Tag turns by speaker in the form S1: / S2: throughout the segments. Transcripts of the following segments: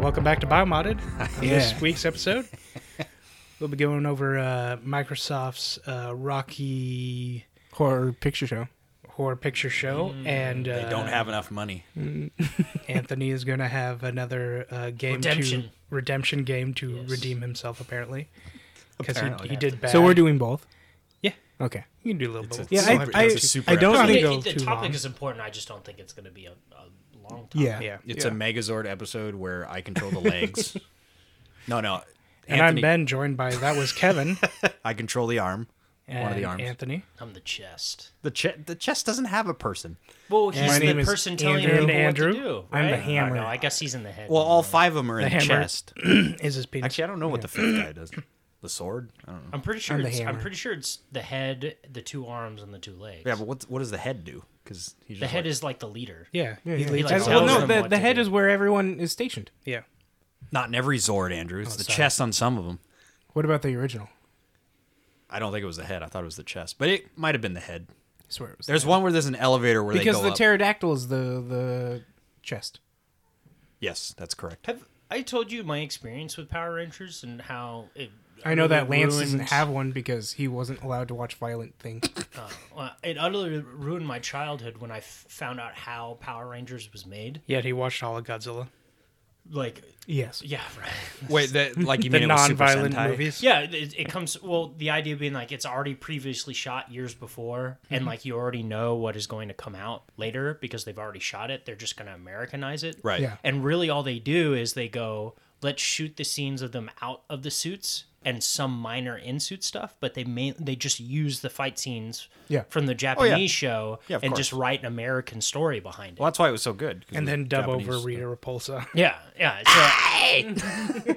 S1: Welcome back to Biomodded. On
S2: Yeah.
S1: This week's episode, we'll be going over uh, Microsoft's uh, Rocky
S2: Horror Picture Show.
S1: Horror Picture Show, and uh,
S3: Mm. They don't have enough money.
S1: Anthony is going to have another uh, game to
S4: Redemption.
S1: redemption game to
S4: Yes.
S1: redeem himself apparently because he,
S3: Apparently.
S1: he did bad.
S2: So we're doing both.
S1: Yeah.
S2: Okay.
S1: you can do a little bit.
S2: Yeah,
S3: It's
S2: I,
S3: super-
S2: I,
S3: it's a super
S2: I don't
S1: episode.
S4: I
S2: think
S4: mean,
S2: it'll
S4: it-
S2: go
S4: the
S2: too
S4: topic
S2: long.
S4: is important. I just don't think it's going to be a, a long topic.
S2: Yeah.
S1: yeah.
S3: It's
S2: Yeah.
S3: a Megazord episode where I control the legs. no, no.
S1: And I'm
S3: Anthony,
S1: Ben, joined by that was Kevin
S3: I control the arm.
S1: and
S3: One of the arms.
S1: Anthony.
S4: I'm the chest.
S3: The chest. The chest doesn't have a person.
S4: Well, he's
S1: My
S4: the
S1: name is
S4: person telling
S1: Andrew.
S4: people
S1: Andrew.
S4: what to do.
S2: I'm the
S4: right?
S2: hammer.
S4: Oh, no, I guess he's in the head.
S3: Well, all five of them are in
S1: The
S3: the,
S1: hammer.
S3: chest.
S1: Is his penis?
S3: Actually, I don't know what the fifth guy does. The sword. I don't know.
S4: I'm pretty sure.
S2: I'm the
S4: it's, I'm
S2: hammer.
S4: pretty sure it's the head, the two arms, and the two legs.
S3: Yeah, but what what does the head do? Because
S4: the head is like the leader.
S1: yeah.
S2: Yeah,
S1: he
S2: yeah.
S1: leads
S4: like
S1: us
S2: That's- well,
S1: out.
S2: no,
S4: them
S2: the,
S4: what
S2: the
S4: to
S2: head
S4: do.
S2: is where everyone is stationed.
S1: Yeah.
S3: not in every Zord, Andrew. It's
S1: Oh,
S3: the
S1: sorry.
S3: chest on some of them.
S2: What about the original?
S3: I don't think it was the head. I thought it was the chest, but it might have been the head.
S2: I swear it was.
S3: There's one where there's an elevator where
S2: because
S3: they go
S2: the
S3: up.
S2: pterodactyl is the the chest.
S3: yes, that's correct.
S4: Have I told you my experience with Power Rangers and how it?
S2: I know that
S4: utterly
S2: Lance doesn't
S4: ruined-
S2: have one because he wasn't allowed to watch violent things.
S4: Well, uh, it utterly ruined my childhood when I f- found out how Power Rangers was made.
S1: Yet he watched all of Godzilla.
S4: Like,
S2: yes.
S4: yeah, right.
S3: Wait, the, like you
S1: The
S3: mean it was Super
S1: non-violent
S3: Sentai?
S1: movies.
S4: Yeah, it, it comes. Well, the idea being like it's already previously shot years before, and
S3: Mm-hmm.
S4: like you already know what is going to come out later because they've already shot it. They're just going to Americanize it,
S3: Right.
S2: Yeah.
S4: And really, all they do is they go, let's shoot the scenes of them out of the suits and some minor in suit stuff, but they main they just use the fight scenes
S2: Yeah.
S4: from
S3: Oh,
S4: the
S3: yeah.
S4: Japanese show
S3: Yeah, of
S4: and
S3: course.
S4: just write an American story behind it.
S3: Well, that's why it was so good. 'cause
S1: And
S3: it was
S1: then dub over
S3: Japanese.
S1: Rita Repulsa.
S4: Yeah, yeah. So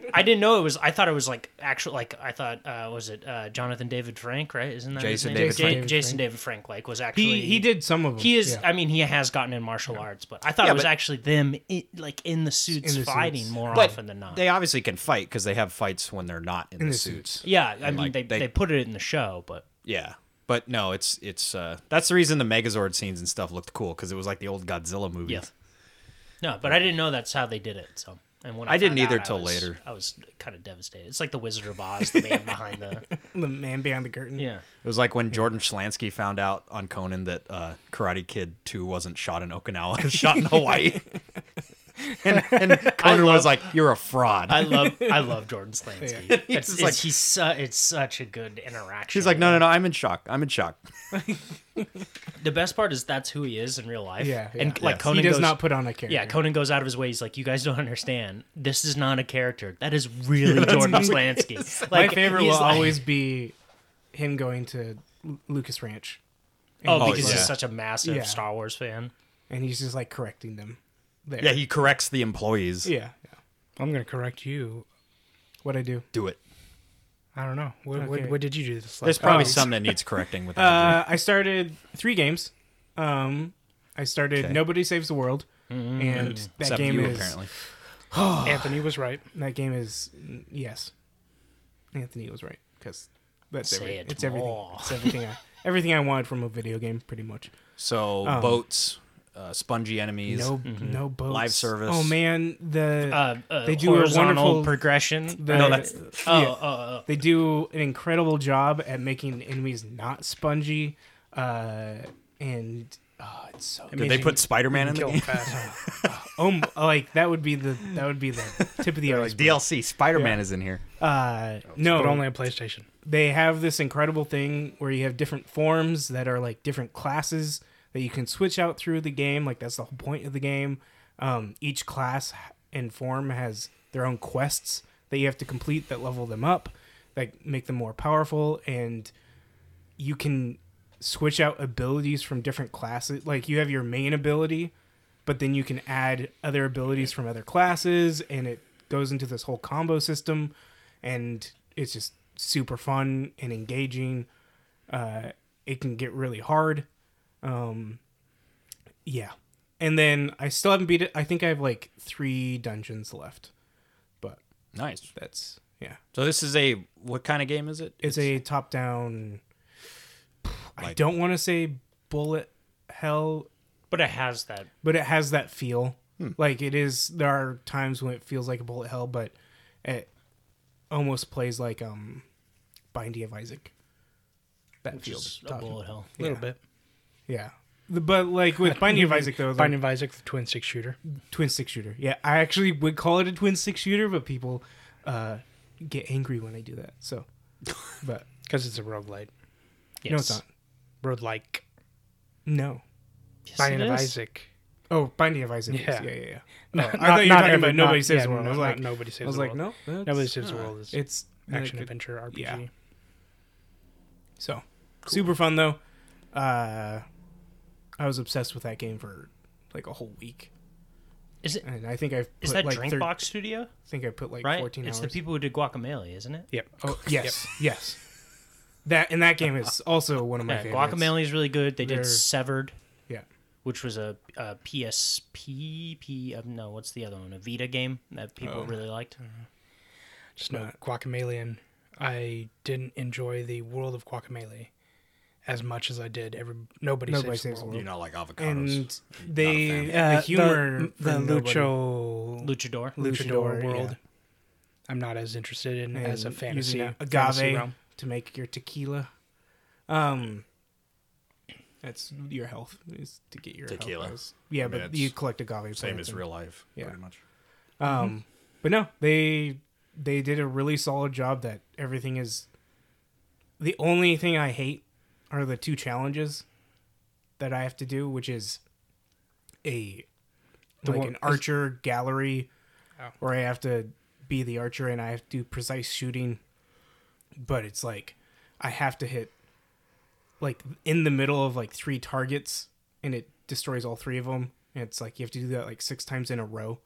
S4: I didn't know it was. I thought it was like actual. Like I thought uh, was it uh, Jonathan David Frank? Right? Isn't that his
S3: Jason
S4: name?
S3: David
S4: Ja-
S2: Frank.
S4: Jason David Frank. Like was actually
S2: He he did some of them.
S4: He is.
S2: Yeah.
S4: I mean, he has gotten in martial arts, but I thought
S3: Yeah,
S4: it was
S3: but-
S4: actually them in, like in the suits
S2: In the
S4: fighting
S2: suits.
S4: more
S3: But
S4: often than not.
S3: They obviously can fight because they have fights when they're not in, the,
S2: the
S3: suits.
S4: yeah, I mean,
S3: like,
S4: they,
S3: they-
S4: they put it in the show, but
S3: Yeah. But no, it's it's uh that's the reason the Megazord scenes and stuff looked cool because it was like the old Godzilla movies.
S4: yeah, no, but I didn't know that's how they did it. So. And when I,
S3: I didn't
S4: found
S3: either
S4: out, I
S3: till
S4: was-
S3: later.
S4: I was kind of devastated. It's like the Wizard of Oz, the man behind the
S2: the man behind the curtain.
S4: yeah.
S3: It was like when Jordan Schlansky found out on Conan that uh, Karate Kid 2 wasn't shot in Okinawa, it was shot in Hawaii. and, and Conan was
S4: love-
S3: like, "You're a fraud."
S4: I love I love Jordan Slansky. It's,
S3: just
S4: it's-
S3: like-
S4: he's su- it's such a good interaction.
S3: She's like, "No, no, no, I'm in shock. I'm in shock."
S4: the best part is that's who he is in real life.
S2: Yeah,
S4: and
S2: yeah.
S4: like
S3: Yes.
S4: Conan
S2: He does
S4: goes,
S2: not put on a character.
S4: yeah, Conan goes out of his way. He's like, you guys don't understand. This is not a character. That is really Jordan Slansky.
S2: My
S4: Like,
S2: favorite will
S4: he's like-
S2: always be him going to Lu- Lucas Ranch,
S4: oh,
S2: Oh,
S4: because
S3: yeah.
S4: he's such a massive
S2: Yeah.
S4: Star Wars fan.
S2: and he's just like correcting them. There.
S3: Yeah, he corrects the employees.
S2: yeah. yeah.
S1: I'm going to correct you.
S2: What I do?
S3: Do it.
S1: I don't know. What, what,
S2: Okay.
S1: what did you do this
S3: There's
S1: last
S3: probably
S2: Oh.
S3: some that needs correcting with Andrew.
S2: Uh, I started three games. Um, I started
S3: Okay. Mm-hmm.
S2: Nobody Saves the World, and that
S3: Except
S2: game
S3: you
S2: is
S3: apparently.
S1: Anthony was right.
S2: that game is yes. Anthony was right because that's
S4: Say
S2: every-
S4: it
S2: it's everything.
S4: more.
S2: It's everything I everything I wanted from a video game, pretty much.
S3: So boats, uh, spongy enemies.
S2: Oh. No, no boats.
S3: mm-hmm. Live service.
S2: Oh man, the
S4: Uh, uh,
S2: They
S4: they
S2: do
S4: do
S2: a
S4: horizontal
S2: wonderful-
S4: progression.
S2: the-
S3: No, that's
S4: oh,
S2: yeah.
S4: oh, oh,
S2: They do an incredible job at making enemies not spongy, uh, and oh, it's so.
S3: Did they put Spider-Man in the
S1: Kill him
S3: game?
S1: fast.
S2: Oh, m- like that would be the that would be the tip of the
S3: Like
S2: iceberg.
S3: DLC, Spider-Man
S2: Yeah.
S3: is in here.
S2: Uh, no,
S1: Oh, but only on PlayStation.
S2: they have this incredible thing where you have different forms that are like different classes that you can switch out through the game. Like that's the whole point of the game. Um, each class and form has their own quests that you have to complete that level them up, that make them more powerful, and you can switch out abilities from different classes. Like you have your main ability, but then you can add other abilities from other classes, and it goes into this whole combo system, and it's just super fun and engaging. Uh, it can get really hard. Um, yeah, and then I still haven't beat it. I think I have like three dungeons left, but
S3: Nice.
S2: that's yeah.
S3: So this is a what kind of game is it?
S2: It's a top-down. I
S3: Like-
S2: don't want to say bullet hell
S4: but it has that.
S2: but it has that feel.
S1: Hmm.
S2: Like it is, there are times when it feels like a bullet hell, but it almost plays like um, Binding of Isaac. That
S4: Which
S2: feels
S4: is a bullet hell.
S1: A little bit.
S2: yeah. The- But like with Binding of Isaac though,
S1: Binding
S2: like,
S1: of Isaac, the twin six shooter.
S2: twin six shooter. Yeah, I actually would call it a twin six shooter, but people uh, get angry when I do that. So, but
S1: Because it's a roguelite.
S4: Yes.
S2: no, it's not.
S1: Roguelike.
S2: No.
S4: Yes,
S1: Binding
S4: it
S1: of
S4: is.
S1: Isaac.
S2: Oh, Binding of Isaac. is-
S1: Yeah.
S2: Yeah, yeah, yeah.
S1: No,
S2: Oh,
S1: not-
S2: I thought you were
S1: not
S2: talking
S1: every-
S2: about Nobody
S1: not-
S2: Saves
S1: yeah,
S2: the World.
S1: no,
S2: I was
S1: not
S2: like,
S1: Nobody Saves
S2: I was
S1: the
S2: like,
S1: World.
S2: no, that's
S1: Nobody Saves the
S2: not.
S1: World is
S2: It's
S1: action
S2: like a-
S1: adventure RPG.
S2: yeah. So super fun though. Uh, I was obsessed with that game for like a whole week,
S4: Is it?
S2: and I think I've put
S4: Is that
S2: like
S4: Drinkbox
S2: thir-
S4: Studio?
S2: I think I put like
S4: Right.
S2: fourteen
S4: it's
S2: hours.
S4: the people who did Guacamole, isn't it?
S1: Yep.
S2: oh yes, yes. That and that game is also one of my
S4: Yeah,
S2: favorites.
S4: Guacamole is really good. They did
S2: They're-
S4: Severed,
S2: Yeah,
S4: which was a, a PSP. P, uh, no, what's the other one? A Vita game that people
S2: Oh.
S4: really liked.
S1: Just no
S2: Not-
S1: Guacamelian. I didn't enjoy the world of Guacamole as much as I did. Every nobody,
S2: Nobody
S1: saves, the world.
S3: You're not like avocados.
S2: and they
S3: fan.
S2: the
S1: Uh,
S2: humor
S1: the, the
S2: from Nobody-
S1: Lucho Luchador
S4: Luchador.
S2: Luchador,
S1: world.
S2: yeah.
S1: I'm not as interested in
S2: and
S1: as a
S2: using
S1: fantasy
S2: a- agave
S1: fantasy realm.
S2: to make your tequila. Um, that's your health is to get your health
S3: Tequila.
S2: bars. Yeah,
S3: mean,
S2: but
S3: it's
S2: you collect agave.
S3: Same
S2: plants
S3: as
S2: and-
S3: real life,
S2: Yeah.
S3: pretty much.
S2: Um, but no, they they did a really solid job. That everything is. The only thing I hate are the two challenges that I have to do, which is a like
S1: one-
S2: an archer gallery,
S1: Oh.
S2: where I have to be the archer and I have to do precise shooting. But it's like I have to hit like in the middle of like three targets, and it destroys all three of them. And it's like you have to do that like six times in a row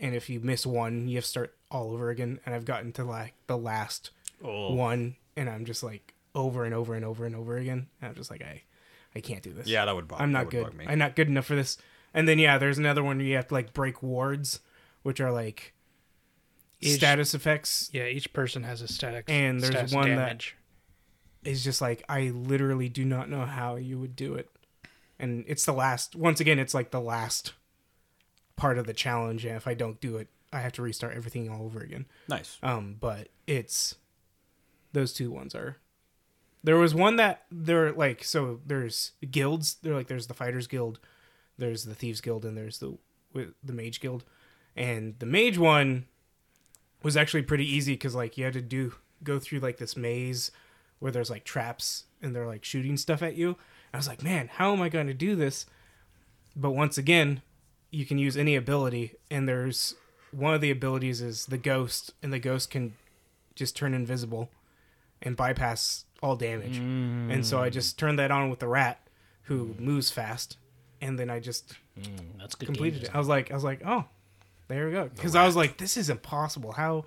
S2: and if you miss one, you have to start all over again. And I've gotten to like the last
S3: Oh,
S2: one, and I'm just like over and over and over and over again. And I'm just like, I, I can't do this.
S3: Yeah, that would bug.
S2: I'm
S3: that
S2: not
S3: would
S2: good.
S3: Bug me.
S2: I'm not good enough for this. And then yeah, there's another one where you have to like break wards, which are like
S1: Each-
S2: status effects.
S1: Yeah, each person has a static
S2: And there's
S1: status
S2: one that-
S1: damage.
S2: Is just like I literally do not know how you would do it. And it's the last. Once again, it's like the last part of the challenge. And if I don't do it, I have to restart everything all over again.
S3: Nice.
S2: Um, but it's those two ones are. There was one that they're like so. There's guilds. They're like there's the fighters guild, there's the thieves guild, and there's the wi- the mage guild. And the mage one was actually pretty easy because like you had to do go through like this maze where there's like traps and they're like shooting stuff at you. I was like, man, how am I going to do this? But once again, you can use any ability, and there's one of the abilities is the ghost, and the ghost can just turn invisible and bypass all damage. And so I just turned that on with the rat, who moves fast, and then I just
S4: Mm, that's good.
S2: completed
S4: game
S2: it. I was like, I was like, oh, there we go. Because I was like, this is impossible. How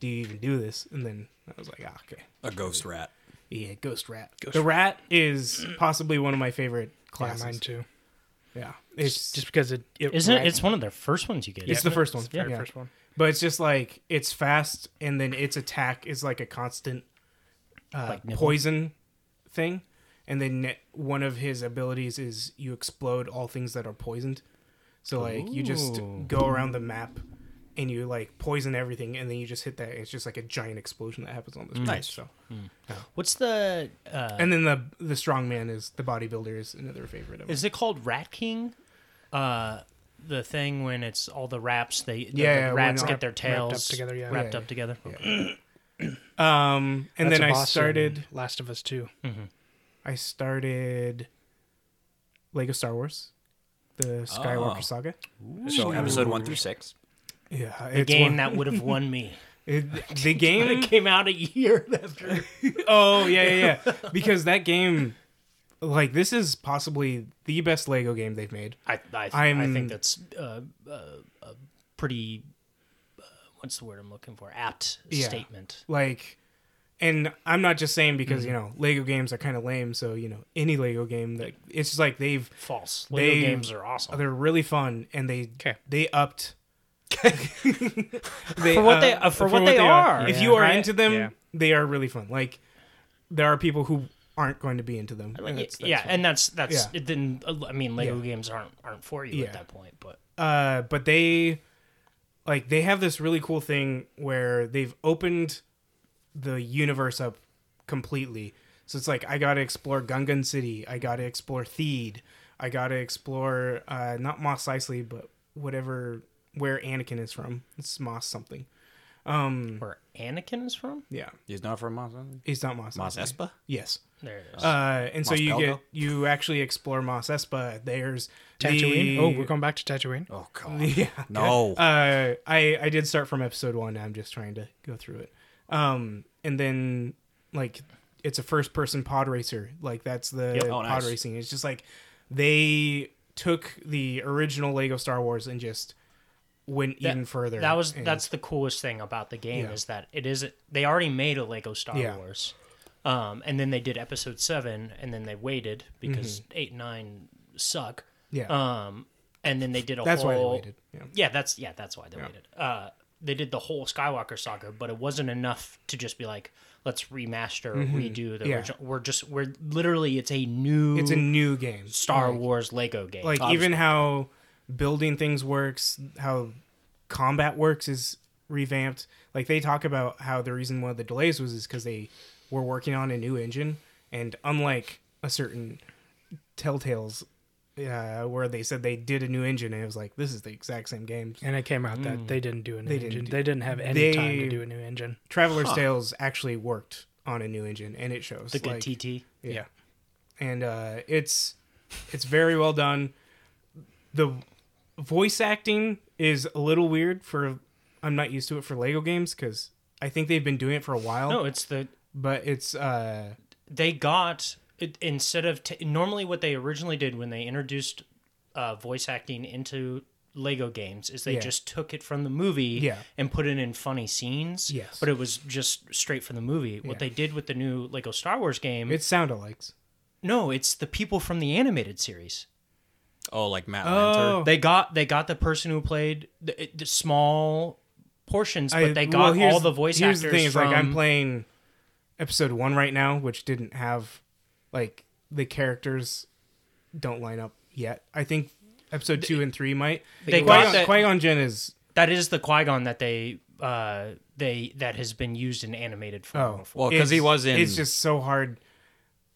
S2: do you even do this? And then I was like, ah, okay.
S3: A ghost rat.
S2: Yeah, ghost rat. the rat is possibly one of my favorite
S1: Yeah,
S2: classes.
S1: mine too.
S2: Yeah, it's
S1: Just because it, it
S4: Isn't it?
S1: right-
S4: It's one of their first ones you get.
S2: it's
S4: isn't
S2: the
S4: it?
S2: first one.
S1: very
S2: yeah.
S1: first one.
S2: But it's just like it's fast, and then its attack is like a constant uh,
S4: Like nibble.
S2: poison thing, and then it- one of his abilities is you explode all things that are poisoned. So like you just
S4: Ooh.
S2: go around the map, and you like poison everything, and then you just hit that. and It's just like a giant explosion that happens on this. place,
S3: Nice.
S2: So
S4: What's the? Uh,
S2: and then the the strong man is the bodybuilder is another favorite of mine.
S4: is it called Rat King? Uh, the thing when it's all the wraps. They the,
S2: Yeah,
S4: the
S2: when
S4: rats
S2: all
S4: get their
S1: wrapped up
S4: tails
S1: together, yeah.
S4: Wrapped
S2: Yeah,
S4: up together.
S2: Um, and
S1: That's
S2: then
S1: a
S2: I
S1: boss in
S2: started.
S1: Last of Us Two.
S2: I started Lego Star Wars, the Skywalker
S3: Oh.
S2: Saga.
S3: So episode one through six.
S2: Yeah,
S4: The game that would have won me.
S2: the
S4: It
S2: game.
S4: came out a year after.
S2: oh yeah, yeah, yeah. Because that game, like this is possibly the best Lego game they've made.
S4: I I, I
S2: I'm-
S4: think that's uh, uh, a pretty. uh, What's the word I'm looking for? Apt
S2: Yeah.
S4: statement.
S2: Like, and I'm not just saying because
S4: Mm.
S2: you know Lego games are kind of lame. So you know any Lego game that it's just like they've
S4: False. Lego
S2: They-
S4: games are awesome.
S2: they're really fun and they
S1: 'Kay.
S2: they upped. they,
S4: For what they- uh, for what they are.
S2: If
S4: Yeah.
S2: you are
S4: Right?
S2: into them,
S1: Yeah.
S2: they are really fun. Like there are people who aren't going to be into them.
S4: Like,
S2: And that's- that's
S4: yeah,
S2: fine.
S4: and that's that's
S2: Yeah.
S4: it then I mean Lego
S2: Yeah.
S4: games aren't aren't for you
S2: Yeah.
S4: at that point, but
S2: uh, but they like they have this really cool thing where they've opened the universe up completely. So it's like I got to explore Gungan City, I got to explore Theed, I got to explore uh, not Moss Eisley, but whatever where Anakin is from. It's Moss something. Mm.
S4: where Anakin is from?
S2: Yeah,
S3: He's not from Mos.
S2: he's not Moss.
S3: Mos
S2: Eisley.
S3: Espa.
S2: Yes.
S4: There it is.
S2: Uh, and so
S3: Mos
S2: you
S3: Pelgo?
S2: get you actually explore Moss Espa. There's
S1: Tatooine.
S2: the-
S1: Oh, we're going back to Tatooine.
S3: Oh god.
S2: Yeah.
S3: No.
S2: Uh, I I did start from episode one. I'm just trying to go through it. Um, and then like it's a first person pod racer. Like that's the
S3: Oh,
S2: pod
S3: nice.
S2: racing. It's just like they took the original Lego Star Wars and just went even further.
S4: That was
S2: And-
S4: that's the coolest thing about the game
S2: Yeah.
S4: is that it is they already made a Lego Star
S2: Yeah.
S4: Wars, um, and then they did Episode Seven, and then they waited because
S2: Mm-hmm.
S4: eight and nine suck,
S2: yeah.
S4: um, and then they did a
S2: that's why they
S4: whole
S2: waited. Yeah.
S4: yeah that's yeah that's why they waited. Uh, they did the whole Skywalker saga, but it wasn't enough to just be like let's remaster redo the
S2: Mm-hmm. Yeah.
S4: original. We're just we're literally it's a new
S2: It's a new game.
S4: Star Wars Lego game.
S2: like even how building things works how combat works is revamped like they talk about how the reason one of the delays was is because they were working on a new engine and unlike a certain telltales uh, where they said they did a new engine and it was like this is the exact same game
S1: And it came out
S4: Mm.
S1: that they didn't do a new
S2: didn't
S1: engine.
S2: do-
S1: they didn't have any time
S2: They-
S1: to do a new engine.
S2: traveler's tales actually worked on a new engine and it shows
S4: the good
S2: like-
S4: TT.
S2: Yeah. And uh, it's it's very well done. The voice acting is a little weird for I'm not used to it for Lego games cuz I think they've been doing it for a while,
S4: No, Mm-hmm. it's the
S2: but it's uh
S4: they got it, instead of t- normally what they originally did when they introduced uh, voice acting into Lego games is they
S2: Yeah.
S4: just took it from the movie
S2: Yeah.
S4: and put it in funny scenes.
S2: Yes.
S4: but it was just straight from the movie. What they did with the new Lego Star Wars game,
S2: it's sound alikes.
S4: no, it's the people from the animated series.
S3: oh, like Matt
S2: Oh.
S3: Lanter.
S4: They got they got the person who played the, the small portions, but
S2: I-
S4: they
S2: well,
S4: got
S2: here's-
S4: all the voice
S2: here's
S4: actors
S2: the thing is
S4: from
S2: like I'm playing episode 1 right now which didn't have like the characters don't line up yet. I think episode 2 and 3 might.
S4: They
S2: Qui-
S4: got that-
S2: Qui-Gon Jinn is
S4: that is the Qui Gon that they uh they that has been used in animated form.
S2: oh.
S4: before.
S3: Well, 'cause he
S2: It's-
S3: was in-
S2: It's just so hard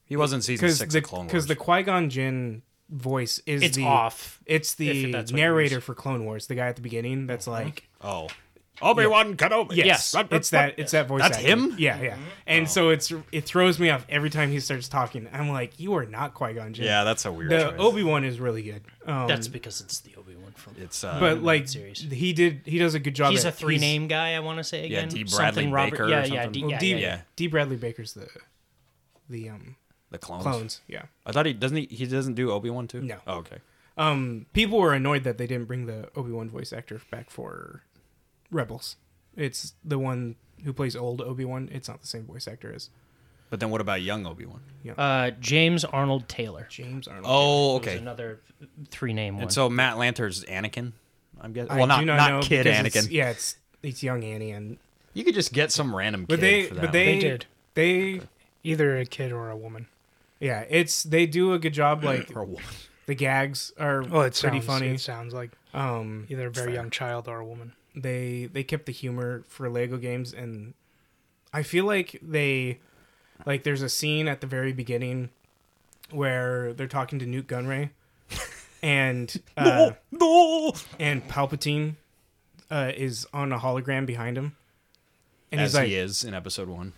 S3: He was in season
S2: because
S3: six
S2: the
S3: of Clone
S2: because
S3: Wars.
S2: the Qui Gon Jinn voice is
S4: it's
S2: the
S4: off.
S2: It's the
S4: if that's what it Uh-huh.
S2: narrator for Clone Wars, the guy at the beginning that's like,
S3: oh. Obi Wan Kenobi.
S4: Yes.
S3: Rup, rup,
S2: it's that,
S3: rup.
S2: it's that voice.
S3: That's
S2: actor.
S3: him?
S2: Yeah, yeah.
S4: Mm-hmm.
S2: And
S4: Oh.
S2: so it's it throws me off every time he starts talking. I'm like, you are not Qui Gon Jinn.
S3: Yeah, that's a weird.
S2: the
S3: choice.
S2: Obi Wan is really good. Um,
S4: That's because it's the Obi Wan from.
S3: It's uh,
S2: but like
S4: series.
S2: he did, he does a good job.
S4: he's a
S2: at-
S4: three name guy. I want to say again.
S3: D. Bradley
S4: Something Robert-
S3: Baker or
S4: Yeah, yeah,
S3: something.
S4: D,
S2: Well,
S4: yeah,
S2: D,
S4: yeah, yeah.
S3: yeah.
S2: D. Bradley Baker's the the um
S3: the clones.
S2: clones. Yeah.
S3: I thought he doesn't. He, he doesn't do Obi Wan too.
S2: No.
S3: Oh, okay.
S2: Um, people were annoyed that they didn't bring the Obi Wan voice actor back for Rebels. It's the one who plays old Obi Wan. It's not the same voice actor as
S3: But then what about young Obi Wan?
S4: Uh, James Arnold Taylor.
S2: James Arnold.
S3: Oh,
S4: Okay.
S3: okay.
S4: Another three name one.
S3: And so Matt Lanter's Anakin. I'm guessing.
S2: I
S3: Well, not
S2: do
S3: not
S2: know
S3: kid
S2: because it's-
S3: Anakin.
S2: yeah, it's it's young Annie, and
S3: You could just get some random kid
S2: but they
S3: for that.
S2: but they,
S1: They did.
S2: they
S1: Either a kid or a woman.
S2: yeah it's they do a good job. Like
S3: one. Or a woman.
S2: the gags are
S1: Well, Oh, it's
S2: pretty funny.
S1: It sounds like
S2: Um,
S1: either a very young child or a woman.
S2: they they kept the humor for Lego games and I feel like they like there's a scene at the very beginning where they're talking to Newt Gunray and uh,
S3: No.
S2: and Palpatine uh, is on a hologram behind him and
S3: As
S2: he's like
S3: he is in episode one.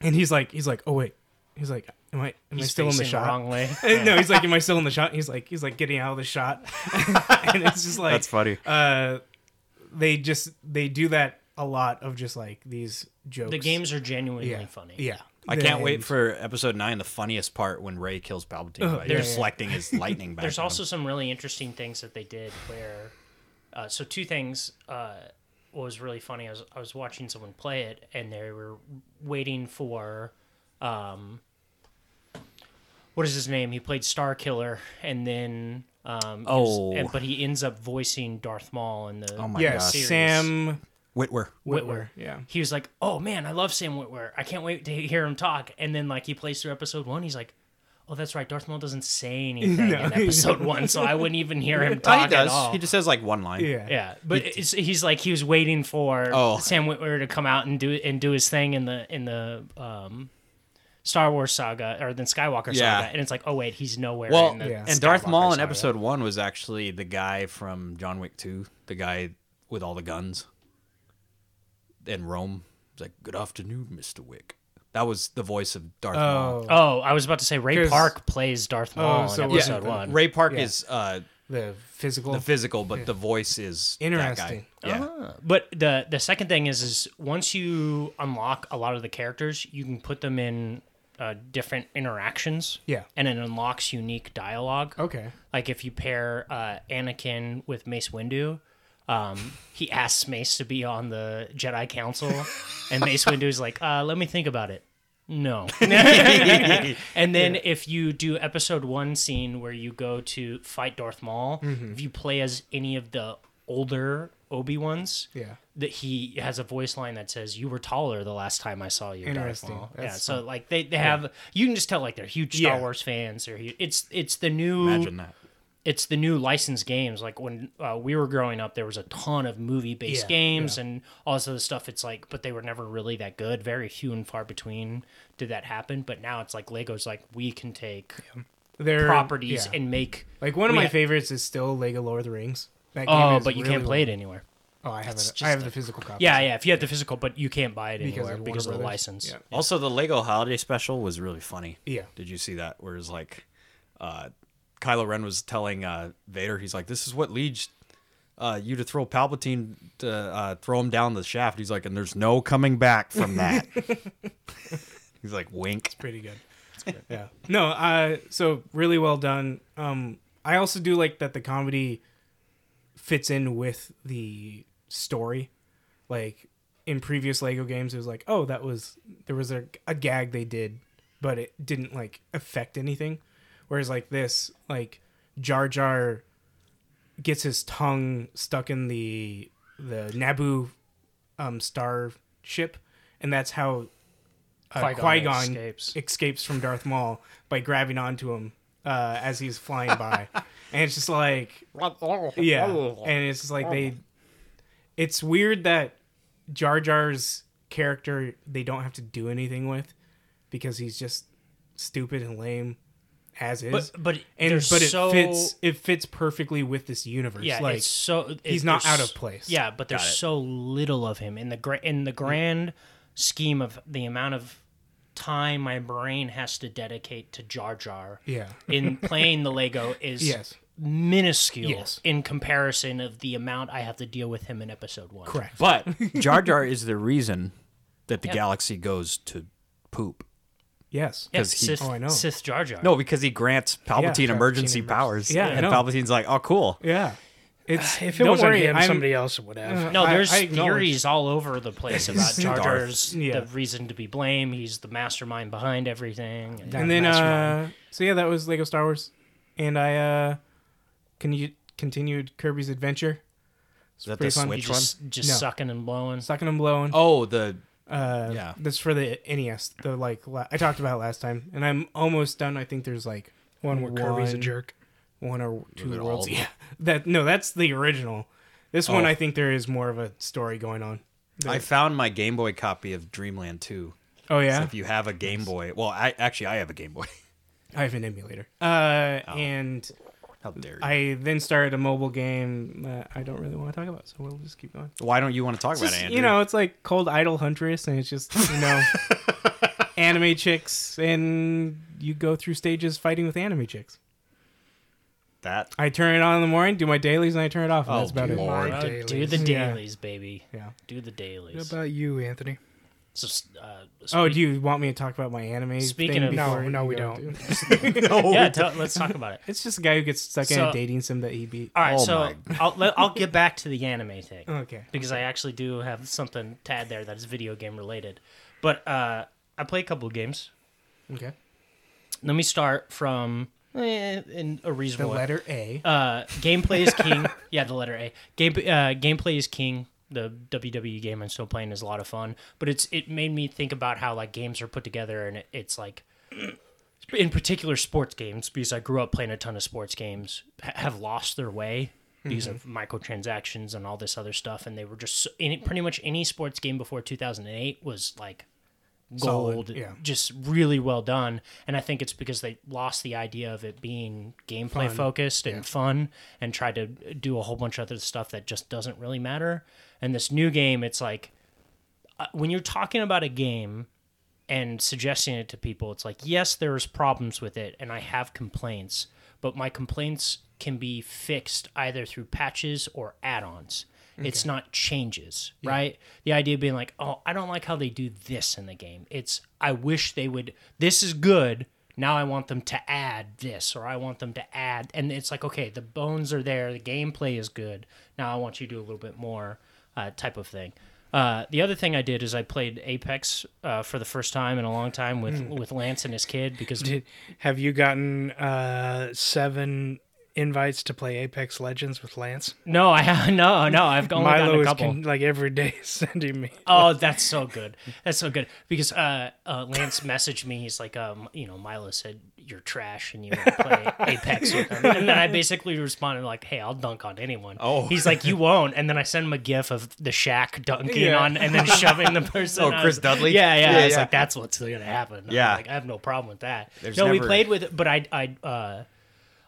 S2: and he's like he's like oh wait he's like am I am I
S4: He's
S2: still in the
S4: facing
S2: shot
S4: wrong way.
S2: no he's like am I still in the shot he's like he's like getting out of the shot and it's just like
S3: funny.
S2: uh they just they do that a lot of just like these jokes
S4: the games are genuinely
S2: yeah
S4: funny.
S2: yeah
S3: I can't wait
S2: And- Uh,
S3: for episode nine. The funniest part when Ray kills Palpatine by
S2: there's-
S3: deflecting his lightning back.
S4: There's
S3: at him.
S4: also some really interesting things that they did where, uh, so two things. Uh, what was really funny, I was I was watching someone play it, and they were waiting for, um, what is his name? He played Star Killer, and then um, he was-
S3: Oh.
S4: and, but he ends up voicing Darth Maul in the
S3: Oh my
S2: yeah
S3: gosh.
S4: series.
S2: sam
S3: Whitwer.
S2: Whitwer. Yeah.
S4: He was like, "Oh man, I love Sam Witwer. I can't wait to hear him talk." And then like he plays through episode one, he's like, "Oh, that's right. Darth Maul doesn't say anything
S2: No,
S4: in
S2: he
S4: episode one, so I wouldn't even hear him talk
S3: Oh, he does.
S4: at all."
S3: He just says like one line.
S2: Yeah.
S4: yeah, but it's, he's like he was waiting for
S3: Oh.
S4: Sam Witwer to come out and do and do his thing in the in the um, Star Wars saga or the Skywalker
S3: Yeah.
S4: saga, and it's like, oh wait, he's nowhere.
S3: Well,
S4: in the
S2: Yeah.
S3: and Darth
S4: Skywalker
S3: Maul in
S4: saga.
S3: episode one was actually the guy from John Wick 2, the guy with all the guns in Rome. He's like, Good afternoon, Mr. Wick. That was the voice of Darth Maul.
S2: Oh,
S4: Oh, I was about to say Ray
S2: 'Cause-
S4: Park plays Darth Maul
S2: Oh, so
S4: in
S2: was
S4: episode
S2: it the-
S4: one.
S3: Ray Park
S2: Yeah.
S3: is uh,
S2: the physical.
S3: the physical, but the voice is
S2: Interesting. Uh-huh.
S3: That guy. Yeah.
S4: But the the second thing is is once you unlock a lot of the characters, you can put them in uh, different interactions.
S2: Yeah. Oh,
S4: and it unlocks unique dialogue.
S2: okay.
S4: Like if you pair uh, Anakin with Mace Windu, um, he asks Mace to be on the Jedi Council, and Mace Windu's like, uh, "Let me think about it." No. and then if you do episode one scene where you go to fight Darth Maul,
S2: Mm-hmm.
S4: if you play as any of the older Obi Ones,
S2: Yeah.
S4: that he has a voice line that says you were taller the last time I saw you. Darth
S2: Interesting.
S4: Maul."
S2: That's
S4: yeah, so like they, they have you can just tell like they're huge Star
S2: Yeah.
S4: Wars fans. They're huge. It's it's the new
S3: Imagine that.
S4: it's the new licensed games. Like when uh, we were growing up, there was a ton of movie based
S2: Yeah,
S4: games and all this other stuff. It's like, but they were never really that good. Very few and far between did that happen. But now it's like Lego's like we can take
S2: Their
S4: properties and make.
S2: like one of
S4: we
S2: my
S4: ha-
S2: favorites is still Lego Lord of the Rings. That
S4: Oh,
S2: is
S4: but you
S2: really
S4: can't play
S2: well-
S4: it anywhere.
S2: Oh, I have it.
S4: just
S2: I have
S4: a-
S2: the physical copy.
S4: Yeah, yeah. If you have the physical, but you can't buy it
S2: Because
S4: anywhere
S2: of,
S4: because of the
S2: Warner Brothers.
S4: license.
S2: Yeah.
S3: Also, the Lego Holiday Special was really funny.
S2: Yeah.
S3: Did you see that? Where it's like, uh, Kylo Ren was telling uh, Vader, he's like, "This is what leads uh, you to throw Palpatine to uh, throw him down the shaft." He's like, "And there's no coming back from that." he's like, "Wink."
S2: pretty good. yeah. No, uh so really well done. Um I also do like that the comedy fits in with the story. Like in previous Lego games it was like, "Oh, that was there was a, a gag they did, but it didn't like affect anything." Whereas like this, like Jar Jar gets his tongue stuck in the the Naboo um star ship and that's how uh, Qui
S4: Qui-Gon
S2: Gon
S4: escapes.
S2: escapes. from Darth Maul by grabbing onto him uh, as he's flying by, and it's just like yeah, and it's just like they. It's weird that Jar Jar's character they don't have to do anything with, because he's just stupid and lame as is.
S4: But but
S2: and
S4: there's
S2: but it
S4: so,
S2: fits it fits perfectly with this universe.
S4: Yeah,
S2: like
S4: it's so it-
S2: he's not
S4: there's-
S2: out of place.
S4: Yeah, but there's
S3: Got it.
S4: so little of him in the gra- in the grand scheme of the amount of time my brain has to dedicate to Jar Jar.
S2: Yeah.
S4: in playing the Lego is
S2: Yes.
S4: minuscule
S2: Yes.
S4: in comparison of the amount I have to deal with him in Episode One.
S2: correct.
S3: But Jar Jar is the reason that the galaxy goes to poop.
S2: yes,
S4: Yeah,
S3: 'Cause he-
S4: Sith,
S2: Oh, I know.
S4: Sith Jar Jar.
S3: No, because he grants Palpatine
S2: Palpatine
S3: emergency
S2: emergency.
S3: powers.
S2: Yeah, I
S3: and
S2: know.
S3: Palpatine's like, "Oh, cool."
S2: yeah. It's
S1: If it
S2: don't
S1: wasn't
S2: worry,
S1: him,
S2: I'm- uh,
S1: somebody else would have.
S4: No,
S2: I-
S4: there's
S2: I acknowledge-
S4: theories all over the place about Jar
S3: Darth.
S4: Jar's
S2: Yeah.
S4: the reason to be blamed. He's the mastermind behind everything.
S2: and then uh so yeah that was lego star wars and i uh can you continued kirby's adventure
S3: Is that the
S2: pretty fun.
S4: You
S3: Switch one?
S4: just just
S2: No.
S4: sucking and blowing.
S2: sucking and blowing
S3: Oh, the
S2: uh
S3: yeah.
S2: that's for the nes the like la- i talked about it last time and i'm almost done i think there's like
S1: One where Kirby's a
S2: One.
S1: jerk.
S2: one or two
S3: at all
S2: worlds
S3: of them.
S2: yeah that no that's the original this one
S3: Oh.
S2: i think there is more of a story going on
S3: I found my Game Boy copy of Dreamland 2.
S2: oh yeah
S3: So if you have a Game Boy, well, I actually I have a Game Boy.
S2: i have an emulator uh
S3: Oh.
S2: and
S3: How dare you?
S2: i then started a mobile game that i don't really want to talk about so we'll just keep going
S3: Why don't you want to talk about
S2: Just,
S3: it, Andrew?
S2: you know, it's like cold idol huntress, and it's just you know, anime chicks, and you go through stages fighting with anime chicks.
S3: that
S2: I turn it on in the morning, do my dailies, and I turn it off. And
S3: Oh,
S2: that's about
S3: Lord.
S2: it.
S1: My
S4: Uh,
S1: dailies.
S4: do the
S2: Yeah.
S4: dailies, baby.
S2: Yeah.
S4: Do the
S1: What
S4: dailies.
S1: about you, Anthony?
S4: So, s- uh,
S2: Oh,
S4: speak-
S2: do you want me to talk about my anime?
S4: Speaking
S2: thing
S4: of-
S2: before
S1: No, no,
S2: you
S1: we
S2: go
S1: don't.
S2: to-
S4: yeah. Tell, let's talk about it.
S2: It's just a guy who gets stuck in
S4: So-
S2: a dating sim that he beat.
S1: Uh,
S4: All right,
S3: Oh
S4: so
S3: my-
S4: I'll let, I'll get back to the anime thing
S2: Oh, Okay.
S4: because I actually do have something to add there that is video game related. But uh, I play a couple of games.
S2: Okay.
S4: Let me start from eh, in a
S2: The
S4: reasonable
S2: letter A.
S4: uh, gameplay is king. yeah, the letter A. Game uh, gameplay is king. the WWE game I'm still playing is a lot of fun. But it's it made me think about how like games are put together, and it, it's like in particular sports games because I grew up playing a ton of sports games ha- have lost their way because of
S2: Mm-hmm.
S4: microtransactions and all this other stuff, and they were just so, any, pretty much any sports game before 2008 was like
S2: Solid,
S4: gold,
S2: yeah.
S4: just really well done. And I think it's because they lost the idea of it being gameplay focused and fun and tried to do a whole bunch of other stuff that just doesn't really matter. And this new game, it's like uh, when you're talking about a game and suggesting it to people, it's like, yes, there's problems with it and I have complaints, but my complaints can be fixed either through patches or add ons. It's not changes, right? The idea being like, oh, I don't like how they do this in the game. It's, I wish they would, this is good. Now I want them to add this or I want them to add. And it's like, okay, the bones are there, the gameplay is good. Now I want you to do a little bit more uh, type of thing. Uh, the other thing I did is I played Apex uh, for the first time in a long time with, with Lance and his kid because
S1: Hmm. Did, have you gotten uh, seven invites to play Apex Legends with Lance?
S4: no, I ha- no no I've only gotten
S1: Milo
S4: a
S1: is
S4: couple.
S1: con- like every day sending me.
S4: Oh, that's so good. That's so good because uh, uh, Lance messaged me. He's like, um, you know, Milo said you're trash and you want to play Apex with him. And then I basically responded like, hey, I'll dunk on anyone.
S3: Oh.
S4: he's like, you won't. And then I sent him a gif of the Shack dunking
S2: Yeah.
S4: on and then shoving the person.
S3: Oh,
S4: I
S3: Chris
S4: was-
S3: Dudley?
S4: Yeah, yeah.
S3: Yeah,
S4: I was
S3: yeah.
S4: like, that's what's gonna happen. I'm
S3: Yeah.
S4: like, I have no problem with that.
S3: There's
S4: no, we
S3: never-
S4: played with, but I I uh,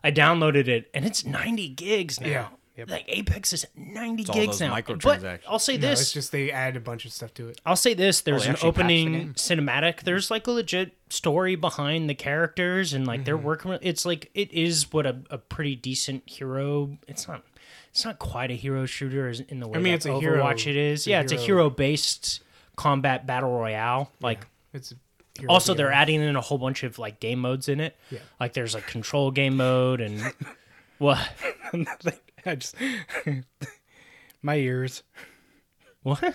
S4: I downloaded it and it's 90 gigs now.
S1: Yeah. Yep.
S4: Like Apex is 90
S3: all
S4: gigs
S3: those
S4: now.
S3: microtransactions.
S4: But I'll say
S2: No,
S4: this.
S2: it's just they add a bunch of stuff to it.
S4: I'll say this: there's
S3: they
S4: an
S3: actually patched the
S4: opening
S3: game?
S4: cinematic. There's like a legit story behind the characters, and like
S2: Mm-hmm.
S4: they're working. with- It's like it is what a, a pretty decent hero. It's not. It's not quite a hero shooter as- in the way I
S2: mean,
S4: mean,
S2: it's
S4: it's
S2: a
S4: Overwatch.
S2: hero-
S4: it is.
S2: it's a
S4: yeah, it's a
S2: hero-
S4: hero based combat battle royale. Like
S2: It's
S4: also they're adding in a whole bunch of like game modes in it.
S2: Yeah.
S4: Like there's like control game mode and what
S1: I just my ears.
S4: what?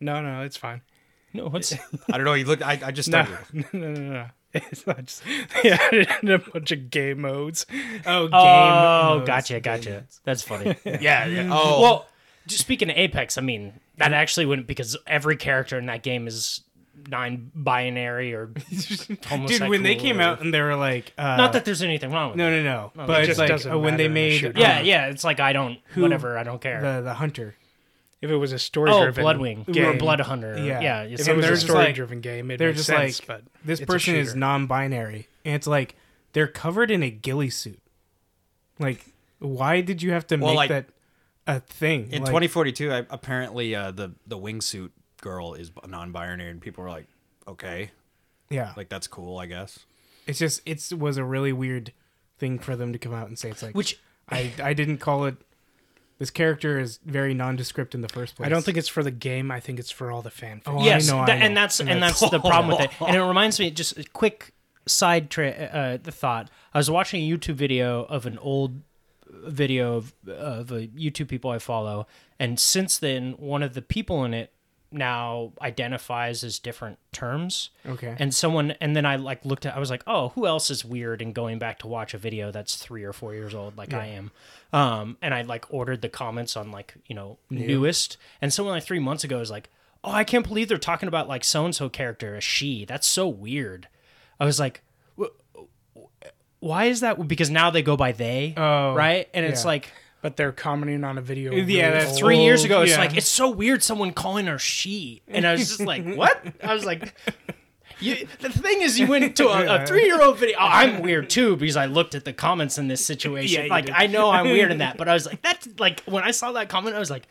S1: No, no, it's fine.
S4: No, what's
S3: I don't know. You look. I, I just
S1: No,
S3: started.
S1: no, no, no. no. It's not just they added a bunch of game modes.
S2: oh game.
S4: Oh,
S2: modes.
S4: gotcha, gotcha. That's funny.
S3: Yeah. yeah. Oh.
S4: Well, just speaking of Apex, I mean that actually wouldn't because every character in that game is non-binary or
S2: Dude, when they came
S4: homosexual or-
S2: out and they were like, uh,
S4: not that there's anything wrong with
S2: no,
S4: it.
S2: no, no, but
S1: it
S2: it's
S1: just
S2: like
S1: doesn't
S2: uh, when
S1: matter
S2: they
S1: in a
S2: made
S1: shooter.
S4: Yeah,
S2: uh,
S4: yeah, it's like I don't whatever, I don't care.
S2: the the hunter.
S1: If it was a story
S4: Oh,
S1: driven
S4: Bloodwing
S1: game,
S4: or Blood Hunter.
S2: Yeah.
S4: Yeah, yeah. it's-
S1: If
S2: So
S1: it was
S2: they're
S1: a
S2: just like-
S1: story driven game, it
S2: They're
S1: makes
S2: just
S1: sense,
S2: like
S1: but
S2: this
S1: it's a
S2: person is
S1: shooter.
S2: non-binary, and it's like they're covered in a ghillie suit. Like, why did you have to
S3: Well,
S2: make
S3: like-
S2: that a thing?
S3: In
S2: Like,
S3: 2042, I, apparently uh, the the wingsuit girl is non-binary, and people were like, "Okay,
S2: yeah, like
S3: like that's cool, I guess."
S2: it's just it's was a really weird thing for them to come out and say. It's like
S4: Which-
S2: I I didn't call it. This character is very nondescript in the first place.
S1: I don't think it's for the game. I think it's for all the fanfic.
S2: Oh,
S4: yes,
S2: I know, I
S4: tha-
S2: know.
S4: and that's and that's the problem with it. And it reminds me just a quick side tra- uh, the thought. I was watching a YouTube video of an old video of of a YouTube people I follow, and since then, one of the people in it now identifies as different terms.
S2: Okay.
S4: And someone, and then I like looked at, I was like, oh, who else is weird and going back to watch a video that's three or four years old, like I am. Um, and I like ordered the comments on like you know newest, and someone like three months ago was like, oh, I can't believe they're talking about like so and so character a she. That's so weird. I was like, "Wh- why is that? Because now they go by they,
S2: Oh,
S4: right? And it's
S2: yeah.
S4: like
S1: But they're commenting on a video.
S2: Yeah, that's
S1: old.
S4: three years ago. It's
S2: yeah.
S4: like it's so weird someone calling her she, and I was just like, what? I was like. You, the thing is, you went to a, a three-year-old video. Oh, I'm weird too because I looked at the comments in this situation.
S2: you
S4: like
S2: did.
S4: I know I'm weird in that, but I was like, that's like when I saw that comment, I was like,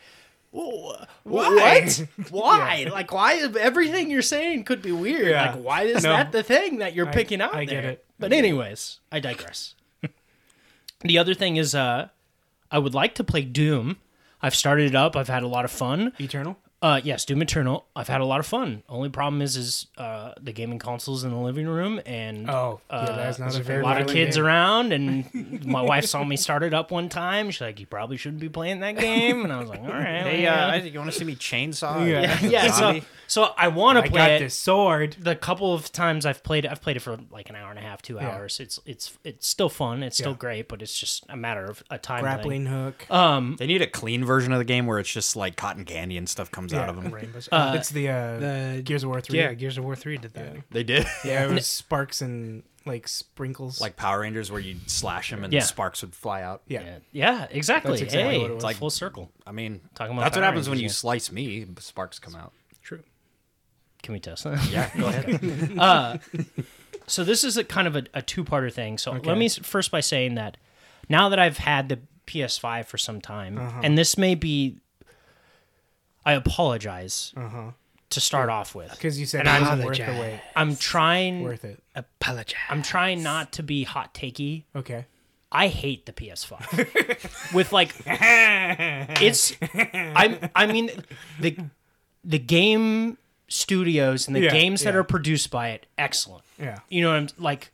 S4: whoa,
S2: Why?
S4: what? Why? Like why? is- Everything you're saying could be weird.
S2: Yeah.
S4: Like why is
S2: No.
S4: that the thing that you're picking out?
S2: I get
S4: there?
S2: it.
S4: But anyways, I digress. the other thing is, uh, I would like to play Doom. I've started it up. I've had a lot of fun.
S2: Eternal.
S4: Uh, yes, Doom Eternal. I've had a lot of fun. Only problem is, is uh, the gaming consoles in the living room, and
S2: Oh, yeah,
S4: uh,
S2: that's not
S1: that's
S2: a
S1: a
S2: very
S4: a lot of
S1: violent
S4: kids
S1: game.
S4: around. And my wife saw me start it up one time. She's like, "You probably shouldn't be playing that game." And I was like, "All right."
S5: Hey,
S4: well,
S5: uh, Isaac, you want to see me chainsaw?
S2: Yeah.
S4: yeah, yeah. So,
S5: Zombie.
S4: so I want
S2: I
S4: to play
S2: got
S4: it.
S2: this sword.
S4: The couple of times I've played it, I've played it for like an hour and a half, two hours. It's it's it's still fun. It's still
S2: Yeah.
S4: great, but it's just a matter of a time thing.
S2: Grappling hook.
S4: Um,
S3: They need a clean version of the game where it's just like cotton candy and stuff comes out of them.
S2: Rainbows. it's the, uh,
S1: the-
S2: Gears of War three.
S1: Yeah, Gears of War three did that.
S3: They did.
S2: yeah, it was sparks and like sprinkles.
S3: like Power Rangers where you'd slash them and
S4: Yeah.
S3: the sparks would fly out.
S2: yeah,
S4: yeah, yeah, exactly.
S2: That's exactly
S4: hey,
S2: what it
S4: it's
S2: was.
S4: like full circle.
S3: I mean,
S4: Talking about
S3: that's what
S4: Power
S3: happens when
S4: Rangers,
S3: you
S4: yeah.
S3: slice me. Sparks come out.
S1: True.
S4: Can we test that?
S3: Yeah, go ahead.
S4: so this is a kind of a, a two-parter thing. So let me s- first by saying that now that I've had the PS5 for some time,
S2: Uh-huh.
S4: and this may be, I apologize
S2: Uh-huh.
S4: to start off with.
S2: because you said
S1: And
S2: it wasn't
S1: I'm-
S2: worth the wait.
S4: I'm trying.
S2: Worth it.
S1: Apologize.
S4: I'm trying not to be hot takey.
S2: Okay.
S4: I hate the PS5. With like, it's. I I mean, the the game studios and the
S2: Yeah,
S4: games that
S2: yeah.
S4: are produced by it, excellent.
S2: Yeah.
S4: You know, what I'm like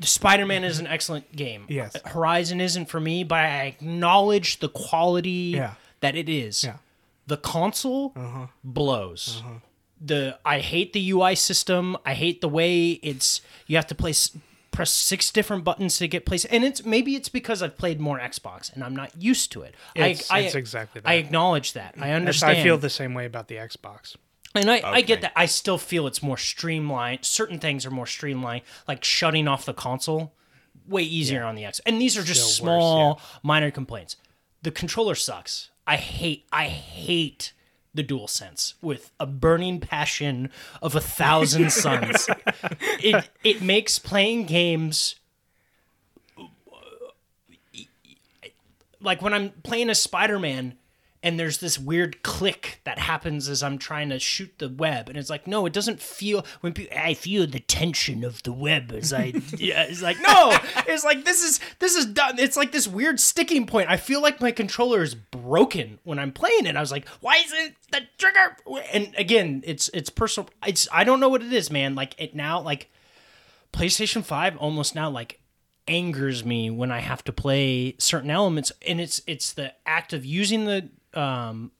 S4: Spider Man is an excellent game.
S2: Yes.
S4: Horizon isn't for me, but I acknowledge the quality
S2: Yeah.
S4: that it is.
S2: Yeah. Uh-huh.
S4: The console blows. The I hate the UI system. I hate the way it's you have to place press six different buttons to get placed. And it's maybe it's because I've played more Xbox and I'm not used to it.
S1: It's-
S4: I, I,
S1: it's exactly
S4: I
S1: that.
S4: acknowledge that. I
S1: That's-
S4: understand.
S1: I feel the same way about the Xbox.
S4: And I, I get
S3: Okay.
S4: that. I still feel it's more streamlined. Certain things are more streamlined, like shutting off the console, way easier on the X. And these are just
S1: Still worse,
S4: small, minor complaints. The controller sucks. I hate. I hate the dual sense with a burning passion of a thousand suns. it it makes playing games like when I'm playing a Spider-Man and there's this weird click that happens as I'm trying to shoot the web and it's like no it doesn't feel when pe- I feel the tension of the web as I yeah it's like no it's like this is this is done it's like this weird sticking point I feel like my controller is broken when I'm playing it I was like why is it the trigger and again it's it's personal it's I don't know what it is man like it now like PlayStation 5 almost now like angers me when I have to play certain elements and it's it's the act of using the um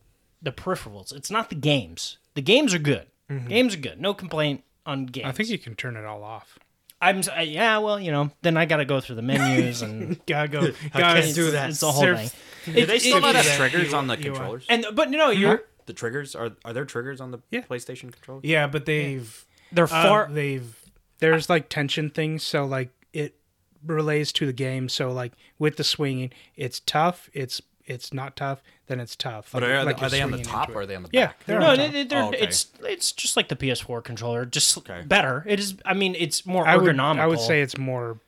S4: the peripherals. It's not the games. The games are good. Games are good. No complaint on games.
S1: I think you can turn it all off.
S4: I'm s- I- yeah, well, you know, then I got to go through the menus and
S2: Gotta go. Gotta
S4: it's,
S2: do that.
S4: It's a whole
S2: Surf-
S4: thing.
S3: Do they still not have
S2: that,
S3: triggers
S2: you-
S3: on the
S2: you are.
S3: controllers?
S4: And but no, you're
S3: The triggers are are there triggers on the PlayStation controller?
S2: Yeah, but they've
S4: they're
S2: uh,
S4: far
S2: they've
S1: There's like tension things, so like it relates to the game. So like with the swinging, it's tough. It's it's not tough. Then it's tough.
S3: But
S1: Like-
S3: are,
S1: like
S3: are
S1: you're
S3: they on the
S1: swinging
S3: top
S1: into
S3: or
S1: it.
S3: are they on the
S1: Yeah,
S3: back?
S1: they're
S4: no,
S1: on
S4: they-
S1: top.
S4: they- they're,
S3: Oh, okay.
S4: it's it's just like the PS4 controller, just
S3: Okay.
S4: better. It is. I mean, it's more
S1: I would
S4: ergonomical.
S1: I would say it's more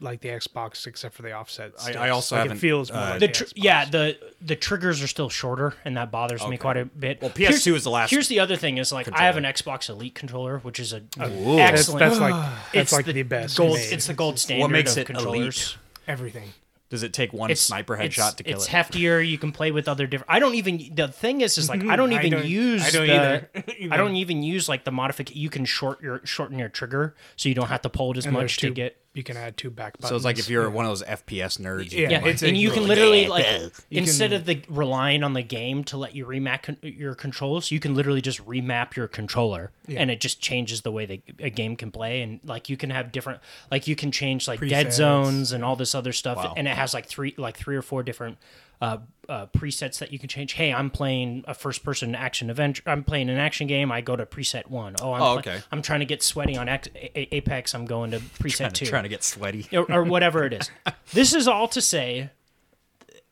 S1: like the Xbox, except for the offset.
S3: I
S1: sticks.
S3: also
S1: like
S3: haven't,
S1: it feels more
S3: uh,
S1: like
S4: the
S1: the
S4: tr-
S1: Xbox.
S4: yeah the the triggers are still shorter and that bothers me quite a bit well
S3: PS2 is the last
S4: here's the other thing is like i have an xbox elite controller which is a, a
S1: That's,
S4: excellent
S1: that's like that's
S4: it's
S1: like the, best.
S4: gold
S1: made.
S4: it's the gold standard
S3: makes
S4: of
S3: it elite?
S4: controllers
S2: everything.
S3: Does it take one
S4: it's
S3: sniper
S4: it's-
S3: headshot to kill
S4: it's
S3: it?
S4: heftier you can play with other different i don't even the thing is is like i don't
S2: I
S4: even
S2: don't- I
S4: use
S2: don't
S4: the-
S2: either.
S4: i don't even use like the modification you can short your shorten your trigger so you don't have to pull it as
S1: And there's
S4: much to
S1: two-
S4: get
S1: You can add two back buttons.
S3: so it's like if you're one of those FPS nerds. you
S2: Yeah.
S3: can,
S4: Mm. Yeah,
S3: like,
S2: it's
S4: and
S2: a-
S4: you can literally like instead of the relying on the game to let you remap con- your controls, you can literally just remap your controller, and it just changes the way the, a game can play. And like you can have different, like you can change like dead
S2: Presets.
S4: zones and all this other stuff, and it has like three, like three or four different. Uh, uh, presets that you can change. Hey, I'm playing a first-person action adventure. I'm playing an action game. I go to preset one. Oh, I'm
S3: Oh,
S4: pla-
S3: okay.
S4: I'm trying to get sweaty on Ax- A- A- Apex. I'm going to preset
S3: trying,
S4: two
S3: to, trying to get sweaty.
S4: or, or whatever it is. This is all to say,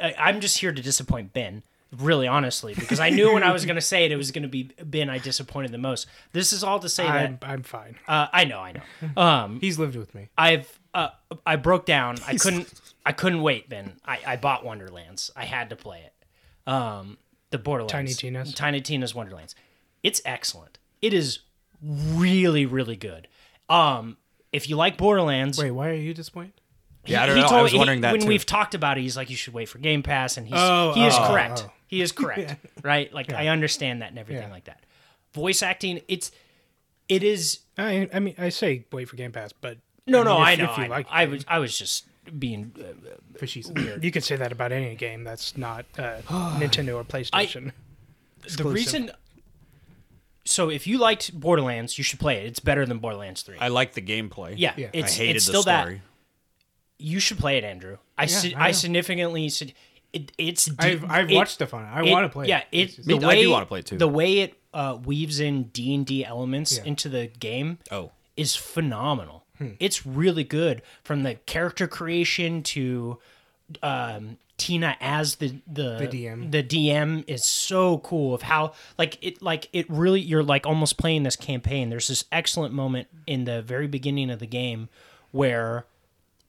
S4: I, I'm just here to disappoint Ben, really honestly, because I knew when I was going to say it, it was going to be Ben I disappointed the most. This is all to say
S1: I'm I'm fine.
S4: that uh, I know, I know. Um,
S2: He's lived with me.
S4: I've uh, I broke down. I couldn't I couldn't wait, Ben. I, I bought Wonderlands. I had to play it. Um, the Borderlands,
S1: Tiny Tina's?
S4: Tiny Tina's Wonderlands. It's excellent. It is really really good. Um, if you like Borderlands,
S2: Wait, why are you disappointed?
S3: Yeah, I don't know. I was
S4: he-
S3: wondering that
S4: when
S3: too.
S4: we've talked about it. He's like, you should wait for Game Pass, and he's
S2: Oh,
S4: he is
S2: oh,
S4: correct.
S2: oh.
S4: He is correct, right? Like I understand that and everything
S2: Yeah.
S4: like that. Voice acting, it's it is
S1: I, I mean, I say wait for Game Pass, but
S4: no, no.
S1: mean,
S4: I
S1: if-
S4: know.
S1: If you
S4: I, know.
S1: like,
S4: I was I was just being uh,
S2: Fishy's
S1: you could say that about any game that's not uh, Nintendo or PlayStation.
S4: the reason. So if you liked Borderlands, you should play it. It's better than Borderlands Three.
S3: I like the gameplay.
S4: yeah,
S2: yeah.
S4: it's
S3: I hated
S4: it's
S3: the
S4: still that.
S3: story.
S4: You should play it, Andrew. I si-
S2: I
S4: I,
S2: know.
S4: significantly sig- it, it's deep-
S2: I've I've
S4: it-
S2: watched stuff on it. I
S4: it-
S2: want to play.
S4: Yeah,
S2: It's
S4: it,
S2: just-
S3: Me-
S4: the
S3: I
S4: way,
S3: do wanna play it, too.
S4: The way it uh, weaves in D and D elements
S2: Yeah.
S4: into the game
S3: Oh.
S4: is phenomenal. It's really good from the character creation to um, Tina as the the,
S2: The DM.
S4: The DM is so cool of how like it like it really you're like almost playing this campaign. There's this excellent moment in the very beginning of the game where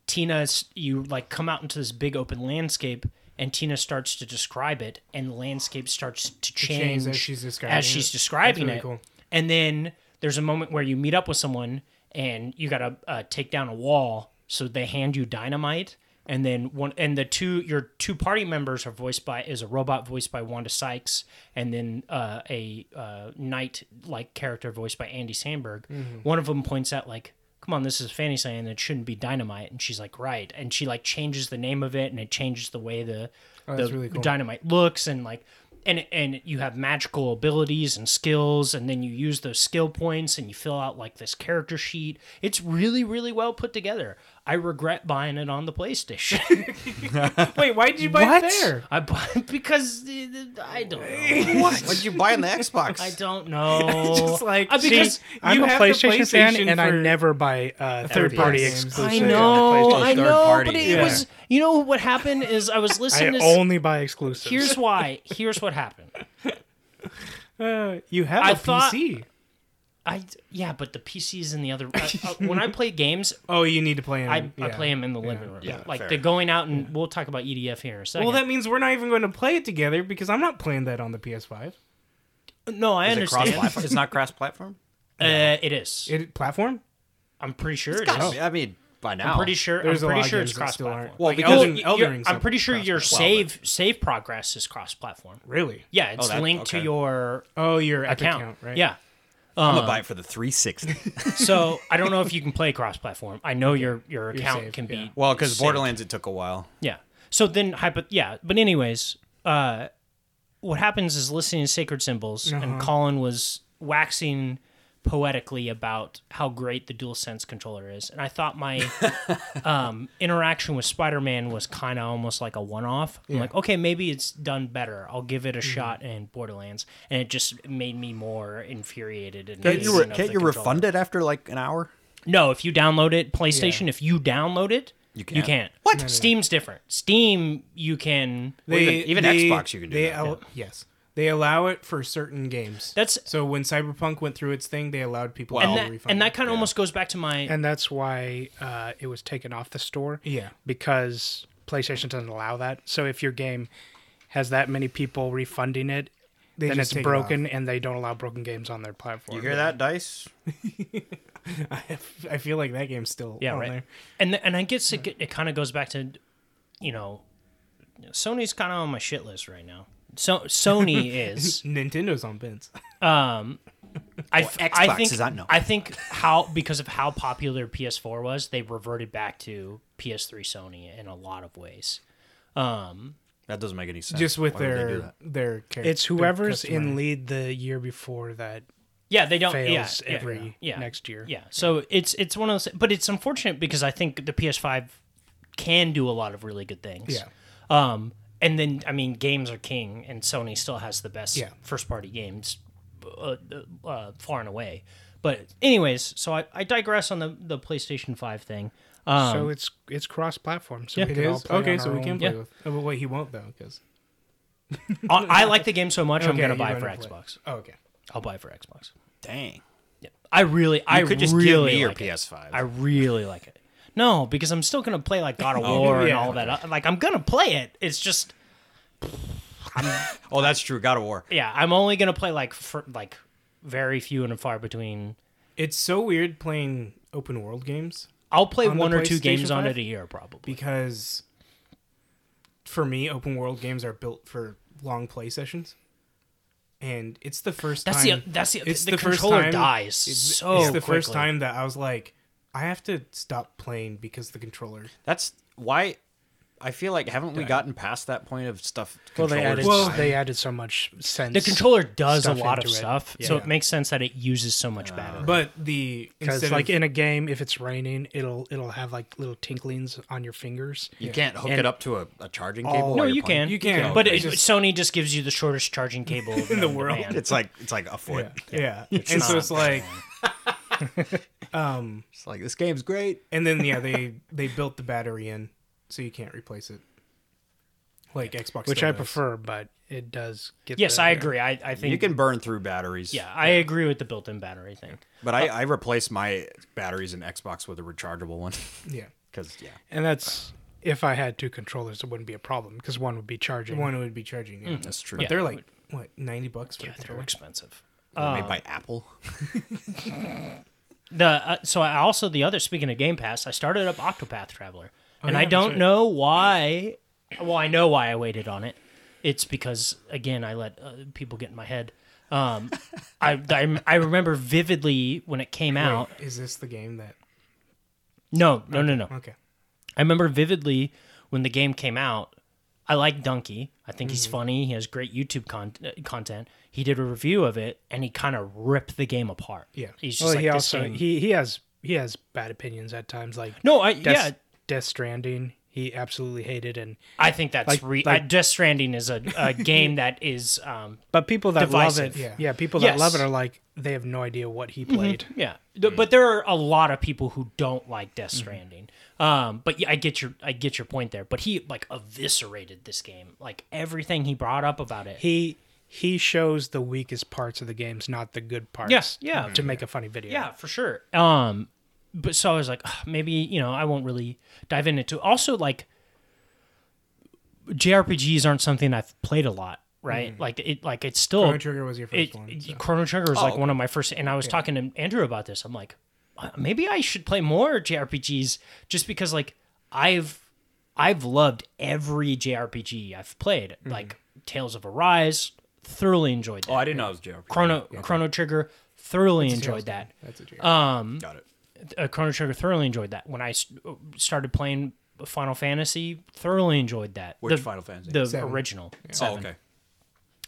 S4: Tina's you like come out into this big open landscape and Tina starts to describe it and the landscape starts to
S2: change
S4: change,
S2: as she's describing
S4: as she's
S2: it.
S4: describing
S2: That's
S4: it.
S2: really cool.
S4: And then there's a moment where you meet up with someone and you got to uh, take down a wall so they hand you dynamite and then one and the two your two party members are voiced by is a robot voiced by Wanda Sykes and then uh, a uh, knight like character voiced by Andy Sandberg.
S2: Mm-hmm.
S4: One of them points out like come on this is fantasyland it shouldn't be dynamite and she's like right and she like changes the name of it and it changes the way the, the
S2: Oh, that's really
S4: Oh.
S2: cool.
S4: dynamite looks and like and and you have magical abilities and skills and then you use those skill points and you fill out like this character sheet it's really really well put together i regret buying it on the playstation
S2: Wait, why did you buy
S1: What?
S2: it there?
S4: i bought because uh, i don't know
S3: What? What'd you buy in the Xbox?
S4: i don't know
S2: Just like-
S4: Uh, because
S2: See,
S1: I'm
S2: You
S1: a
S2: have the
S1: PlayStation, fan,
S2: PlayStation
S1: and I
S2: for-
S1: never buy uh, third-party
S2: games.
S1: exclusives.
S4: I
S1: on the
S4: know,
S1: PlayStation.
S4: I
S3: third
S4: know,
S3: party.
S4: but it
S2: Yeah.
S4: was. You know what happened is I was
S1: I
S4: listening to. s-
S1: only buy exclusives.
S4: Here's why. Here's what happened.
S2: Uh, you have a
S4: I thought-
S2: PC.
S4: I yeah, but the PC is in the other. I, I- when I play games,
S2: Oh, you need to play him.
S4: I, I
S2: Yeah.
S4: play them in the living room.
S3: Yeah,
S4: like
S3: fair.
S4: they're going out, and we'll talk about EDF here in a second.
S2: Well, that means we're not even going to play it together because I'm not playing that on the PS5.
S4: no, I
S3: Is it cross
S4: understand.
S3: platform? It's not cross platform?
S4: Uh, it is.
S2: It platform?
S4: I'm pretty sure it
S3: Gotta
S4: is.
S3: be. I mean, by now.
S4: Oh. I'm pretty sure. oh,
S2: There's a
S4: I'm
S2: lot
S4: pretty
S2: of
S4: sure
S2: games
S4: it's
S2: that
S4: cross
S2: still
S4: platform.
S2: aren't.
S3: Well,
S2: Like,
S3: because-
S2: Elden,
S4: You're-
S2: Elden Ring's
S4: I'm pretty sure your
S3: cross-platform. Oh,
S4: save save progress is cross platform.
S2: really.
S4: Yeah, it's
S3: that-
S4: linked to
S3: okay.
S4: your
S2: Oh, your Epic
S4: account.
S2: account, right?
S4: Yeah.
S3: I'm
S4: uh,
S3: gonna buy it for the 360.
S4: So I don't know if you can play cross platform. I know your your account
S2: saved,
S4: can be
S2: yeah.
S3: well, because
S4: saved.
S3: Borderlands, it took a while.
S4: Yeah. So then hypo yeah, but anyways, uh what happens is listening to sacred symbols
S3: Uh-huh.
S4: and Colin was waxing poetically about how great the DualSense controller is. And I thought my um, interaction with Spider-Man was kind of almost like a one-off. I'm like, okay, maybe it's done better. I'll give
S3: Mm-hmm.
S4: it a shot in Borderlands. And it just made me more infuriated and
S3: Can't you,
S4: hating
S3: re-
S4: of
S3: can't
S4: the
S3: you
S4: controller.
S3: refund it after like an hour?
S4: No, if you download it, PlayStation, if you download it, you can't.
S3: can't. What?
S4: Steam's different. Steam, you can.
S2: They,
S3: even- even
S2: they-
S3: Xbox you can do
S2: They
S3: that.
S2: al- Yes, they allow it for certain games.
S4: That's
S2: so when Cyberpunk went through its thing, they allowed people
S3: Well,
S2: to
S4: and
S2: refund.
S4: that, and
S2: it.
S4: that kind of almost goes back to my.
S1: and that's why uh, it was taken off the store.
S2: Yeah.
S1: because PlayStation doesn't allow that. So if your game has that many people refunding it,
S2: They
S1: then
S2: just
S1: it's
S2: take it
S1: broken, and they don't allow broken games on their platform.
S3: You hear that, Dice?
S2: I feel like that game's still
S4: yeah,
S2: on
S4: right.
S2: there.
S4: And th- and I guess it it, it kind of goes back to, you know, Sony's kind of on my shit list right now. So Sony is.
S2: Nintendo's on bins.
S4: I, I
S3: Xbox
S4: think
S3: is on- no.
S4: I think how because of how popular PS4 was, they reverted back to PS3 Sony in a lot of ways.
S3: That doesn't make any sense.
S2: Just with
S3: Why would they do
S2: their
S3: that?
S2: their character.
S1: It's whoever's in lead the year before that
S4: Yeah, they don't yeah,
S1: fails
S4: yeah,
S1: every
S4: yeah.
S1: next year.
S4: Yeah. So it's it's one of those, but it's unfortunate because I think the PS5 can do a lot of really good things.
S2: Yeah.
S4: Um, and then I mean, games are king, and Sony still has the best
S2: Yeah.
S4: first party games, uh, uh, far and away. But anyways, so I, I digress on the the PlayStation Five thing. Um,
S1: So it's it's cross platform. So
S4: Yeah.
S1: we
S2: It
S1: can all
S2: is
S1: play
S2: okay,
S1: on
S2: so
S1: our
S2: we
S1: own.
S2: can play
S4: Yeah.
S2: with. Oh, but wait, he won't though because
S4: I, I like the game so much, I'm
S2: Okay,
S4: gonna
S2: you
S4: buy it for
S2: wanna play.
S4: Xbox.
S2: Oh, okay.
S4: I'll buy it for Xbox.
S3: Dang.
S4: Yeah. I really, I
S3: You could just
S4: really
S3: give me your
S4: like it.
S3: PS5.
S4: I really like it. No, because I'm still gonna play like God of War and
S2: yeah.
S4: all that. uh, Like I'm gonna play it. It's just
S3: Oh, that's true. God of War.
S4: yeah, I'm only gonna play like for, like very few and far between.
S2: It's so weird playing open world games
S4: I'll play
S2: On the
S4: one or two
S2: PlayStation
S4: games on
S2: 5?
S4: it a year probably.
S2: because for me, open world games are built for long play sessions, and it's the first
S4: That's
S2: time
S4: the that's the the, controller dies so
S2: it's the first
S4: quickly.
S2: time that I was like, I have to stop playing because the controller.
S3: That's why I feel like haven't we gotten past that point of stuff?
S1: Well, they added
S3: controllers?
S2: Well-
S1: they added so much sense.
S4: The controller does a
S1: stuff
S4: lot of
S1: into it.
S4: stuff,
S1: Yeah.
S4: so it makes sense that it uses so much battery.
S2: But the instead
S1: because like
S2: of,
S1: in a game, if it's raining, it'll it'll have like little tinklings on your fingers.
S3: you can't hook
S4: And-
S3: it up to a, a charging cable.
S4: no,
S3: while you're
S4: you
S3: playing?
S4: can,
S2: You can,
S4: but
S2: okay.
S4: it,
S2: Just-
S4: Sony just gives you the shortest charging cable in the world.
S3: It's like it's like a foot.
S2: yeah, and so
S4: not
S2: it's like,
S3: It's like this game's great.
S2: and then yeah, they they built the battery in, so you can't replace it. Like Xbox,
S1: which
S2: still
S1: I
S2: does.
S1: prefer, but it does get.
S4: Yes,
S1: the-
S4: I agree. I, I think
S3: You can burn through batteries.
S4: Yeah, I agree with the built-in battery thing.
S3: But I, I replaced my batteries in Xbox with a rechargeable one
S2: Yeah,
S3: because yeah,
S1: and that's if I had two controllers, it wouldn't be a problem because one would be charging.
S2: one would be charging. Yeah.
S3: Mm, that's true.
S2: But they're like what ninety bucks for a
S4: Yeah, they're
S2: controller?
S4: expensive.
S3: They're made by Apple.
S4: The uh, so I also the other speaking of Game Pass, I started up Octopath Traveler, and I
S2: Oh, yeah, that's
S4: don't
S2: right.
S4: know why. Well, I know why I waited on it. It's because again I let uh, people get in my head. Um, I, I I remember vividly when it came out.
S2: Wait, is this the game that?
S4: No, no, no, no.
S2: Okay,
S4: I remember vividly when the game came out. I like Donkey. I think
S2: Mm-hmm.
S4: he's funny. He has great YouTube con- uh, content. He did a review of it, and he kind of ripped the game apart.
S2: Yeah.
S4: he's just
S1: Well,
S4: like
S1: he
S4: this
S1: also
S4: game-
S1: he he has he has bad opinions at times. Like
S4: no, I
S1: Death,
S4: yeah,
S1: Death Stranding, he absolutely hated, and
S4: I think that's
S1: Like-
S4: re-
S1: like-
S4: uh, Death Stranding is a, a game that is um
S1: but people that
S4: Divisive.
S1: love it,
S2: Yeah.
S1: yeah, people that
S4: Yes. Mm-hmm.
S1: love it are like they have no idea what he played.
S4: yeah, Th- but there are a lot of people who don't like
S1: Mm-hmm.
S4: Death Stranding. Um, but yeah, I get your I get your point there. But he like eviscerated this game, like everything he brought up about it.
S1: He he shows the weakest parts of the games, not the good parts.
S4: Yes, yeah.
S1: to make a funny video.
S4: Yeah, for sure. Um, but so I was like, "Ugh, maybe you know, I won't really dive into. it." Also, like, JRPGs aren't something I've played a lot, right?
S1: Mm-hmm.
S4: Like it, like it's still
S2: Chrono Trigger was your first
S4: it,
S2: one. so.
S4: Chrono Trigger was like
S3: Oh, okay.
S4: one of my first, and I was talking to Andrew about this. I'm like, "Uh, maybe I should play more JRPGs just because like I've I've loved every JRPG I've played, like Tales of Arise, thoroughly enjoyed that.
S3: Oh, I didn't know it was JRPG.
S4: Chrono Chrono Trigger thoroughly enjoyed that.
S2: That's a joke.
S3: Got it.
S4: Uh, Chrono Trigger thoroughly enjoyed that. When I s- uh, started playing Final Fancy, thoroughly enjoyed that.
S3: Which
S4: the,
S3: Final Fantasy?
S4: The
S2: Seven.
S4: original.
S3: Oh, okay.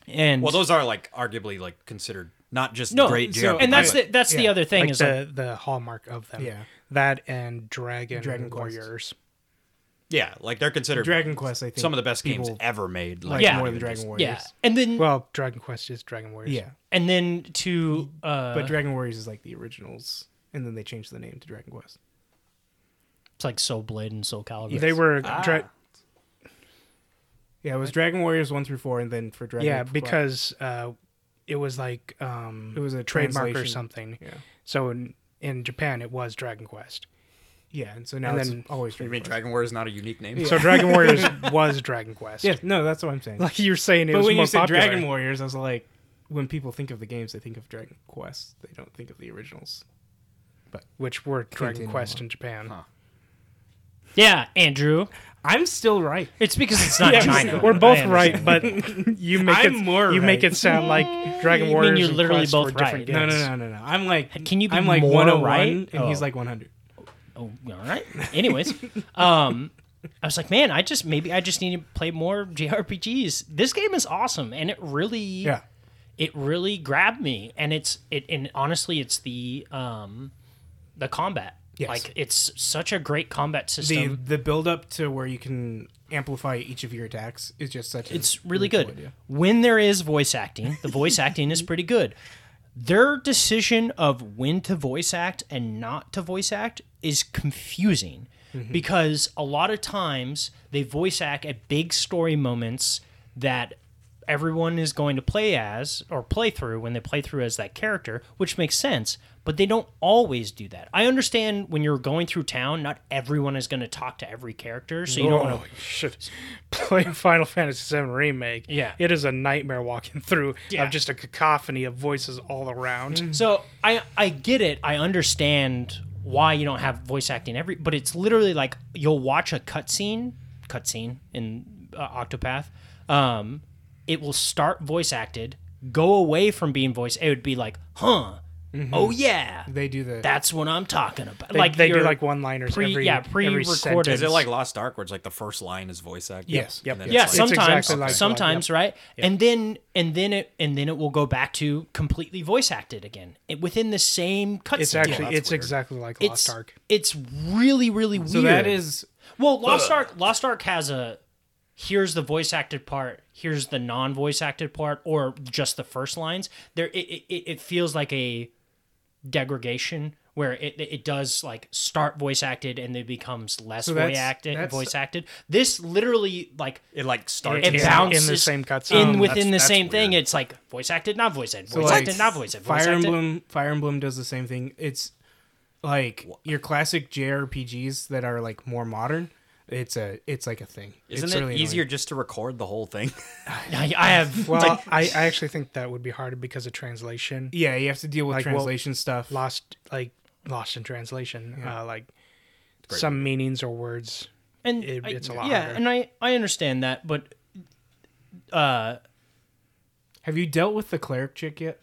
S4: And
S3: Well, those are like arguably like considered not just
S4: no,
S3: great
S2: so-
S3: JRPGs.
S4: and that's
S3: but-
S4: the that's the
S2: yeah,
S4: other thing
S1: like
S4: is
S1: the the hallmark of them.
S2: Yeah.
S1: that and Dragon Dragon
S2: Dragon Quest.
S1: Warriors.
S3: yeah, like they're considered
S2: Dragon Quest, I think
S3: some of the best games
S2: people
S3: ever made. Like,
S2: like
S4: Yeah.
S2: more
S3: even
S2: than Dragon
S3: just-
S4: like,
S2: Warriors.
S4: yeah, and then
S1: Well, Dragon Quest is Dragon Warriors.
S2: yeah,
S4: and then to uh,
S2: but Dragon Warriors is like the originals, and then they changed the name to Dragon Quest.
S4: it's like Soul Blade and Soul Calibur.
S1: they were.
S4: Ah.
S1: Dra-
S2: Yeah, it was Dragon Warriors one through four, and then for Dragon.
S1: yeah,
S2: Quest-
S1: because uh, it was like um,
S2: It was a
S1: trademark or
S2: translation.
S1: something.
S2: Yeah.
S1: So in in Japan, it was Dragon Quest.
S2: yeah, and so now
S1: and
S2: it's
S1: then-
S2: always
S3: You
S2: Dragon
S3: mean
S2: Quest.
S3: Dragon Warrior is not a unique name?
S1: So Dragon Warriors was Dragon Quest.
S2: Yeah, no, that's what I'm saying.
S1: Like you're saying, it
S2: but
S1: was
S2: when
S1: more
S2: you said
S1: popular.
S2: Dragon Warriors, I was like, when people think of the games, they think of Dragon Quest. They don't think of the originals.
S1: which were Dragon
S2: Continue
S1: Quest
S2: on.
S1: in Japan.
S3: Huh.
S4: yeah, Andrew.
S2: I'm still right.
S4: It's because it's not
S1: Yeah,
S4: China.
S1: We're both
S4: I
S1: right,
S4: understand.
S1: but you make
S2: I'm
S1: it
S2: more
S1: you make
S2: right.
S1: it sound like Dragon
S4: mean
S1: Warriors.
S4: you're
S1: and
S4: literally
S1: Quest
S4: both
S1: were different
S4: right.
S1: games.
S2: No, no, no, no, no. I'm like,
S4: Can you be
S2: I'm like
S4: more
S2: 101,
S4: right?
S2: and he's
S4: Oh.
S2: like 100.
S4: Oh, all right. Anyways, um, I was like, man, I just maybe I just need to play more JRPGs. This game is awesome, and it really,
S2: Yeah.
S4: it really grabbed me. And it's it, and honestly, it's the um, the combat.
S2: Yes.
S4: Like it's such a great combat
S2: the
S4: system.
S2: the build up to where you can amplify each of your attacks is just such.
S4: it's
S2: a
S4: really
S2: cool
S4: good.
S2: idea.
S4: When there is voice acting, the voice acting is pretty good. Their decision of when to voice act and not to voice act is confusing because a lot of times they voice act at big story moments that everyone is going to play as or play through when they play through as that character, which makes sense, but they don't always do that. I understand when you're going through town, not everyone is going to talk to every character, so you don't want to
S1: Oh, you should play Final Fantasy VII Remake.
S4: Yeah.
S1: It is a nightmare walking through
S4: Yeah.
S1: of just a
S2: Mm-hmm.
S1: cacophony of voices all around.
S4: So I I get it. I understand why you don't have voice acting every but it's literally like you'll watch a cutscene cutscene in uh, Octopath um it will start voice acted go away from being voice it would be like huh oh yeah
S2: They do the
S4: that's what I'm talking about
S1: Mm-hmm. They,
S4: like
S1: they do
S4: you're-
S1: like one liners
S4: pre-
S1: every
S4: yeah,
S1: every
S4: pre-recorded.
S1: sentence.
S3: Is it like Lost Ark, where it's like the first line is voice acting?
S2: Yes.
S1: Yep.
S3: And then
S1: It's
S4: yeah,
S3: it's
S1: some-
S3: like,
S4: sometimes,
S1: exactly like-
S4: sometimes, right? And then, and then it, and then it will go back to completely voice acted again it, within the same cutscene.
S1: It's actually
S3: that's
S1: it's
S3: weird.
S1: exactly like
S4: it's
S1: Lost Ark.
S4: it's really really weird.
S2: so that is
S4: well, Lost Ark. Lost Ark has a here's the voice acted part, here's the non voice acted part, or just the first lines. There, it, it it- it feels like a degradation where it, it does like start voice acted and then becomes less voice
S2: that's-
S4: acted
S2: that's-
S4: voice acted. This literally like
S3: it like starts.
S4: it
S1: in-
S3: It,
S4: bounces
S1: in the same cutscene.
S4: in
S1: Um,
S4: within
S3: that's-
S4: the
S3: that's
S4: same thing.
S3: weird.
S4: It's like voice acted, not voice acted,
S2: so
S4: voice
S2: like
S4: acted, not voice acted, voice
S2: Fire
S4: acted.
S2: Emblem. Fire Emblem does the same thing. It's like your classic JRPGs that are like more modern. It's a it's like a thing.
S3: isn't
S2: it's
S3: it
S2: really annoying.
S3: easier just to record the whole thing?
S4: I, I have
S1: Well,
S4: like,
S1: I, I actually think that would be harder because of translation.
S2: Yeah, you have to deal with
S1: Like, well,
S2: translation stuff.
S1: Lost like lost in translation. Uh, like some meanings or words.
S4: and
S1: It-
S4: I-
S1: it's a lot
S4: Yeah,
S1: harder.
S4: and I I understand that, but
S2: Have you dealt with the cleric chick yet,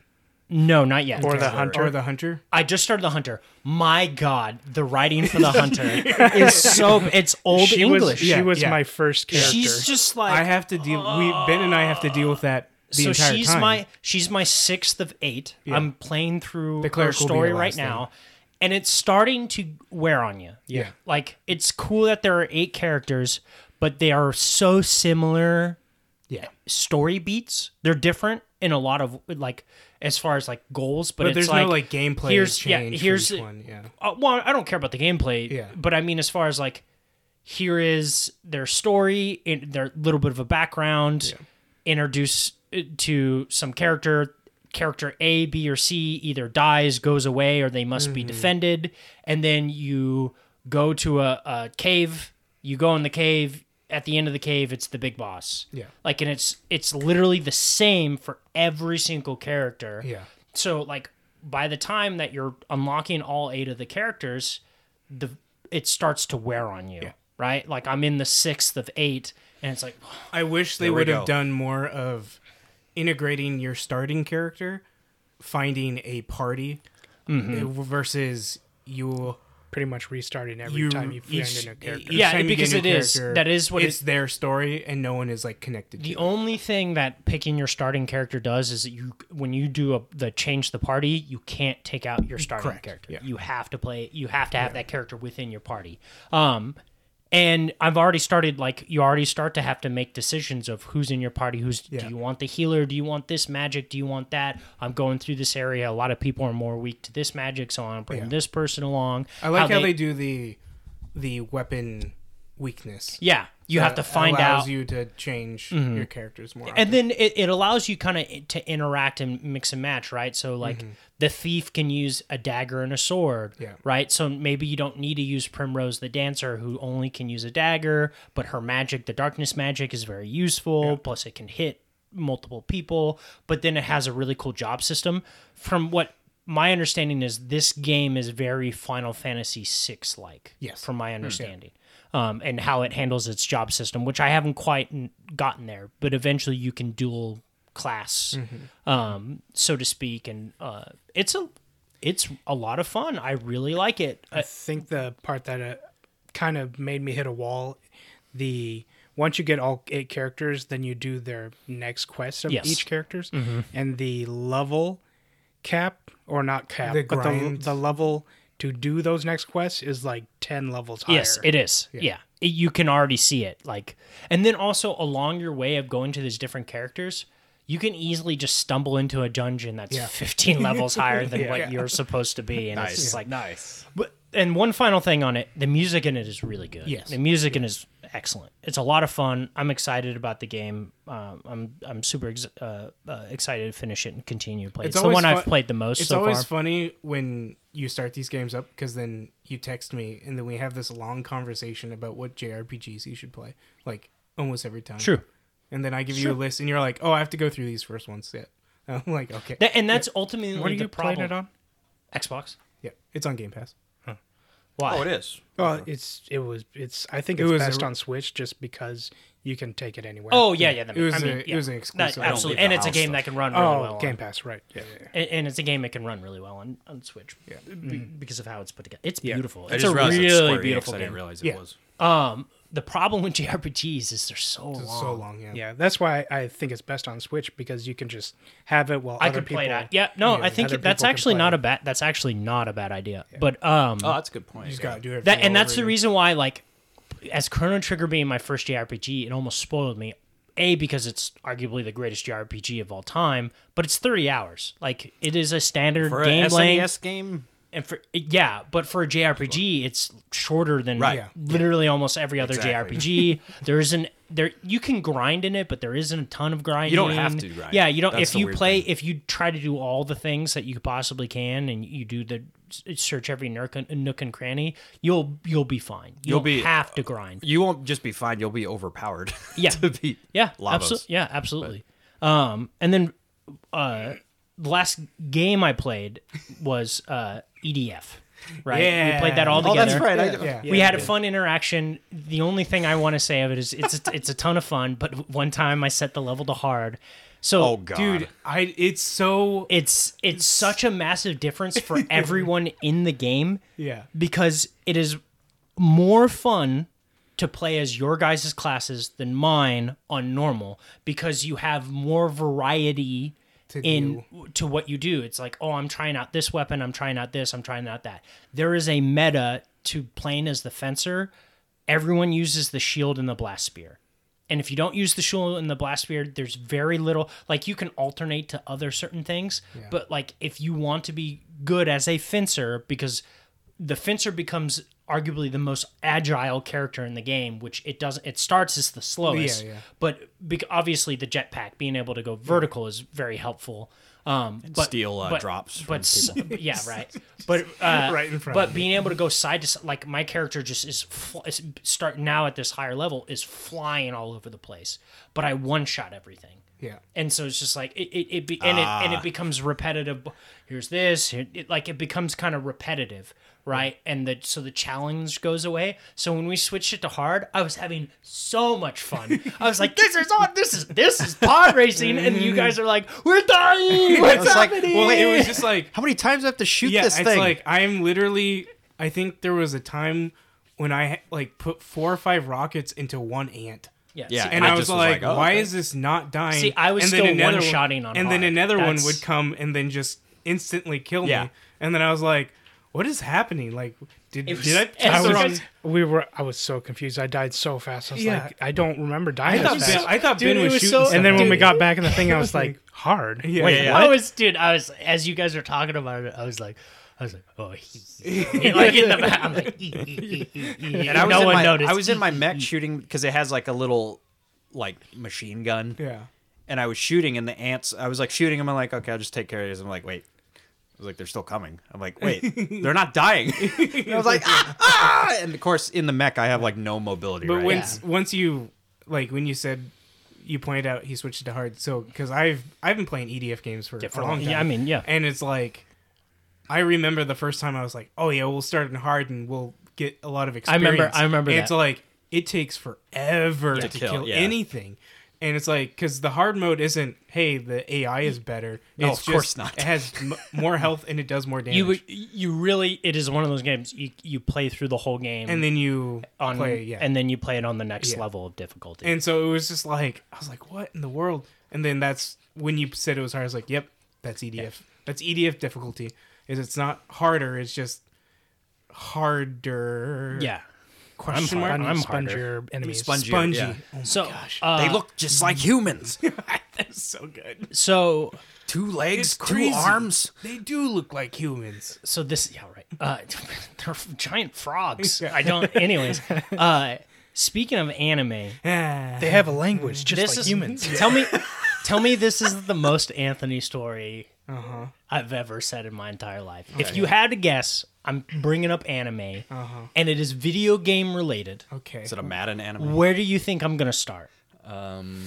S4: no, not yet.
S1: Or the hunter.
S2: or the hunter?
S4: I just started the hunter. My God, the writing for the hunter is so it's old
S1: she was
S4: English.
S1: she
S2: Yeah,
S1: was
S2: yeah.
S1: my first character.
S4: She's just like
S2: I have to deal. we Ben and I have to deal with that the
S4: so
S2: entire
S4: she's
S2: time.
S4: my she's my sixth of eight. I'm playing through
S2: The
S4: the
S2: cleric
S4: her
S2: will be
S4: story
S2: your
S4: right
S2: last
S4: now, and it's starting to wear on you.
S2: Yeah.
S4: like it's cool that there are eight characters, but they are so similar
S2: yeah,
S4: story beats. They're different in a lot of like as far as like goals, but,
S2: but
S4: it's
S2: there's
S4: like,
S2: no like gameplay
S4: here's- yeah,
S2: change.
S4: here's-
S2: for each one. Yeah,
S4: uh, well, I don't care about the gameplay,
S2: Yeah.
S4: but I mean, as far as like, here is their story, in their little bit of a background, introduce it to some character. Character A, B, or C either dies, goes away, or they must be
S2: Mm-hmm.
S4: defended. And then you go to a, a cave. You go in the cave. At the end of the cave, it's the big boss.
S2: Yeah.
S4: Like, and it's it's literally the same for every single character
S2: yeah.
S4: so like by the time that you're unlocking all eight of the characters the it starts to wear on you right like i'm in the sixth of eight and it's like
S2: I wish they
S3: There we
S2: would have
S3: go.
S2: done more of integrating your starting character, finding a party, uh, versus you.
S1: pretty much restarting every
S2: You
S1: time you find
S2: each,
S1: a new character.
S2: each
S4: eh, Yeah,
S2: time you get
S4: because
S2: a new
S4: it is-
S2: character,
S4: that is what
S2: it's
S4: it-
S2: their story, and no one is like connected. to
S4: the
S2: it.
S4: only thing that picking your starting character does is that you when you do a, the change the party you can't take out your starting
S2: Correct,
S4: character
S2: yeah.
S4: you have to play you have to have that character within your party um and i've already started like you already start to have to make decisions of who's in your party who's
S2: Yeah.
S4: do you want the healer do you want this magic do you want that i'm going through this area a lot of people are more weak to this magic so i'm bringing
S2: Yeah.
S4: this person along
S2: I like how, they, do the the weapon weakness.
S4: yeah you have to
S2: That
S4: find
S2: allows
S4: out
S2: you to change your characters more.
S4: and then it, it allows you kind of to interact and mix and match right so like the thief can use a dagger and a sword
S2: Mm-hmm. Yeah.
S4: right so maybe you don't need to use primrose the dancer who only can use a dagger but her magic the darkness magic is very useful plus it can hit multiple people but then it has a really cool job system from what my understanding is this game is very final fantasy 6 like
S2: Yes.
S4: from my understanding um, and how it handles its job system, which I haven't quite n- gotten there, but eventually you can dual class, um, so to speak, and uh, it's a it's a lot of fun. I really like it.
S1: I
S4: Uh,
S1: think the part that uh, kind of made me hit a wall, the once you get all eight characters, then you do their next quest of
S4: Yes. Mm-hmm.
S1: each characters, and the level cap or not cap,
S2: The
S1: but the,
S2: grind.
S1: the level to do those next quests is like ten levels higher.
S4: yes, it is. Yeah, It- you can already see it. Like, and then also along your way of going to these different characters. You can easily just stumble into a dungeon that's 15 levels higher than what you're supposed to be, and it's just like,
S3: nice.
S4: But and one final thing on it, the music in it is really good.
S2: Yes.
S4: the music in it is excellent. It's a lot of fun. I'm excited about the game. Um, I'm I'm super ex- uh, uh, excited to finish it and continue to play. It's, the
S2: always
S4: one
S2: fun-
S4: I've played the most
S2: It's
S4: so
S2: always
S4: far.
S2: funny when you start these games up because then you text me and then we have this long conversation about what JRPGs you should play, like almost every time.
S4: True.
S2: And then I give you a list and you're like, "Oh, I have to go through these first ones yet." I'm like, "Okay,
S4: That- and that's ultimately
S1: What are
S4: the
S1: you
S4: problem.
S1: playing it on?
S4: Xbox.
S2: yeah, it's on Game Pass."
S4: Why?
S3: Oh, it is.
S1: Well, it's it was it's I think
S2: It
S1: it's
S2: was
S1: best
S2: a-
S1: on Switch just because you can take it anywhere.
S4: Oh, yeah, yeah. that
S2: It was
S4: I mean,
S2: a- it
S4: yeah.
S2: was an exclusive.
S4: That-
S2: I don't
S4: absolutely,
S3: leave
S4: and
S3: the
S4: it's a
S3: house,
S4: game
S3: though.
S4: that can run really
S1: oh,
S4: well.
S1: Game
S4: on-
S1: Pass, right? Yeah, yeah, yeah.
S4: and, and it's a game that can run really well on, on Switch
S2: Yeah. Mm-hmm.
S4: be- because of how it's put together. It's
S1: Yeah.
S4: beautiful.
S3: I
S4: It's
S3: just
S4: a
S3: realized it's Square
S4: really
S3: Enix.
S4: beautiful
S3: I didn't
S4: game.
S3: realize it
S2: Yeah.
S3: was.
S4: Um, the problem with JRPGs is they're so
S2: It's
S4: long.
S2: so long, yeah.
S1: Yeah, that's why I think it's best on Switch because you can just have it while
S4: I
S1: other
S4: could
S1: people.
S4: play that. Yeah, no, I think
S1: other
S4: it- that's
S1: people can
S4: actually
S1: play
S4: not
S1: it.
S4: a bad. That's actually not a bad idea. But um,
S3: Oh, that's a good point.
S2: You just
S3: yeah.
S2: gotta do it.
S4: that and that's the reason why like as Chrono Trigger being my first JRPG, it almost spoiled me. A because it's arguably the greatest JRPG of all time, but it's 30 hours. Like it is a standard
S3: For
S4: game
S3: a
S1: E
S4: length.
S3: SNES game,
S4: and for yeah, but for a JRPG, it's shorter than
S3: Right. Yeah.
S4: literally almost every other
S3: Exactly.
S4: JRPG. there isn't there you can grind in it, but there isn't a ton of grinding.
S3: have to grind.
S4: Yeah, you don't.
S3: That's
S4: if
S3: the
S4: you
S3: weird
S4: play,
S3: thing.
S4: if you try to do all the things that you possibly can, and you do the search every nook and, nook and cranny, you'll you'll be fine. You
S3: You'll
S4: don't
S3: be-
S4: have to grind.
S3: you won't just be fine. You'll be overpowered.
S4: Yeah.
S3: to beat.
S4: Yeah,
S3: Lavos.
S4: abso- yeah, absolutely. Um, and then uh, the last game I played was uh, EDF. Right, we played that all
S2: Yeah.
S3: Oh,
S4: together.
S3: that's right. I,
S2: Yeah.
S1: Yeah.
S4: we had a fun interaction. The only thing I want to say of it is it's it's a ton of fun. But one time I set the level to hard, so
S3: Oh god,
S2: dude. I it's so
S4: it's it's such a massive difference for everyone in the game
S2: yeah.
S4: because it is more fun to play as your guys' classes than mine on normal because you have more variety
S2: To
S4: in to what you do. It's like, oh, I'm trying out this weapon, I'm trying out this, I'm trying out that. There is a meta to playing as the fencer. Everyone uses the shield and the blast spear. And if you don't use the shield and the blast spear, there's very little like you can alternate to other certain things, but like if you want to be good as a fencer because the fencer becomes arguably the most agile character in the game, which it doesn't. It starts as the slowest,
S2: yeah.
S4: but bec- obviously the jetpack being able to go vertical is very helpful. Um, but,
S3: steal, uh,
S4: but-
S3: drops from
S4: but s- yeah, right. But uh,
S2: Right in front
S4: But
S2: of you.
S4: being able to go side to side, like my character just is, fl- is start now at this higher level is flying all over the place. But I one shot everything
S2: Yeah.
S4: and so it's just like it, it, it be, and it
S3: Ah.
S4: and it becomes repetitive here's this here, it, like it becomes kind of repetitive right and the so the challenge goes away so when we switched it to hard i was having so much fun i was like this is on this is this is pod racing and you guys are like we're dying what's
S3: It's like,
S4: happening
S2: Well, it was just like
S3: how many times do I have to shoot
S2: yeah,
S3: this
S2: it's
S3: thing?
S2: like I'm literally. I think there was a time when I like put four or five rockets into one ant.
S4: yeah,
S3: Yeah,
S4: see,
S2: And
S3: I
S2: I,
S3: just
S2: was
S3: was
S2: like,
S3: like, oh,
S2: "Why
S3: okay."
S2: is this not dying?"
S4: See, I was
S2: and then
S4: still
S2: another
S4: one-shotting on
S2: and then
S4: hard.
S2: another
S4: That's-
S2: one would come and then just instantly kill
S3: Yeah.
S2: me. And then I was like, "What is happening? Like, did,
S4: It was-
S2: did I
S4: and
S2: press
S4: so
S2: the
S4: you
S2: wrong?"
S4: guys-
S1: We were. I was so confused. I died so fast. I was
S2: Yeah.
S1: like, I don't remember dying.
S2: I thought,
S1: this
S2: ben,
S1: fast.
S2: I thought
S4: Dude,
S2: Ben
S4: it
S2: was,
S4: was
S2: shooting.
S4: so-
S2: something.
S1: and then when we
S4: Dude.
S1: got back in the thing, I was like, hard.
S2: Yeah.
S1: Wait,
S2: Yeah,
S4: I was, dude. I was as you guys were talking about it. I was like, I was like, oh, he, he. like in the back, I'm like, "Ee, ee, ee, ee, ee,"
S3: and I was
S4: no
S3: in
S4: one
S3: my,
S4: noticed.
S3: I was in my mech shooting because it has like a little like machine gun.
S2: yeah,
S3: and I was shooting, and the ants. I was like shooting them. I'm like, okay, I'll just take care of these. I'm like, wait. I was like, they're still coming. I'm like, wait, they're not dying. And I was like, ah, ah! and of course, in the mech, I have like no mobility.
S2: but
S3: right?
S2: once once you like when you said you pointed out he switched to hard, so because I've I've been playing EDF games for,
S4: for
S2: a
S4: a
S2: long
S4: long-
S2: time.
S4: yeah, I mean, yeah.
S2: and it's like I remember the first time I was like, oh yeah, we'll start in hard and we'll get a lot of
S4: I
S2: experience.
S4: remember- I remember
S2: And It's
S4: that.
S2: like it takes forever to,
S3: kill,
S2: kill,
S3: yeah.
S2: anything. And it's like because the hard mode isn't hey the AI is better.
S3: No,
S2: it's
S3: of course not.
S2: It has m- more health and it does more damage.
S4: you would- you really it is one of those games you, you play through the whole game
S2: and then you
S4: on
S2: play yeah.
S4: and then you play it on the next
S2: Yeah.
S4: level of difficulty.
S2: And so it was just like I was like, what in the world? And then that's when you said it was hard. I was like, yep, that's EDF. That's EDF difficulty. Is it's not harder. It's just harder.
S4: yeah.
S2: Question
S4: hard.
S1: sponge,
S2: mark.
S4: I'm
S1: sponge
S4: harder.
S1: your enemies.
S3: spongy.
S2: Spongy.
S3: yeah.
S2: Oh my
S4: So
S2: gosh,
S4: uh,
S3: they look just like humans.
S2: that's so good.
S4: so
S3: two legs,
S2: It's
S3: two
S2: crazy.
S3: arms.
S2: They do look like humans.
S4: so this yeah right. Uh, they're giant frogs.
S2: Yeah.
S4: I don't. Anyways, uh, speaking of anime,
S2: Ah,
S1: They have a language just
S4: this
S1: like
S4: is uh,
S1: humans.
S4: Tell me, tell me this is the most Anthony story
S2: Uh-huh.
S4: I've ever said in my entire life. If you had to guess, I'm bringing up anime,
S2: Uh-huh.
S4: and it is video game related.
S2: okay.
S3: Is it a Madden anime?
S4: Where do you think I'm gonna start?
S3: Um,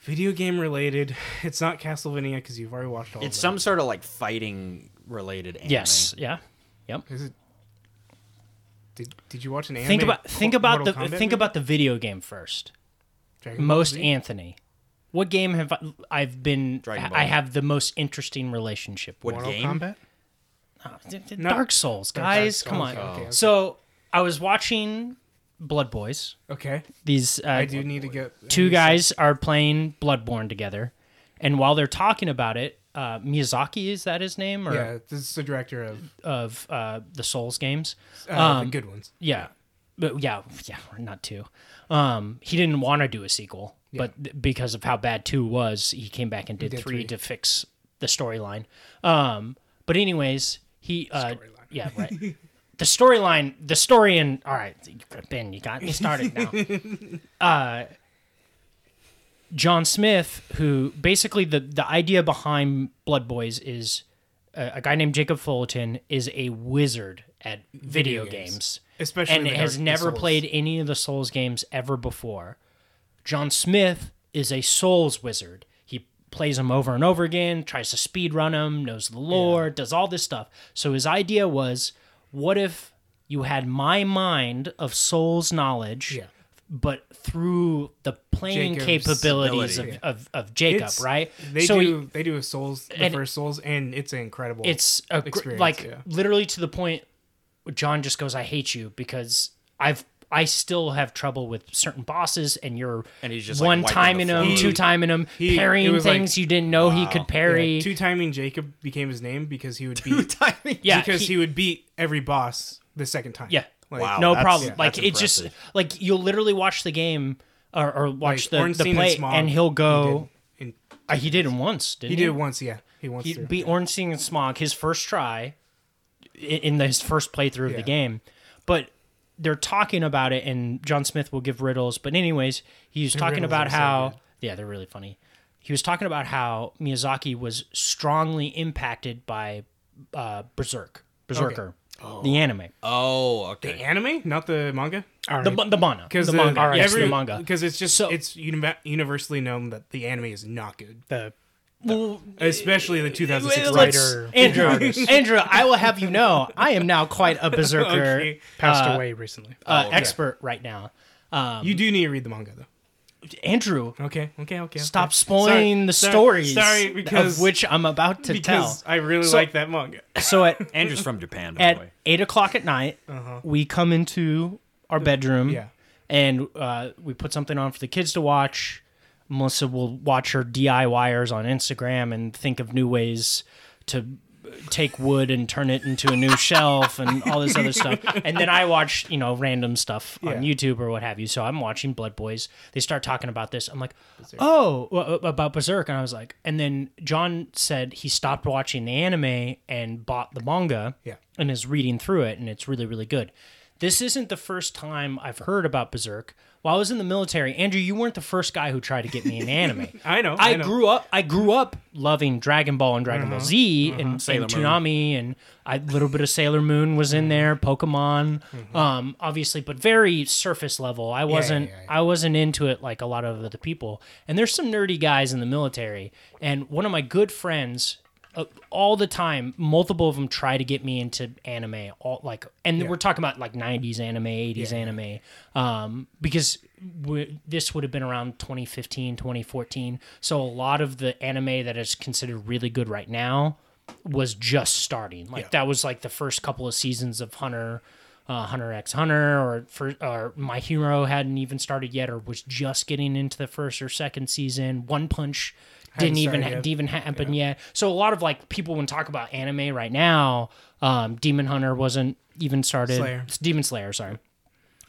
S2: Video game related. It's not Castlevania because you've already watched all.
S3: it's
S2: of
S3: some sort of like fighting related anime.
S4: Yes. Yeah. Yep.
S2: Them. Is it? Did, did you watch an anime?
S4: Think about think about
S2: Mortal
S4: the
S2: Kombat
S4: think
S2: movie?
S4: about the video game first.
S2: Dragon Ball
S4: Most
S2: Z?
S4: Anthony. What game have I, I've been?
S3: Dragon Ball.
S4: I have the most interesting relationship with.
S3: What
S1: Mortal
S3: game?
S1: Kombat.
S4: Oh, d- d-
S2: No.
S4: Dark Souls, guys,
S2: Souls,
S4: come on.
S2: okay, okay.
S4: So I was watching Blood Boys.
S2: Okay,
S4: These uh,
S2: I do need to get
S4: two guys are playing Bloodborne together, and while they're talking about it, uh, Miyazaki is that his name or
S2: Yeah, this is the director of
S4: of uh, the Souls games?
S2: uh,
S4: Um,
S2: the good ones.
S4: Yeah. But yeah, yeah, we're not two. Um, he didn't want to do a sequel, but th- because of how bad two was, he came back and did,
S2: did
S4: three,
S2: three.
S4: to fix the storyline. Um, but anyways, he uh, yeah, right. the storyline, the story, and all right, Ben, you got me started now. uh, John Smith, who basically the the idea behind Blood Boys is uh, a guy named Jacob Fullerton is a wizard at video,
S2: games.
S4: games
S2: Especially
S4: and
S2: the
S4: has
S2: Dark- the
S4: never
S2: Souls.
S4: played any of the Souls games ever before. John Smith is a Souls wizard. He plays them over and over again, tries to speedrun them, knows the lore, does all this stuff. So his idea was, what if you had my mind of Souls knowledge,
S2: Yeah.
S4: but through the playing
S2: Jacob's
S4: capabilities of,
S3: ability.
S4: of, of Jacob,
S2: It's-
S4: right?
S2: They
S4: so
S2: do they do a Souls the
S4: and-
S2: first Souls, and it's an incredible.
S4: it's a gr-
S2: experience,
S4: like
S2: yeah.
S4: literally to the point where John just goes, "I hate you because I've I still have trouble with certain bosses, and you're
S3: And he's just, like,
S4: one
S3: wiping
S4: timing
S3: the
S4: him,
S3: floor.
S4: two timing him,
S2: he- it
S4: parrying
S2: was like,
S4: things you didn't know he could parry."
S2: yeah, two timing Jacob became his name because he would beat
S3: Timing.
S4: Yeah,
S2: because
S4: he-
S2: he, would beat every boss the second time.
S4: Yeah.
S2: Like,
S3: Wow.
S4: no
S3: that's-
S4: problem.
S3: yeah,
S4: like
S3: that's
S4: it's just
S3: impressive.
S4: like you'll literally watch the game or, or
S2: like,
S4: watch the, the
S2: Ornstein
S4: play,
S2: Smog,
S4: and he'll go.
S2: he did, and
S4: uh, He did, it once, didn't
S2: he
S4: he?
S2: did it once. Yeah, he once.
S4: he
S2: through.
S4: beat Ornstein and Smog his first try i- in his first playthrough of the
S2: Yeah.
S4: game. But they're talking about it, and John Smith will give riddles. But anyways, he was talking
S2: riddles
S4: about
S2: are so
S4: how
S2: good.
S4: yeah, they're really funny. He was talking about how Miyazaki was strongly impacted by uh, Berserk, Berserker, the anime,
S3: Oh, okay.
S2: the anime, not the manga.
S4: the the the manga,
S2: Because
S4: the, manga,
S2: every,
S4: yes, the manga.
S2: Because it's just
S4: So-
S2: it's uni- universally known that the anime is not good,
S1: The
S4: Well,
S2: especially the 2006
S4: let's-
S2: writer.
S1: writer
S4: Andrew, Andrew, I will have you know, I am now quite a Berserker
S2: Okay. Oh,
S1: passed away recently.
S4: uh, expert right now. Um,
S2: You do need to read the manga though.
S4: Andrew,
S2: Okay, okay, okay.
S4: Stop
S2: okay.
S4: spoiling
S2: Sorry,
S4: the
S2: sorry,
S4: stories
S2: Sorry, because
S4: of which I'm about to
S2: because
S4: tell.
S2: I really
S4: So-
S2: like that manga.
S4: so at
S3: Andrew's from Japan, by the
S4: at
S3: way.
S4: eight o'clock at night, we come into our bedroom,
S2: Uh-huh. Yeah.
S4: and uh, we put something on for the kids to watch. Melissa will watch her DIYers on Instagram and think of new ways to take wood and turn it into a new shelf and all this other stuff. And then I watch, you know, random stuff on
S2: Yeah.
S4: YouTube or what have you. So I'm watching Blood Boys. They start talking about this. I'm like, oh, well, about Berserk. And I was like, and then John said he stopped watching the anime and bought the manga
S2: Yeah.
S4: and is reading through it. And it's really, really good. This isn't the first time I've heard about Berserk. While I was in the military, Andrew, you weren't the first guy who tried to get me an anime.
S2: I know. Mm-hmm.
S4: I,
S2: I, know.
S4: grew up. I grew up loving Dragon Ball and Dragon Ball Z and,
S3: Sailor
S4: and
S3: Moon.
S4: Toonami and a little bit of Sailor Moon was in there.
S2: Mm-hmm.
S4: Pokemon, um, obviously, but very surface level. I wasn't.
S2: yeah,
S4: I wasn't into it like a lot of the people. And there's some nerdy guys in the military. And one of my good friends, uh, all the time, multiple of them try to get me into anime. All like, and we're talking about like 90s anime, 80s anime, um, because we, this would have been around 2015, 2014. So a lot of the anime that is considered really good right now was just starting. Like that was like the first couple of seasons of Hunter, uh, Hunter X Hunter, or for or My Hero hadn't even started yet, or was just getting into the first or second season. One Punch didn't even
S2: started
S4: didn't
S2: yet.
S4: even happen yet. So a lot of like people when talk about anime right now, um, Demon Hunter wasn't even started.
S2: Slayer.
S4: Demon Slayer, sorry.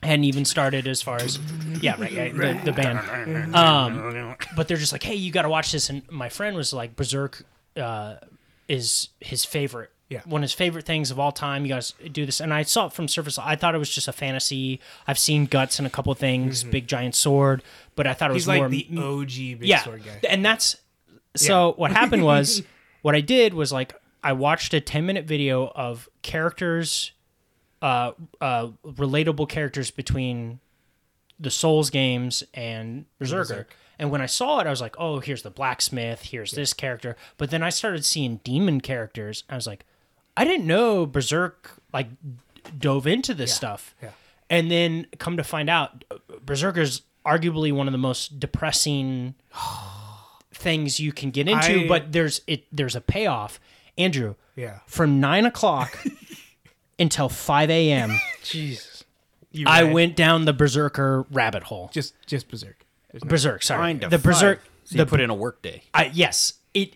S4: Hadn't even started as far as yeah right, yeah, the, the band, um, but they're just like hey you got to watch this and my friend was like Berserk uh, is his favorite.
S2: Yeah.
S4: One of his favorite things of all time. You guys do this. And I saw it from surface. I thought it was just a fantasy. I've seen guts in a couple things, big giant sword, but I thought
S2: Mm-hmm.
S4: it
S2: He's
S4: was more
S2: like the OG big
S4: yeah.
S2: sword guy.
S4: And that's so what happened was what I did was like I watched a 10 minute video of characters uh uh relatable characters between the Souls games and Berserker. And when I saw it, I was like, "Oh, here's the blacksmith. Here's this character." But then I started seeing demon characters. I was like, "I didn't know Berserk like dove into this stuff.
S2: yeah.
S4: And then come to find out, Berserker's arguably one of the most depressing things you can get into,
S2: I-
S4: but there's it there's a payoff. Andrew,
S2: Yeah.
S4: from nine o'clock until five AM,
S1: Jesus.
S2: You
S4: I
S2: read
S4: went down the Berserker rabbit hole.
S2: just just berserk. There's no-
S4: Berserk, sorry.
S3: Nine to
S4: the Berserk
S3: five. So you put in a work day.
S4: I, yes, it.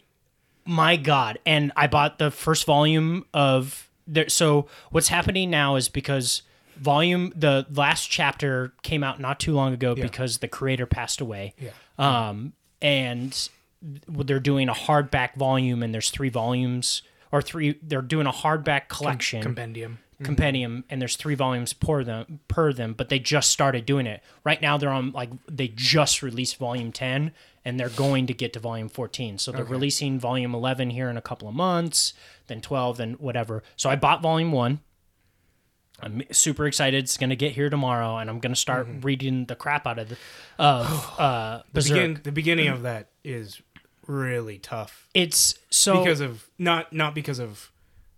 S4: My God, and I bought the first volume of there. So what's happening now is because volume the last chapter came out not too long ago because the creator passed away.
S2: Yeah.
S4: Um, and th- they're doing a hardback volume, and there's three volumes or three. They're doing a hardback collection
S1: Compendium.
S4: Mm-hmm. compendium and there's three volumes per them per them but they just started doing it right now they're on like they just released volume 10 and they're going to get to volume 14 so they're releasing volume 11 here in a couple of months then 12 then whatever so i bought volume 1 i'm super excited it's going to get here tomorrow and i'm going to start
S2: Mm-hmm.
S4: reading the crap out of the of uh berserk
S2: Begin, the beginning of that is really tough
S4: it's so
S2: because of not not because of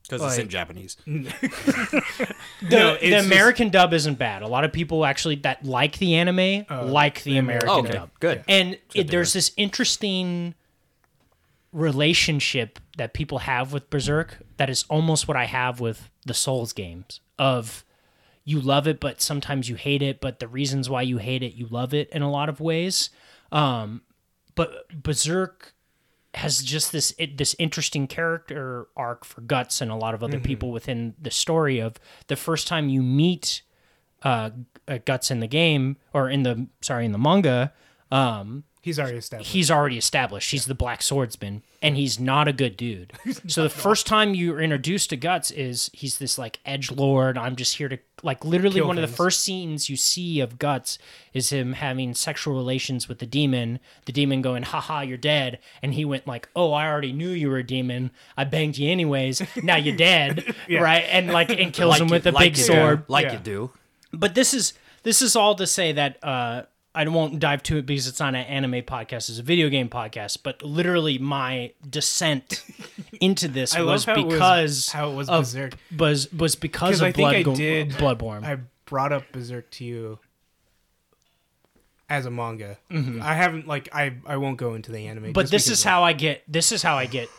S3: Because it's in Japanese.
S4: the,
S2: No, it's
S4: the
S2: just-
S4: American dub isn't bad. A lot of people actually that like the anime like the American
S3: Oh, okay.
S4: dub.
S3: Good.
S4: And it, there's this interesting relationship that people have with Berserk that is almost what I have with the Souls games of you love it but sometimes you hate it but the reasons why you hate it you love it in a lot of ways. Um but Berserk has just this it, this interesting character arc for Guts and a lot of other people within the story of the first time you meet uh, G- uh, Guts in the game or in the sorry in the manga, um,
S2: he's already established.
S4: he's already established. He's the Black Swordsman, and he's not a good dude. so the first time you're introduced to Guts is he's this like edge lord. I'm just here to like literally
S2: Kill
S4: one of the
S2: things.
S4: first scenes you see of Guts is him having sexual relations with the demon. The demon going, "Haha, you're dead," and he went like, "Oh, I already knew you were a demon. I banged you anyways. Now you're dead, right?" And like and kills him with a big
S3: you do.
S4: sword
S3: Like
S2: Yeah.
S3: you do.
S4: but this is this is all to say that uh, I won't dive to it because it's not an anime podcast; it's a video game podcast. But literally, my descent into this
S2: I
S4: was
S2: love how it was-
S4: because
S2: how it was
S4: of,
S2: Berserk.
S4: was was because
S2: 'Cause
S4: of
S2: I think
S4: Blood
S2: I
S4: Go-
S2: did-
S4: Bloodborne.
S2: I brought up Berserk to you as a manga. I haven't like I I won't go into the anime.
S4: but
S2: just
S4: this
S2: because
S4: is
S2: of-
S4: how I get. This is how I get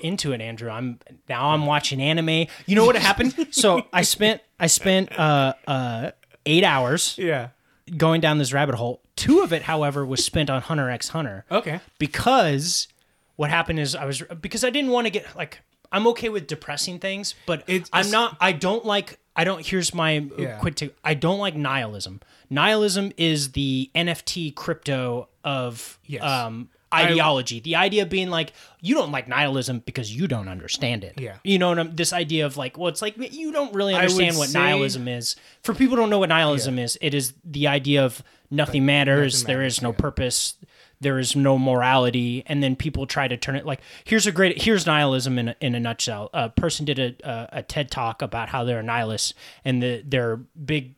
S4: into it, Andrew. I'm now I'm watching anime. You know what happened? so I spent I spent uh, uh, eight hours
S2: yeah.
S4: going down this rabbit hole. Two of it, however, was spent on Hunter X Hunter.
S2: Okay.
S4: because what happened is I was because I didn't want to get like I'm okay with depressing things, but
S2: It's-
S4: I'm not. I don't like. I don't. Here's my
S2: Yeah.
S4: quick tip. I don't like nihilism. Nihilism is the NFT crypto of
S2: Yes.
S4: um, ideology. the idea being like you don't like nihilism because you don't understand it.
S2: Yeah.
S4: You know what I'm. This idea of like, well, it's like you don't really
S2: would
S4: understand what
S2: say-
S4: nihilism is. For people who don't know what nihilism is, it is the idea of nothing matters. there is no purpose. There is no morality, and then people try to turn it like here's a great here's nihilism in a, in a nutshell. A person did a, a a TED talk about how they're a nihilist, and the, their big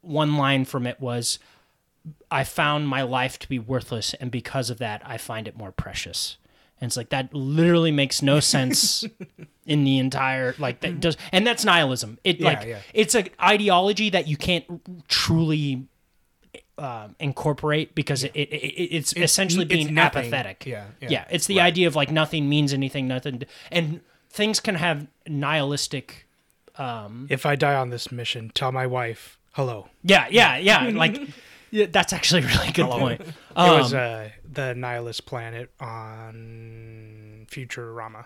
S4: one line from it was, "I found my life to be worthless, and because of that, I find it more precious." And it's like that literally makes no sense in the entire like that does and that's nihilism it like
S2: yeah.
S4: it's an ideology that you can't truly um, incorporate because it, it, it it's, essentially
S2: it's
S4: being
S2: nothing.
S4: apathetic
S2: Yeah, yeah.
S4: it's the idea of like nothing means anything nothing and things can have nihilistic
S1: If I die on this mission, tell my wife hello.
S4: yeah yeah yeah like yeah, that's actually a really good point
S1: It
S4: um,
S1: was uh, the Nihilist Planet on Futurama.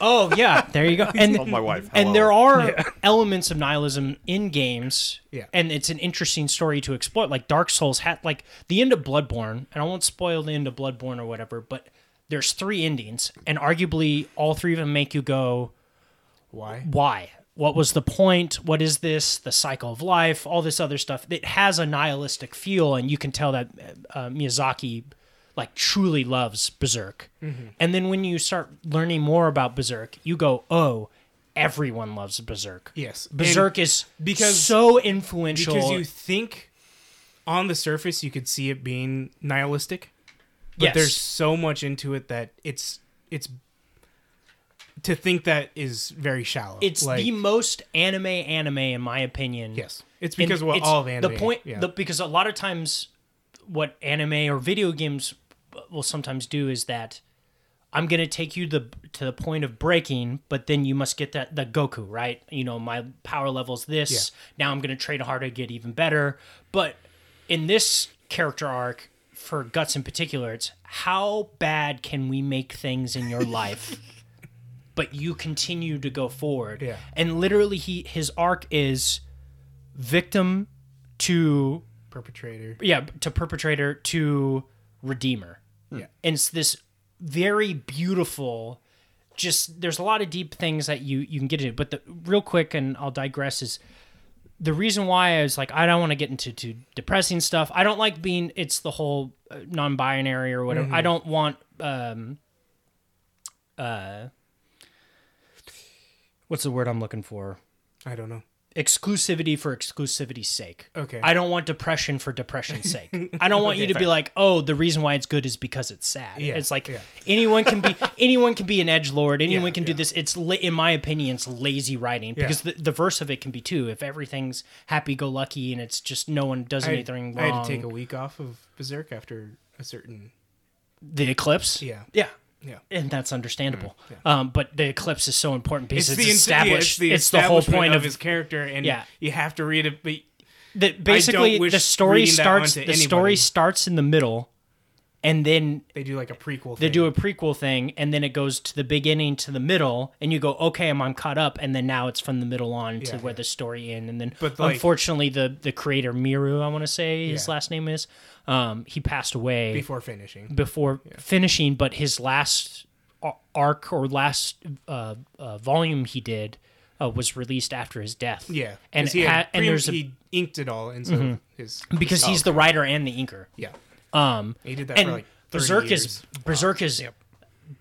S4: oh yeah there you go and
S3: Oh, my wife.
S4: and there are elements of nihilism in games
S2: Yeah.
S4: and it's an interesting story to explore like dark souls had like the end of bloodborne and i won't spoil the end of bloodborne or whatever but there's three endings and arguably all three of them make you go
S2: Why?
S4: why what was the point what is this the cycle of life all this other stuff it has a nihilistic feel and you can tell that uh, miyazaki like truly loves berserk
S2: Mm-hmm.
S4: and then when you start learning more about berserk you go oh everyone loves berserk
S2: Yes. And
S4: berserk is because
S2: because-
S4: so influential
S2: because you think on the surface you could see it being nihilistic, but
S4: yes.
S2: there's so much into it that it's it's to think that is very shallow.
S4: It's
S2: like,
S4: the most anime anime in my opinion.
S2: yes. It's
S4: And
S2: because of what
S4: it's
S2: all of anime.
S4: The point,
S2: yeah.
S4: the, because a lot of times, what anime or video games will sometimes do is that I'm gonna take you the to the point of breaking, but then you must get that the Goku right. You know, my power level's this. Now I'm gonna train harder, get even better. But in this character arc, for Guts in particular, it's how bad can we make things in your life? But you continue to go forward,
S2: Yeah.
S4: and literally, he his arc is victim to
S2: perpetrator.
S4: yeah to perpetrator to redeemer
S2: Yeah.
S4: and it's this very beautiful just there's a lot of deep things that you you can get into but the real quick and i'll digress is the reason why i was like i don't want to get into too depressing stuff i don't like being it's the whole uh, non-binary or whatever i don't want um uh what's the word i'm looking for
S2: I don't know.
S4: exclusivity for exclusivity's sake.
S2: Okay.
S4: I don't want depression for depression's sake. I don't want you to be like, "Oh, the reason why it's good is because it's sad."
S2: Yeah,
S4: It's like
S2: yeah.
S4: anyone can be anyone can be an edge lord. Anyone
S2: Yeah,
S4: can do
S2: yeah.
S4: this. It's la- in my opinion, it's lazy writing because the, the verse of it can be too. If everything's happy go lucky and it's just no one does
S2: I,
S4: anything
S2: I
S4: wrong.
S2: had to take a week off of Berserk after a certain.
S4: the eclipse.
S2: Yeah.
S4: Yeah.
S2: Yeah.
S4: And that's understandable, um, but the eclipse is so important because it's,
S2: int- yeah,
S4: established.
S2: the
S4: it's the whole
S2: establishment
S4: point of,
S2: his character, and
S4: Yeah.
S2: you have to read it. But
S4: that basically
S2: wish
S4: the story
S2: reading that
S4: starts the
S2: onto anybody.
S4: story starts in the middle and then
S2: they do like a prequel.
S4: they do a prequel thing and then it goes to the beginning to the middle and you go okay I'm, I'm caught up and then now it's from the middle on to
S2: Yeah,
S4: where
S2: yeah.
S4: the story end and then
S2: But, like-
S4: unfortunately the the creator miru i want to say his
S2: Yeah.
S4: last name is um he passed away
S2: before finishing.
S4: before finishing, but his last ar- arc or last uh, uh, volume he did uh, was released after his death.
S2: Yeah,
S4: and
S2: 'cause he
S4: it
S2: had
S4: ha- and
S2: pre-
S4: there's a, Mm-hmm.
S2: he Oh, inked it all, and so his
S4: because he's the writer and the inker.
S2: yeah,
S4: Um,
S2: he did that
S4: and
S2: for like 30
S4: Berserk is
S2: years.
S4: Berserk is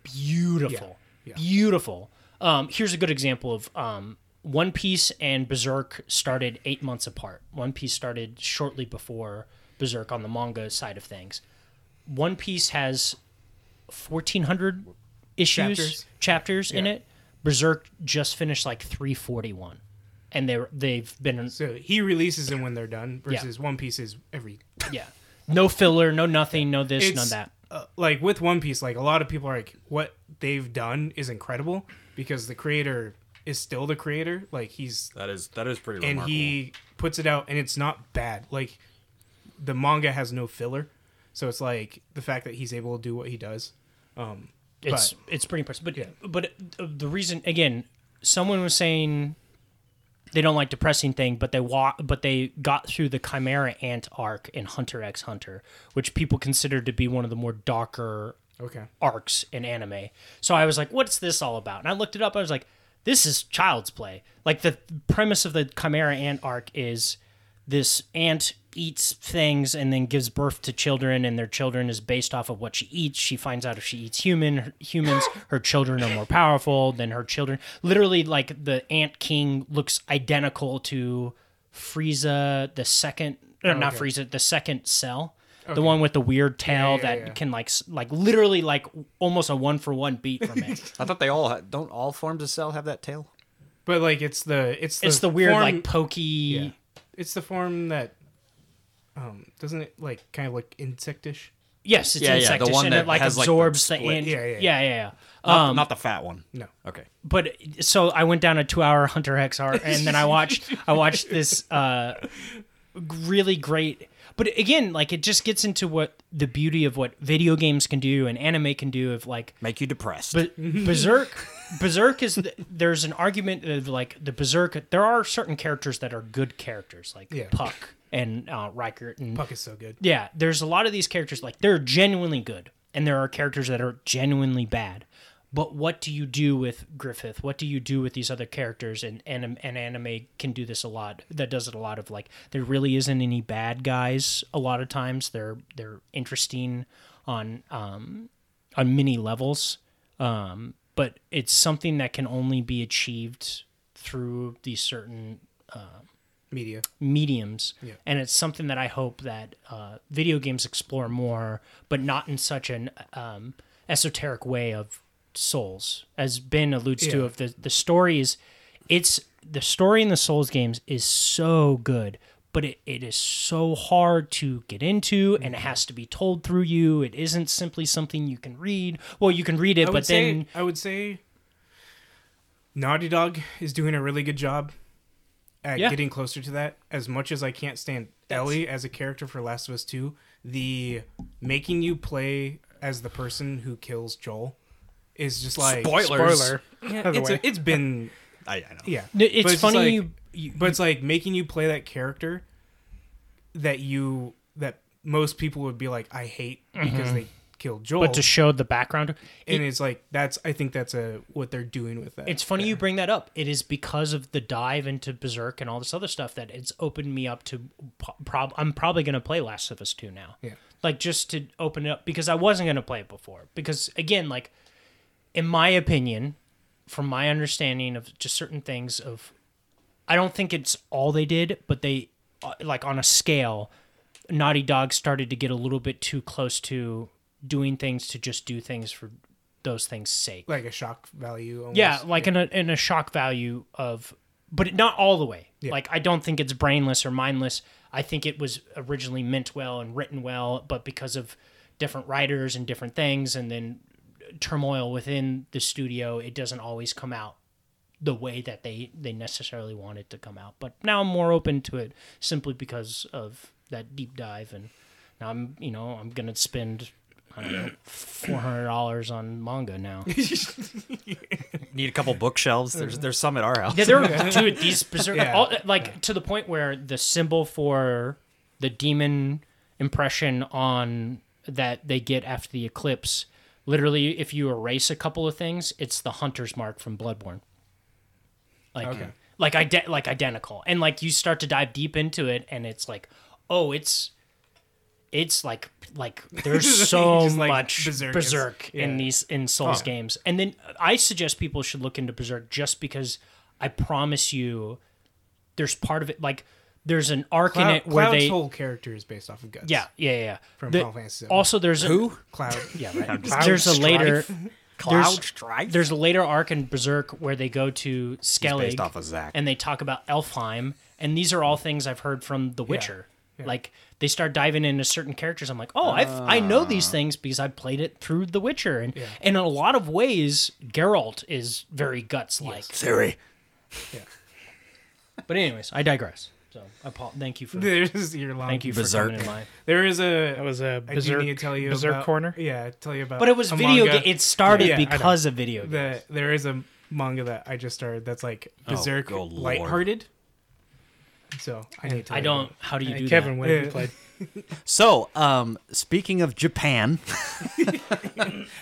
S4: beautiful,
S2: Yeah, yeah.
S4: beautiful. Um, here's a good example of um, One Piece and Berserk started eight months apart. One Piece started shortly before Berserk on the manga side of things. One Piece has 1,400 issues
S2: Chapters.
S4: chapters, in it. Berserk just finished like 341, and they were- they've been
S2: So he releases them when they're done. Versus One Piece is every
S4: yeah no filler, no nothing, no this,
S2: it's
S4: no that.
S2: uh, like with One Piece, like a lot of people are like, what they've done is incredible because the creator is still the creator. Like he's
S3: That is that is pretty
S2: and
S3: remarkable.
S2: he puts it out and it's not bad like the manga has no filler so it's like the fact that he's able to do what he does um
S4: it's
S2: but
S4: it's pretty impressive. But but uh, the reason again, someone was saying they don't like depressing thing, but they wa- but they got through the Chimera Ant arc in Hunter X Hunter, which people consider to be one of the more darker
S2: okay
S4: arcs in anime. So I was like, what's this all about? And I looked it up. I was like, this is child's play. Like the premise of the Chimera Ant arc is this ant eats things and then gives birth to children and their children is based off of what she eats she finds out if she eats human her, humans her children are more powerful than her children literally like the ant king looks identical to frieza the second or not frieza the second cell the one with the weird tail
S2: yeah,
S4: that
S2: yeah.
S4: can like s- like literally like almost a one for one beat from it
S3: I thought they all ha- don't all forms of cell have that tail.
S2: but like it's the it's the
S4: it's the weird
S2: form-
S4: like pokey
S2: yeah. it's the form that um doesn't it like kind of look insectish
S4: yes it's
S3: Yeah, yeah, the
S4: insectish
S3: one
S4: and
S3: that
S4: it like
S3: has, like, the
S4: absorbs the,
S3: split-
S4: ant
S2: Yeah, yeah, yeah.
S4: yeah, yeah, yeah.
S3: Not, not the fat one.
S2: no
S3: Okay.
S4: but so I went down a two-hour Hunter X art, and then I watched I watched this uh, really great. But again, like it just gets into what the beauty of what video games can do and anime can do of like
S3: Make you depressed.
S4: but Berserk, Berserk is the, there's an argument of like the Berserk. There are certain characters that are good characters, like
S2: Yeah.
S4: Puck and uh, Riker and
S2: puck is so good
S4: yeah, there's a lot of these characters like they're genuinely good, and there are characters that are genuinely bad. But what do you do with Griffith? What do you do with these other characters? And and, and anime can do this a lot. That does it a lot of like there really isn't any bad guys. A lot of times they're they're interesting on um, on many levels. Um, but it's something that can only be achieved through these certain
S2: media
S4: mediums and it's something that i hope that uh, video games explore more but not in such an um, esoteric way of Souls, as Ben alludes to,
S2: Yeah.
S4: of the the story is, it's the story in the Souls games is so good, but it, it is so hard to get into, and it
S2: Mm-hmm.
S4: has to be told through you. It isn't simply something you can read. Well, you can read it,
S2: I would
S4: but
S2: say,
S4: then
S2: I would say Naughty Dog is doing a really good job at
S4: Yeah.
S2: getting closer to that. As much as I can't stand Ellie as a character for Last of Us Two, the making you play as the person who kills Joel is just like
S3: Spoilers.
S1: Spoiler.
S2: Yeah,
S1: by the
S2: it's,
S1: way.
S2: a, it's been
S3: I, I know.
S2: yeah.
S4: N-
S2: But
S4: it's
S2: just
S4: funny
S2: like-
S4: you, you
S2: but it's like making you play that character that you that most people would be like I hate because
S4: Mm-hmm.
S2: they killed Joel.
S4: but to show the background.
S2: and it's like that's I think that's a what they're doing with that.
S4: It's funny you bring that up. It is because of the dive into Berserk and all this other stuff that it's opened me up to. po- Prob- I'm probably going to play Last of Us 2 now.
S2: Yeah.
S4: Like just to open it up because I wasn't going to play it before. Because again, like in my opinion, from my understanding of just certain things of I don't think it's all they did, but they uh, like on a scale, Naughty Dog started to get a little bit too close to doing things to just do things for those things' sake.
S2: like a shock value. Almost.
S4: Yeah, like in a in a shock value of, but it- not all the way. Like I don't think it's brainless or mindless. I think it was originally meant well and written well, but because of different writers and different things, and then turmoil within the studio, it doesn't always come out the way that they they necessarily want it to come out. But now I'm more open to it simply because of that deep dive, and now I'm you know I'm gonna spend. I don't know, four hundred dollars on manga now.
S3: Need a couple bookshelves. There's there's some at our house.
S4: Yeah, they're dude. These berserk,
S2: Yeah.
S4: all, like to the point where the symbol for the demon impression on that they get after the eclipse, literally, if you erase a couple of things, it's the hunter's mark from Bloodborne. Like, like ide- like identical, and like you start to dive deep into it, and it's like, oh, it's. It's like like there's so
S2: Just like
S4: much
S2: Berserk
S4: berserk,
S2: is- yeah.
S4: in these in Souls
S2: Oh.
S4: games. And then I suggest people should look into Berserk just because I promise you there's part of it like there's an arc
S2: Cloud,
S4: in it where
S2: Cloud's
S4: they
S2: whole character is based off of guts.
S4: yeah, yeah, yeah, yeah.
S2: from
S4: The-
S2: Final Fantasy. VII.
S4: also there's a, who
S2: Cloud?
S4: yeah, right.
S1: Cloud
S4: there's a
S1: Strife.
S4: later
S3: Cloud Strife.
S4: there's a later arc in Berserk where they go to Skellig
S3: based off of Zack.
S4: and they talk about Elfheim, and these are all things I've heard from The Witcher. Like they start diving into certain characters, I'm like, oh, I've, I know
S2: Ah.
S4: these things because I played it through The Witcher, and and in a lot of ways, Geralt is very guts like.
S3: Siri.
S4: But anyways, I digress. So, I apo- thank you for
S2: There's your line.
S4: thank you for
S3: Berserk.
S4: coming in line.
S2: There is a.
S1: That was a
S2: I do
S1: berserk,
S2: need to tell you
S1: berserk
S2: about,
S1: corner.
S2: Yeah, tell you about.
S4: But it was
S2: a
S4: video game.
S2: manga
S4: It started
S2: Yeah, I know.
S4: because of video game.
S2: that there is a manga that I just started that's like berserk,
S3: Oh, good lord.
S2: lighthearted. So I need to.
S4: I don't. How do you
S1: Hey,
S4: do
S1: Kevin,
S4: that?
S1: what have
S2: Yeah.
S1: you played?
S3: So, um, speaking of Japan,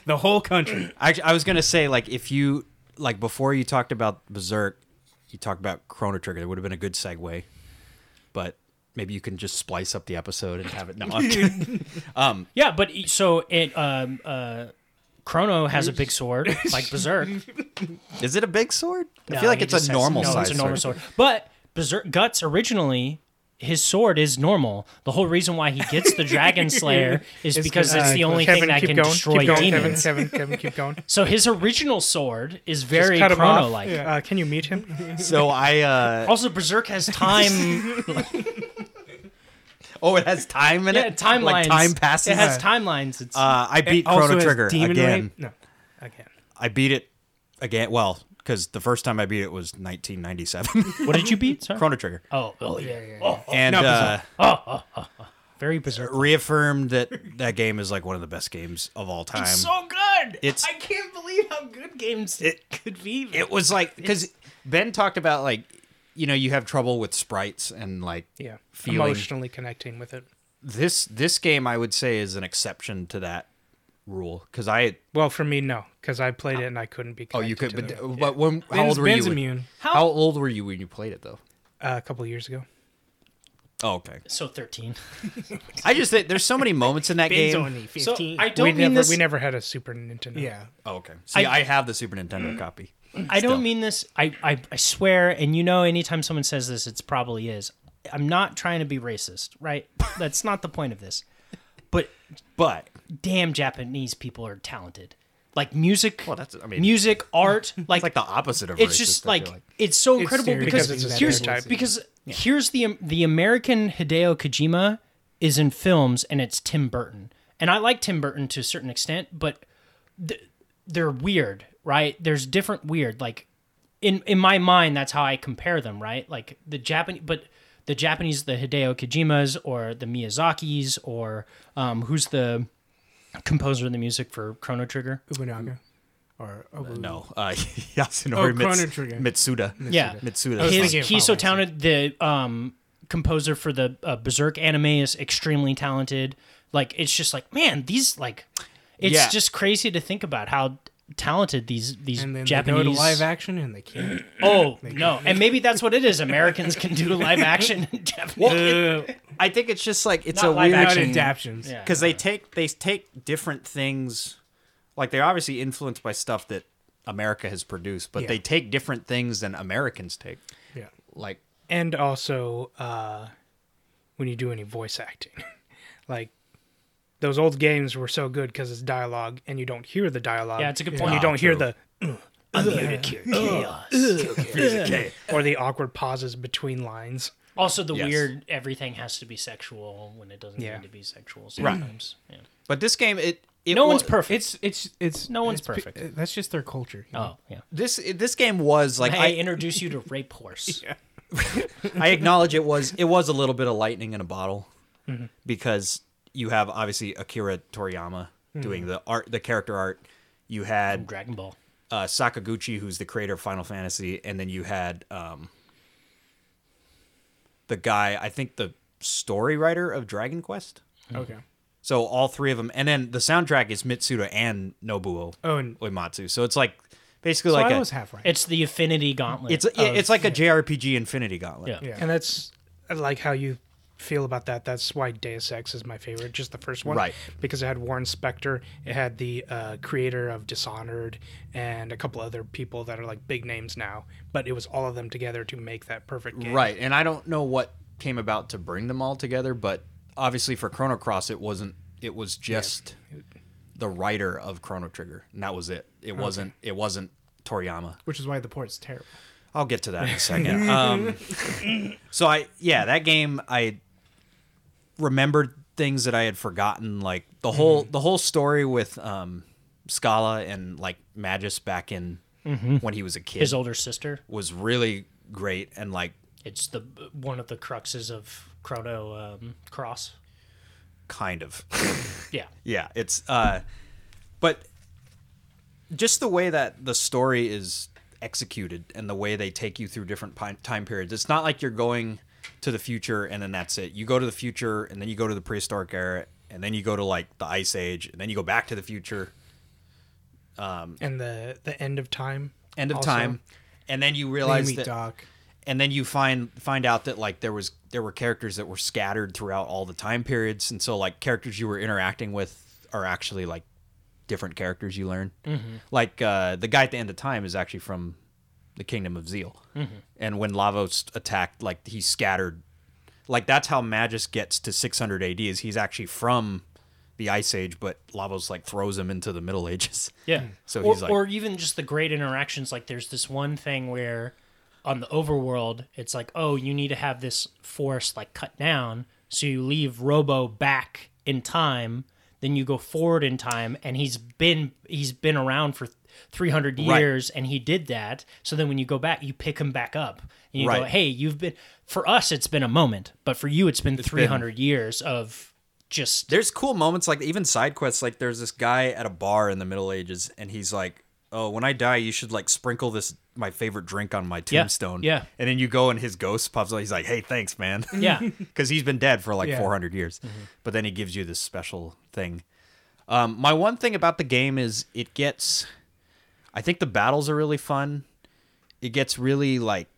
S2: The whole country.
S3: I, I was gonna say like if you like before you talked about Berserk, you talked about Chrono Trigger. There would have been a good segue, but maybe you can just splice up the episode and have it. No, I'm kidding.
S4: Yeah, but e- so it um uh Chrono has a big sword like Berserk.
S3: is it a big sword? I
S4: No,
S3: feel like
S4: he
S3: it's a
S4: just has-
S3: normal
S4: no,
S3: size.
S4: It's a normal
S3: sword.
S4: sword. But Berserk Guts originally his sword is normal. The whole reason why he gets the Dragon Slayer is because it's
S1: Uh,
S4: the only
S1: Kevin,
S4: thing that
S1: keep
S4: can
S1: going,
S4: destroy
S1: keep going,
S4: demons.
S1: Kevin, Kevin, Kevin, keep going.
S4: So his original sword is
S1: Just
S4: very
S1: cut him off.
S4: Chrono like.
S1: Uh, can you meet him?
S3: So I uh,
S4: Also, Berserk has time.
S3: oh, it has time in
S4: yeah,
S3: it.
S4: timelines.
S3: Like time passes.
S4: It has timelines. It's
S3: uh, I beat
S2: Also
S3: Chrono
S2: has
S3: Trigger
S2: Demon
S3: again.
S2: Rape- No,
S1: Again.
S3: I beat it again. Well, because the first time I beat it was 1997.
S4: what did you beat? Sorry.
S3: Chrono Trigger.
S4: Oh, oh yeah, yeah, yeah.
S3: and
S2: not
S3: uh,
S2: Berserk.
S4: very Berserk.
S3: reaffirmed that that game is like one of the best games of all time.
S4: It's so good.
S3: It's-
S4: I can't believe how good games it could be.
S3: it was like because Ben talked about like you know you have trouble with sprites and like
S1: Yeah.
S3: feeling.
S1: Emotionally connecting with it.
S3: This this game I would say is an exception to that rule because I
S1: Well, for me, no, because I played it and I couldn't be.
S3: oh you
S1: connected
S3: could
S1: to
S3: but,
S1: them.
S3: but when how
S2: Ben's-
S3: old were
S2: Ben's
S3: you? when-
S2: immune.
S3: How, old were you when you played it though?
S1: uh, a couple years ago.
S3: Oh, okay.
S4: So thirteen.
S3: I just think there's so many moments in that
S2: Ben's
S3: game.
S2: only fifteen.
S4: So I don't
S1: we
S4: mean
S1: never
S4: this.
S1: we never had a Super Nintendo.
S2: yeah,
S3: Oh, okay. See,
S4: I-
S3: I, have the Super Nintendo copy.
S4: I
S3: still.
S4: don't mean this. I, I I swear, and you know, anytime someone says this, it's probably is. I'm not trying to be racist, right? That's not the point of this. But
S3: But
S4: damn, Japanese people are talented. like music,
S3: Well, that's- I mean-
S4: music, art, like
S3: it's like the opposite of
S4: it's
S3: racist,
S4: just
S3: I feel
S4: like, it's so incredible
S2: stereotypes
S4: because,
S1: Because it's a
S4: here's
S1: stereotype.
S4: because here's the the American Hideo Kojima is in films and it's Tim Burton and I like Tim Burton to a certain extent but th- they're weird right there's different weird like in in my mind that's how I compare them right like the Japanese but the Japanese the Hideo Kojimas or the Miyazakis or um, who's the composer of the music for Chrono Trigger
S2: Ubunaga. Or Obu-
S3: no, uh, Yasunori
S2: Oh,
S3: Mits-
S2: Chrono Trigger.
S3: Mitsuda.
S4: yeah
S3: Mitsuda.
S4: his,
S2: thinking of
S4: he's so
S2: Final
S4: talented. The um, composer for the uh, Berserk anime is extremely talented. Like it's just like man, these like it's
S3: Yeah.
S4: just crazy to think about how talented these these
S2: And then
S4: Japanese
S2: they go to live action and they can't.
S4: oh no, and maybe that's what it is. Americans can do live action. and Japanese.
S3: I think it's just like it's
S4: uh, Not
S3: a
S4: live
S3: weird
S2: Not
S4: Action.
S2: adaptions.
S4: Yeah.
S3: because they take they take different things like they're obviously influenced by stuff that america has produced but
S2: Yeah.
S3: they take different things than americans take
S2: Yeah.
S3: like
S1: and also uh, when you do any voice acting like those old games were so good because it's dialogue and you don't hear the dialogue
S4: Yeah, it's a good
S1: and
S4: point.
S1: you
S2: Ah,
S1: don't hear the
S4: Chaos.
S1: or the awkward pauses between lines
S4: Also, the
S3: Yes.
S4: weird everything has to be sexual when it doesn't
S1: Yeah.
S4: need to be sexual sometimes. Yeah.
S3: but this game it, it
S4: No
S3: wa-
S4: one's perfect.
S2: It's it's it's
S4: No one's
S2: it's pe-
S4: perfect.
S2: That's just their culture. you know?
S4: oh yeah.
S3: this this game was like
S4: May
S3: I,
S4: I introduce you to rape horse.
S3: I acknowledge it was it was a little bit of lightning in a bottle
S2: Mm-hmm.
S3: because you have obviously Akira Toriyama
S2: Mm-hmm.
S3: doing the art the character art you had
S4: Dragon Ball.
S3: uh, Sakaguchi, who's the creator of Final Fantasy, and then you had um, the guy, I think the story writer of Dragon Quest.
S2: Okay.
S3: So all three of them, and then the soundtrack is Mitsuda and Nobuo
S2: Oh, and
S3: Uematsu. So it's like basically
S2: so
S3: like
S2: I
S3: a,
S2: was half right.
S4: It's the Affinity Gauntlet.
S3: it's
S4: of-
S3: it's like a JRPG Infinity Gauntlet.
S4: Yeah.
S2: Yeah.
S1: and that's I like how you feel about that that's why deus ex is my favorite just the first one
S3: Right.
S1: because it had warren spector it had the uh, creator of dishonored and a couple other people that are like big names now but it was all of them together to make that perfect game
S3: Right, and I don't know what came about to bring them all together, but obviously for Chrono Cross, it wasn't. It was just the writer of Chrono Trigger, and that was it. It wasn't. It wasn't Toriyama.
S2: which is why the port's terrible.
S3: I'll get to that in a second. um, so I, yeah, that game I remembered things that I had forgotten, like the whole the whole story with um, Scala and like Magus back in when he was a kid
S4: his older sister.
S3: was really great, and like
S4: It's the one of the cruxes of Chrono um, Cross.
S3: kind of.
S4: Yeah,
S3: Yeah, it's uh but just the way that the story is executed and the way they take you through different pi- time periods. It's not like you're going to the future and then that's it. You go to the future and then you go to the prehistoric era and then you go to like the ice age and then you go back to the future,
S1: and the the end of time
S3: end of
S1: also.
S3: time, and then you
S2: They
S3: realize
S2: meet
S3: that
S2: Doc.
S3: and then you find find out that like there was there were characters that were scattered throughout all the time periods and so like characters you were interacting with are actually like different characters you learn like uh, the guy at the end of time is actually from the kingdom of zeal and when lavos attacked like he scattered like that's how magus gets to 600 ad is he's actually from the ice age but lavos like throws him into the middle ages
S4: yeah.
S3: Hmm. So
S4: or,
S3: he's like-
S4: or even just the great interactions. Like there's this one thing where on the overworld, it's like, oh, you need to have this forest like cut down, so you leave Robo back in time. Then you go forward in time, and he's been he's been around for 300
S3: Right.
S4: years, and he did that. So then when you go back, you pick him back up, and you go,
S3: Right.
S4: hey, you've been. For us, it's been a moment, but for you, it's been 300 years of just
S3: there's cool moments like even side quests like there's this guy at a bar in the middle ages and he's like oh when i die you should like sprinkle this my favorite drink on my
S4: Yeah,
S3: tombstone
S4: yeah.
S3: and then you go and his ghost pops up he's like hey thanks man
S4: Yeah. Mm-hmm.
S3: because he's been dead for like
S2: Yeah.
S3: 400 years but then he gives you this special thing um, my one thing about the game is it gets i think the battles are really fun it gets really like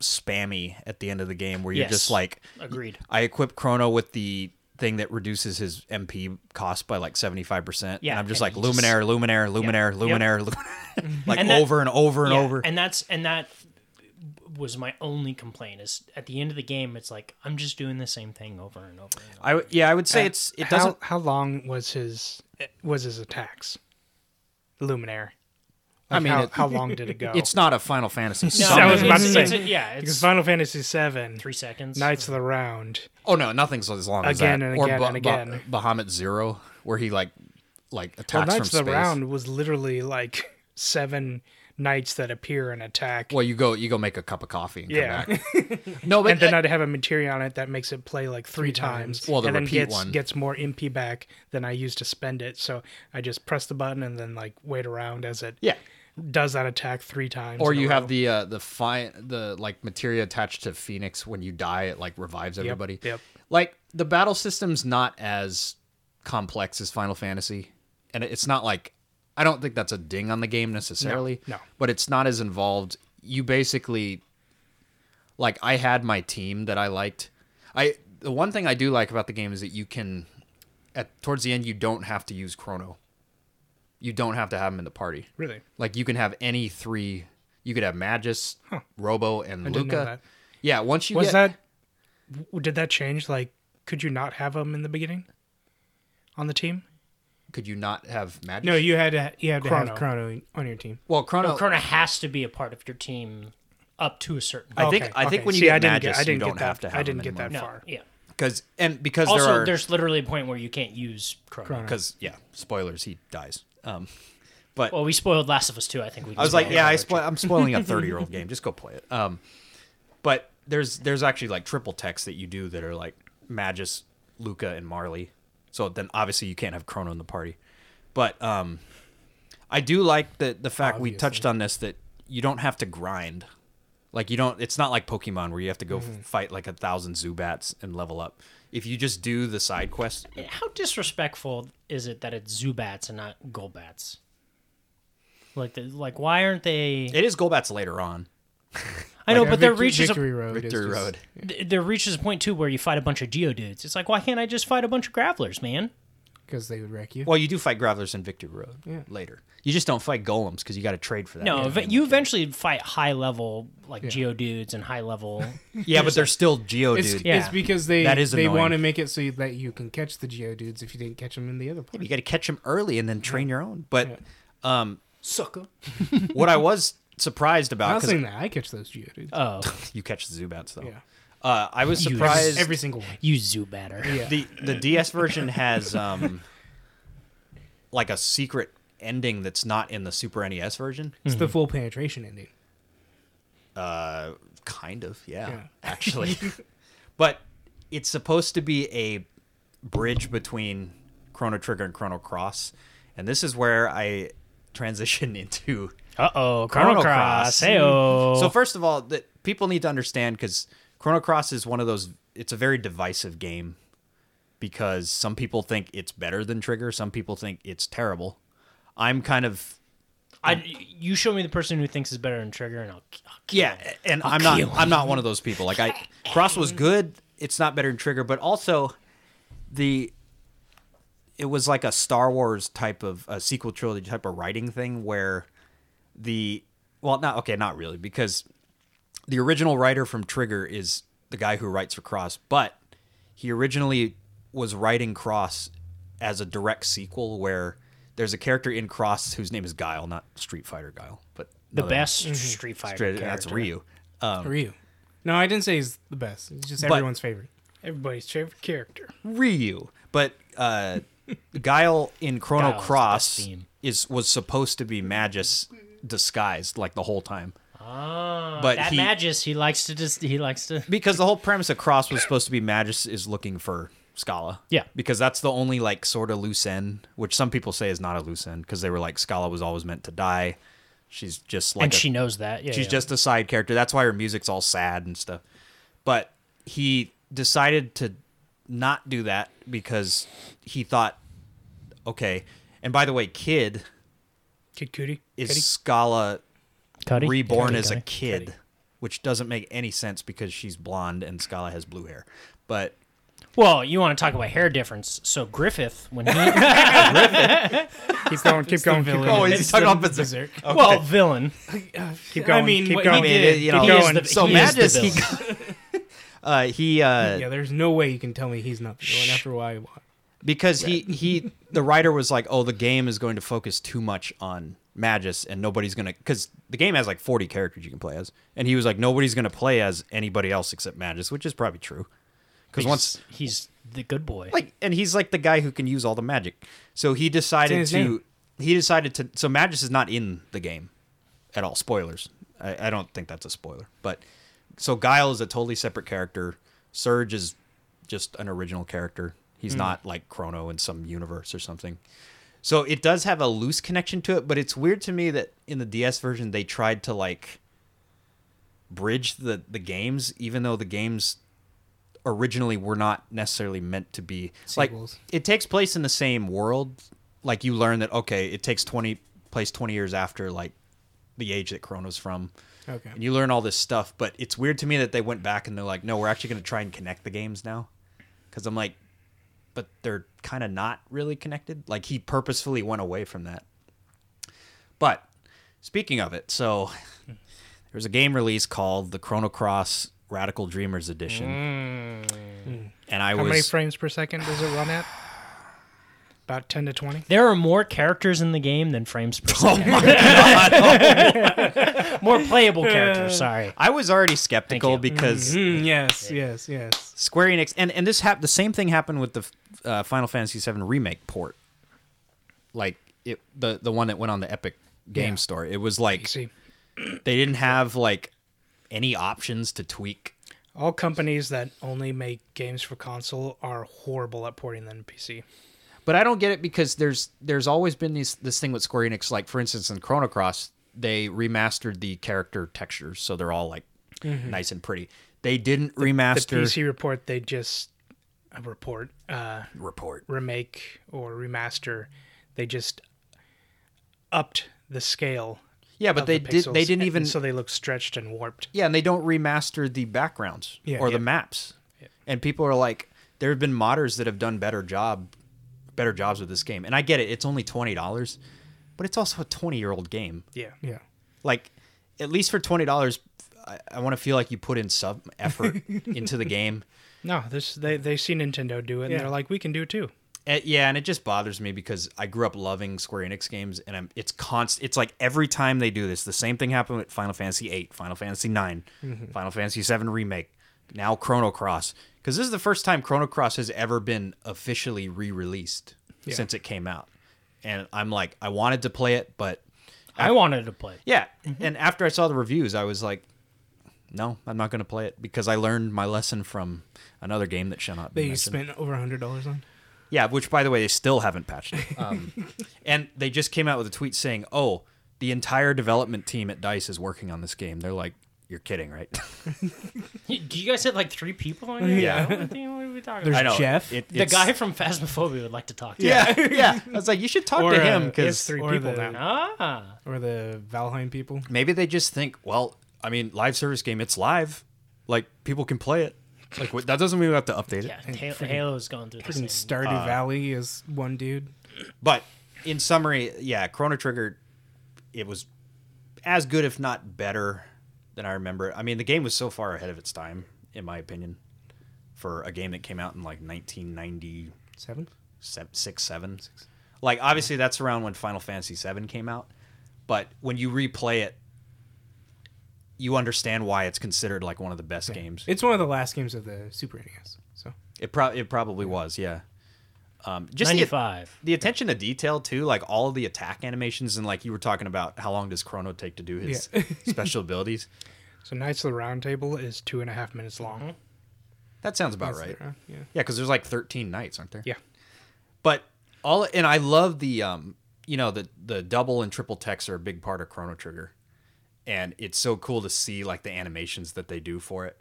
S3: spammy at the end of the game where you're
S4: Yes.
S3: just like
S4: Agreed.
S3: I equip Chrono with the thing that reduces his MP cost by like 75%.
S4: Yeah,
S3: And I'm just like
S4: and he just-
S3: Luminaire, Luminaire, Luminaire, Luminaire, Luminaire. like
S4: And that-
S3: over and over and
S4: Yeah,
S3: over.
S4: And that's and that was my only complaint is at the end of the game it's like I'm just doing the same thing over and over and over.
S3: I, would-
S4: Uh,
S3: yeah, I would say it's, it
S1: how,
S3: doesn't,
S1: how long was his was his attacks Luminaire? I
S5: mean,
S1: mean, how,
S5: it-
S1: how long did it go?
S5: It's not a Final Fantasy.
S4: No,
S1: So I
S5: summon.
S1: was about to
S4: it's-
S1: say,
S4: it's a- yeah,
S1: because
S4: it's
S1: Final Fantasy VII,
S4: three seconds.
S1: Knights of the Round.
S5: Oh no, nothing's as long as
S1: Again
S5: that.
S1: and
S5: or
S1: again
S5: Ba-
S1: and again.
S5: Ba- Bahamut Zero, where he like like
S1: Well,
S5: attacks
S1: Knights of
S5: from
S1: the
S5: space.
S1: Round was literally like seven knights that appear and attack.
S5: Well, you go you go make a cup of coffee and
S1: Yeah.
S5: come back. No, but
S1: and then I'd have a materia on it that makes it play like three, times.
S5: Well, the
S1: and then
S5: repeat
S1: gets,
S5: one.
S1: gets more MP back than I used to spend it. So I just press the button and then like wait around as it
S5: yeah.
S1: does that attack three times.
S5: Or
S1: in a
S5: you
S1: row.
S5: have the uh, the fi- the like materia attached to Phoenix when you die, it like revives everybody.
S1: yep.
S5: Like the battle system's not as complex as Final Fantasy, and it's not like I don't think that's a ding on the game necessarily.
S1: no.
S5: but it's not as involved. You basically like I had my team that I liked. I the one thing I do like about the game is that you can at towards the end you don't have to use Chrono. You don't have to have him in the party.
S1: really
S5: Like you can have any three. You could have Magus, Robo, and
S1: didn't know
S5: Luca.
S1: that.
S5: Yeah, once you
S1: was
S5: get,
S1: that w- did that change? Like, could you not have them in the beginning on the team?
S5: could you not have Magus?
S2: No, you had to you had to have
S1: Chrono.
S2: Chrono on your team.
S5: well, Chrono.
S4: No, Corona has to be a part of your team up to a certain.
S3: I think
S1: Okay,
S3: I think
S1: okay.
S3: when you
S1: See,
S3: get
S1: I didn't get-
S3: Magus,
S1: I
S3: you
S1: didn't get
S3: don't
S1: that-
S3: have to
S1: I
S3: have
S1: didn't
S3: him
S1: get that
S3: anymore.
S4: no,
S1: far.
S4: yeah.
S5: because and because
S4: Also,
S5: there are
S4: there's literally a point where you can't use Corona.
S5: because yeah, spoilers. He dies. Um,
S4: Well, we spoiled Last of Us too. I think we.
S3: I was like,
S4: spoiled
S3: yeah, I
S4: Overwatch.
S3: spoil- I'm spoiling a 30 year old game. Just go play it. Um, but there's there's actually like triple texts that you do that are like Magus, Luca, and Marley. So then obviously you can't have Chrono in the party. But um, I do like the the fact we touched on this that you don't have to grind. Like you don't. It's not like Pokemon where you have to go
S2: Mm-hmm.
S3: f- fight like a thousand Zubats and level up. If you just do the side quest,
S4: How disrespectful is it that it's Zubats and not Golbats? Like, the, like, why aren't they?
S3: it is Golbats later on.
S4: I know,
S2: Like, uh,
S4: but their
S2: Victor-
S4: reaches
S2: Victory Road. is
S5: Victory
S2: just-
S5: Road.
S4: a, th- their reaches a point too where you fight a bunch of Geodudes. It's like, why can't I just fight a bunch of Gravelers, man?
S2: because they would wreck you.
S3: Well, you do fight Gravelers and Victory Road later. You just don't fight Golems because you got to trade for that.
S4: No, ev- you eventually fight high level like Geodudes and high level.
S3: Yeah, but they're still Geo
S2: It's,
S3: dude.
S4: yeah.
S2: it's because they
S3: That is
S2: they
S3: annoying.
S2: want to make it so you- that you can catch the Geodudes if you didn't catch them in the other place.
S3: You got to catch them early and then train your own. But um,
S2: Sucker!
S3: what I was surprised
S2: I
S3: about
S2: was
S3: because
S2: saying that I catch those Geodudes.
S4: oh,
S3: you catch the Zubats though.
S2: Yeah.
S3: Uh, I was
S4: You-
S3: surprised.
S2: Every single one.
S4: you Zubatter.
S2: Yeah.
S3: the the DS version has um like a secret ending that's not in the Super NES version.
S2: It's
S1: Mm-hmm.
S2: the full penetration ending.
S3: Uh, kind of, yeah,
S2: Yeah.
S3: actually. but it's supposed to be a bridge between Chrono Trigger and Chrono Cross, and this is where I transition into
S4: Uh oh, Chrono
S3: Chrono Cross.
S4: Cross.
S3: Hmm.
S4: Heyo.
S3: So first of all, that people need to understand because Chrono Cross is one of those. It's a very divisive game because some people think it's better than Trigger, some people think it's terrible. I'm kind of um,
S4: I, you show me the person who thinks is better than Trigger, and I'll.
S3: yeah, and I'm not I'm not one of those people. Like I Cross was good. It's not better than Trigger, but also the it was like a Star Wars type of a sequel trilogy type of writing thing where the well not okay not really because the original writer from Trigger is the guy who writes for Cross, but he originally was writing Cross as a direct sequel where there's a character in Cross whose name is Guile, not Street Fighter Guile, but
S4: the
S3: another-
S4: best Street
S3: Mm-hmm.
S4: Fighter.
S3: Straight, that's
S4: character.
S3: Ryu.
S2: Are Ryu. No, I didn't say he's the best. It's just
S3: But-
S2: everyone's favorite.
S1: Everybody's favorite character.
S3: Ryu. But uh, Guile in Chrono
S4: Guile's the best
S3: Cross
S4: theme.
S3: is was supposed to be Magus disguised like the whole time.
S4: Ah,
S3: But
S4: that
S3: he-
S4: Magus, he likes to just he likes to.
S3: Because the whole premise of Cross was supposed to be Magus is looking for Scala.
S4: Yeah.
S3: Because that's the only like sort of loose end, which some people say is not a loose end because they were like Scala was always meant to die. She's just like
S4: and
S3: a-
S4: she knows that. Yeah,
S3: She's
S4: yeah.
S3: just a side character. That's why her music's all sad and stuff. But he decided to not do that because he thought, okay. And by the way, Kid
S1: Kid Cootie.
S3: is
S1: Kitty?
S3: Scala
S4: Cuddy?
S3: reborn
S4: Cuddy,
S3: as a
S4: Cuddy.
S3: kid, which doesn't make any sense because she's blonde and Scala has blue hair. But
S4: Well, you want to talk about hair difference? So Griffith, when he
S1: Keep going. Keep going. Keep
S2: Oh,
S1: going.
S2: is he talking about Berserk?
S4: well villain,
S1: Keep going.
S2: I mean,
S1: keep
S2: what
S1: going.
S2: he did,
S3: you know,
S1: keep
S4: he is
S1: going.
S4: the-
S3: so
S4: he is the
S3: Magus, he,
S4: villain.
S3: uh, he uh,
S2: Yeah, there's no way you can tell me he's not the one after what I watched.
S3: because he he the writer was like, "Oh, the game is going to focus too much on Magus, and nobody's gonna because the game has like 40 characters you can play as, and he was like, nobody's gonna play as anybody else except Magus, which is probably true, because once
S4: he's the good boy.
S3: like and he's like the guy who can use all the magic, so he decided
S2: It's
S3: to
S2: in his name.
S3: he decided to so Magus is not in the game at all. Spoilers, I, I don't think that's a spoiler, but so Guile is a totally separate character. Surge is just an original character.
S2: Hmm.
S3: He's not like Chrono in some universe or something. So it does have a loose connection to it, but it's weird to me that in the DS version they tried to like bridge the the games, even though the games originally were not necessarily meant to be
S2: Sequels.
S3: like it takes place in the same world. Like you learn that okay, it takes twenty place twenty years after like the age that Chrono's from.
S2: Okay.
S3: And you learn all this stuff, but it's weird to me that they went back and they're like, no, we're actually going to try and connect the games now. Because I'm like, but they're kind of not really connected. Like he purposefully went away from that. But speaking of it, so there's a game release called the Chrono Cross Radical Dreamers Edition. And I
S1: Mm. How
S3: was
S1: many frames per second does it run at? About 10 to 20.
S4: there are more characters in the game than frames per
S3: Oh
S4: second. more playable characters. Sorry.
S3: I was already skeptical
S4: you.
S3: because
S1: Mm-hmm.
S2: Mm, yes, yes, yes.
S3: Square Enix, and and this hap- the same thing happened with the uh, Final Fantasy VII remake port, like it the the one that went on the Epic Game Store. It was like
S1: See,
S3: they didn't have like any options to tweak.
S1: all companies that only make games for console are horrible at porting them to PC.
S5: But I don't get it because there's there's always been these this thing with Square Enix. Like for instance, in Chrono Cross, they remastered the character textures, so they're all like
S3: nice and pretty. They didn't remaster
S1: Mm-hmm. The PC report, they just a report, uh,
S3: report.
S1: remake or remaster. They just upped the scale.
S5: yeah, but
S1: of
S5: they
S1: the
S5: did they
S1: pixels,
S5: didn't
S1: and
S5: even
S1: so they look stretched and warped.
S5: yeah, and they don't remaster the backgrounds
S2: Yeah.
S5: or
S2: Yeah.
S5: the maps.
S3: And people are like, there have been modders that have done better job, better jobs with this game. And I get it; it's only twenty dollars, but it's also a twenty year old game.
S1: Yeah.
S2: Yeah.
S3: like at least for twenty dollars, I, I want to feel like you put in some effort into the game.
S1: No, this they they see Nintendo do it and
S2: Yeah.
S1: they're like, we can do it too.
S3: And- Eh, yeah, and it just bothers me because I grew up loving Square Enix games, and I'm it's const. It's like every time they do this, the same thing happened with Final Fantasy VIII, Final Fantasy IX, Final Fantasy VII remake, now Chrono Cross. Because this is the first time Chrono Cross has ever been officially re-released since it came out, and I'm like, I wanted to play it, but
S4: I wanted to play.
S3: Yeah. And after I saw the reviews, I was like, no, I'm not going to play it because I learned my lesson from another game that shall not be
S2: That you
S3: mentioned.
S2: spent over a hundred dollars on.
S3: Yeah, which by the way, they still haven't patched it. Um, and they just came out with a tweet saying, "Oh, the entire development team at Dice is working on this game." They're like, "You're kidding, right?"
S4: Y- Do you guys have like three people on here?
S3: Yeah.
S4: I don't think what are we talking
S2: There's
S4: about?
S3: I know
S2: Jeff?
S3: it-
S4: The
S3: it's-
S4: guy from Phasmophobia would like to talk to you.
S3: Yeah, yeah. I was like, "You should talk
S2: Or,
S3: to
S2: uh,
S3: him
S1: He has
S3: because
S1: three
S2: or
S1: people
S2: the-
S1: now.
S4: Ah.
S2: Or the Valheim people.
S3: maybe they just think, well, I mean, live service game, it's live, like people can play it. Like what- that doesn't mean we have to update it.
S4: Yeah. Halo, Halo's going through the same.
S2: And Stardew
S3: Uh,
S2: Valley is one dude.
S3: But in summary, yeah, Chrono Trigger, it was as good, if not better, than I remember. I mean, the game was so far ahead of its time, in my opinion, for a game that came out in like 1996,
S2: Seven.
S3: seven. Like, obviously, that's around when Final Fantasy VII came out. But when you replay it, you understand why it's considered like one of the best games.
S2: It's one of the last games of the Super NES. So
S3: It, pro- it probably was, yeah. Um, just the,
S4: 95.
S3: the attention to detail too like all of the attack animations and like you were talking about how long does chrono take to do his special abilities
S1: So Knights of the Round Table is two and a half minutes long.
S3: that sounds about
S2: that's
S3: right
S2: there, huh? Yeah.
S3: yeah because there's like 13 nights aren't there
S1: Yeah.
S3: but all and i love the um you know the the double and triple text are a big part of chrono trigger and it's so cool to see like the animations that they do for it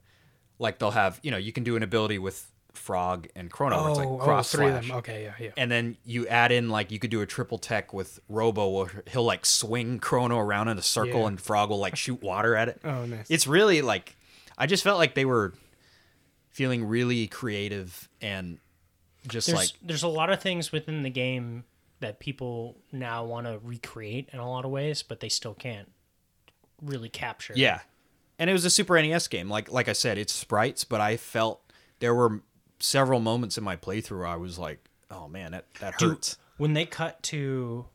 S3: like they'll have you know you can do an ability with frog and chrono where it's like
S1: oh,
S3: cross
S1: three
S3: slash.
S1: of them. Okay, yeah, yeah.
S3: and then you add in like you could do a triple tech with Robo, where he'll like swing Chrono around in a circle,
S1: Yeah.
S3: and Frog will like shoot water at it.
S2: Oh, nice.
S3: It's really like I just felt like they were feeling really creative and just
S4: There's,
S3: like
S4: there's a lot of things within the game that people now want to recreate in a lot of ways, but they still can't really capture.
S3: yeah. And it was a Super NES game. Like like I said, it's sprites, but I felt there were several moments in my playthrough where I was like,
S6: oh man, that that
S4: Do-
S6: hurts.
S4: when they cut to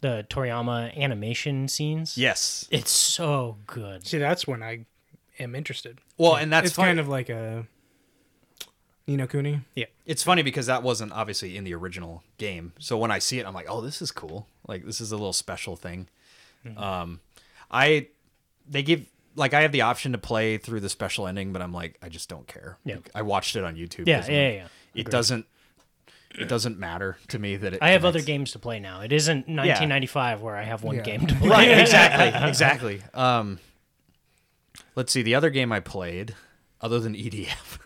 S4: the Toriyama animation scenes,
S6: yes,
S4: it's so good.
S1: See, that's when I am interested.
S3: Well, and that's
S2: it's kind of like a Nino Cooney.
S1: Yeah.
S3: It's funny because that wasn't obviously in the original game. So when I see it, I'm like, oh, this is cool. Like this is a little special thing.
S4: Mm-hmm.
S3: Um, I they give like I have the option to play through the special ending, but I'm like, I just don't care.
S4: Yeah.
S3: Like, I watched it on YouTube.
S4: Yeah,
S3: 'cause I'm
S4: yeah,
S3: like,
S4: yeah.
S3: It doesn't. It doesn't matter to me that it.
S4: I have other
S3: connects.
S4: games to play now. It isn't 1995 where I have one
S2: Yeah.
S4: game to play.
S3: Right. Exactly. Exactly. Um, let's see. The other game I played, other than E EDF.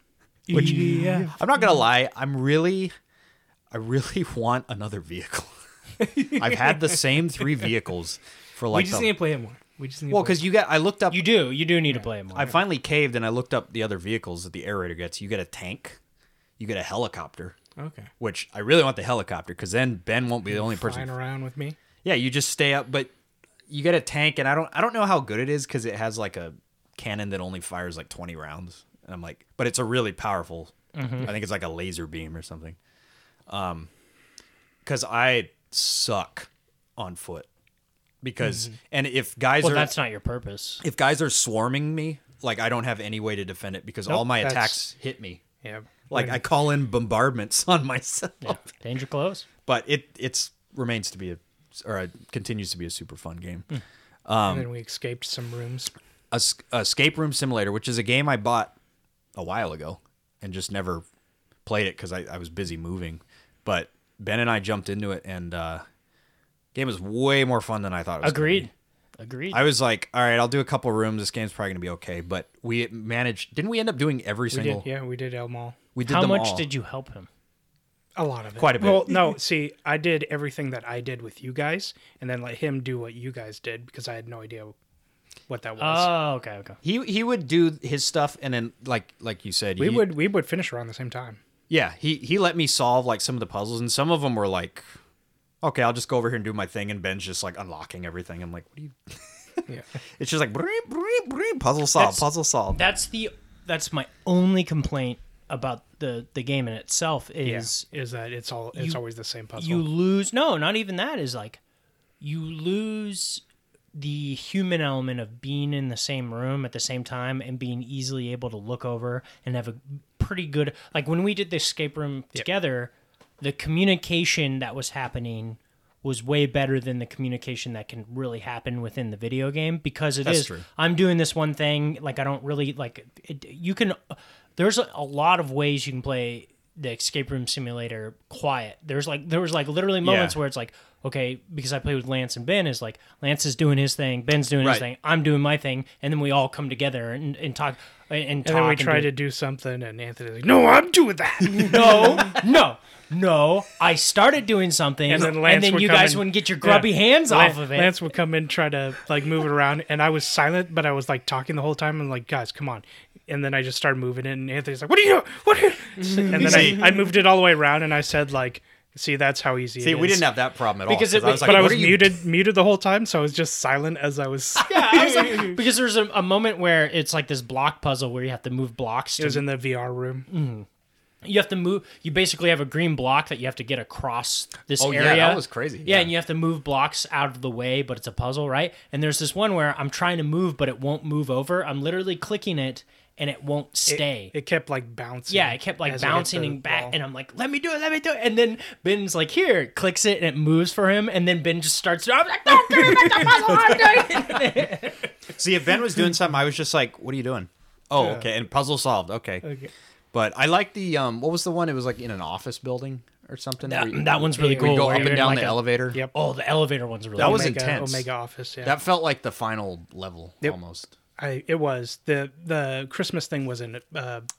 S2: Which, yeah.
S3: I'm not gonna lie. I'm really, I really want another vehicle. I've had the same three vehicles for
S2: We
S3: like
S2: just
S3: the,
S2: need to play it more. We just need to
S3: well,
S2: play
S3: because you got. I looked up.
S4: You do. You do need to play it more.
S3: I finally caved and I looked up the other vehicles that the aerator gets. You get a tank, you get a helicopter,
S2: it. okay.
S3: which I really want the helicopter because then Ben won't be the only person.
S1: Flying around with me.
S3: Yeah, you just stay up, but you get a tank, and I don't. I don't know how good it is because it has like a cannon that only fires like 20 rounds, and I'm like, but it's a really powerful.
S4: Mm-hmm.
S3: I think it's like a laser beam or something. Um, because I suck on foot. Because and if guys
S4: Mm-hmm. well,
S3: are
S4: that's not your purpose.
S3: if guys are swarming me, like I don't have any way to defend it because all my
S1: that's-
S3: attacks hit me.
S1: Yeah.
S3: Like I call in bombardments on myself,
S4: Yeah. Danger close.
S3: but it it's remains to be a or it continues to be a super fun game.
S4: Hmm.
S1: and then we escaped some rooms.
S3: a, s- escape room simulator, which is a game I bought a while ago and just never played it because I, I was busy moving. But Ben and I jumped into it, and uh, game was way more fun than I thought. it was gonna
S4: Agreed.
S3: be.
S4: Agreed.
S3: I was like, all right, I'll do a couple rooms. This game's probably gonna be okay. But we managed. Didn't we end up doing every
S1: We
S3: single?
S1: did. Yeah, we did El Mall.
S3: We did
S4: How
S3: them
S4: much
S3: all.
S4: did you help him?
S1: A lot of it.
S3: Quite a bit.
S1: Well, no, see, I did everything that I did with you guys and then let him do what you guys did because I had no idea what that was.
S4: Oh, okay, okay.
S3: He he would do his stuff, and then like like you said,
S1: we
S3: he-
S1: would we would finish around the same time.
S3: Yeah, he he let me solve like some of the puzzles, and some of them were like, okay, I'll just go over here and do my thing, and Ben's just like unlocking everything. I'm like, what are you?
S1: Yeah.
S3: It's just like "Bree, bree, bree," puzzle solved,
S4: That's-
S3: puzzle solved.
S4: That's the that's my only complaint about the the game in itself is
S1: yeah. is that it's all it's
S4: you-
S1: always the same puzzle.
S4: you lose no, not even that is like you lose the human element of being in the same room at the same time and being easily able to look over and have a pretty good like when we did the escape room together, the communication that was happening was way better than the communication that can really happen within the video game because it
S3: That's
S4: is-
S3: true.
S4: I'm doing this one thing like I don't really like it, you can there's a, a lot of ways you can play the escape room simulator quiet there's like there was like literally moments
S3: Yeah.
S4: where it's like okay because I play with Lance and Ben is like Lance is doing his thing Ben's doing his
S3: Right.
S4: thing I'm doing my thing and then we all come together and, and talk and,
S1: and
S4: and
S1: then we
S4: talk and
S1: try
S4: do-
S1: to do something and Anthony's like, No, I'm doing that.
S4: no, Oh, no, no. I started doing something, and then,
S1: would
S4: you
S1: come
S4: guys
S1: and-
S4: wouldn't get your grubby
S1: Yeah.
S4: hands
S1: Lan-
S4: off of it.
S1: Lance would come in, try to like move it around, and I was silent, but I was like talking the whole time. and like, guys, come on. And then I just started moving it, and Anthony's like, "What are you? doing? What?" Are you? doing?" And then I, I moved it all the way around, and I said, "Like, see, that's how easy."
S3: See,
S1: it
S3: we
S1: is.
S3: didn't have that problem at all.
S4: Because it
S3: 'cause I
S4: was-
S3: was like,
S1: but I
S3: "What
S1: was
S3: are you-"
S1: muted, muted the whole time, so I was just silent as I was.
S4: yeah, I was like, because there's a, a moment where it's like this block puzzle where you have to move blocks.
S1: It
S4: To,
S1: was in the VR room.
S4: you have to move. You basically have a green block that you have to get across this
S3: Oh, yeah,
S4: area.
S3: that was crazy.
S4: Yeah,
S3: Yeah.
S4: and you have to move blocks out of the way, but it's a puzzle, right? And there's this one where I'm trying to move, but it won't move over. I'm literally clicking it, and it won't stay.
S1: It kept like bouncing.
S4: Yeah, it kept like
S1: as I hit
S4: bouncing
S1: the
S4: and back,
S1: wall.
S4: and I'm like, "Let me do it, let me do it." And then Ben's like, "Here," clicks it, and it moves for him, and then Ben just starts. I'm like, "Don't give me that puzzle, I'm doing it."
S3: See, if Ben was doing something, I was just like, "What are you doing?" Oh, okay, and puzzle solved. Okay.
S1: Okay.
S3: But I like the um, what was the one? It was like in an office building or something.
S4: That,
S3: where you-
S4: "Ah, that one's really
S3: we
S4: cool.
S3: go
S4: where
S3: up
S4: you're in,
S3: and down
S4: like,
S3: the
S4: a-
S3: elevator.
S1: Yep.
S4: Oh, the elevator one's really.
S3: That was
S4: cool.
S1: Omega,
S3: intense.
S1: Omega Office. Yeah,
S3: That felt like the final level
S1: Yep.
S3: almost.
S1: I, it was the the Christmas thing was in uh,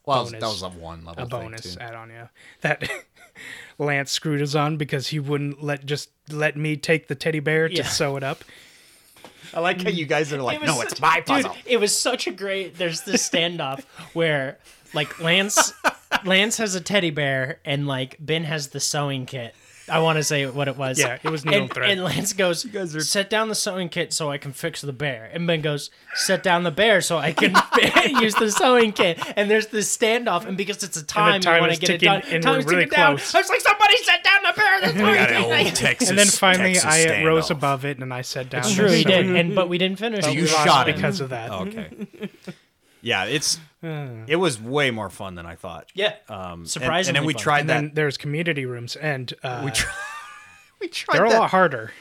S3: Well,
S1: bonus.
S3: that was a one level.
S1: a
S3: thing,
S1: bonus
S3: too.
S1: add on, yeah. That Lance screwed us on because he wouldn't let just let me take the teddy bear to
S4: Yeah.
S1: sew it up.
S3: I like how you guys are like,
S4: It was
S3: "No, it's
S4: such-
S3: my puzzle."
S4: Dude, it was such a great. There's this standoff where like Lance, Lance has a teddy bear, and like Ben has the sewing kit. I want to say what it was.
S1: Yeah, it was needle
S4: and,
S1: thread.
S4: and Lance goes,
S3: guys are-
S4: set down the sewing kit so I can fix the bear. And Ben goes, set down the bear so I can use the sewing kit. And there's this standoff, and because it's a time,
S1: time
S4: you want
S1: is
S4: to get it
S1: ticking,
S4: done.
S1: and
S4: Time
S1: we're
S4: is
S1: really
S4: ticking down.
S1: close.
S4: I was like, somebody set down the bear. The sewing kit thing."
S3: Texas,
S1: and then finally,
S3: Texas
S1: I
S3: standoff.
S1: rose above it and I sat down.
S4: True,
S1: and
S4: he
S1: so-
S4: did, and but we didn't finish.
S5: you
S4: We lost
S5: shot
S4: him.
S5: him.
S1: because of that.
S3: Oh, Okay. Yeah, it's it was way more fun than I thought.
S4: Yeah,
S3: Um, and-
S4: surprisingly.
S3: and, then we
S4: fun.
S3: tried
S1: And
S3: that.
S1: then there's community rooms, and uh,
S3: we, tr- we tried
S1: they're a
S3: that-
S1: lot harder.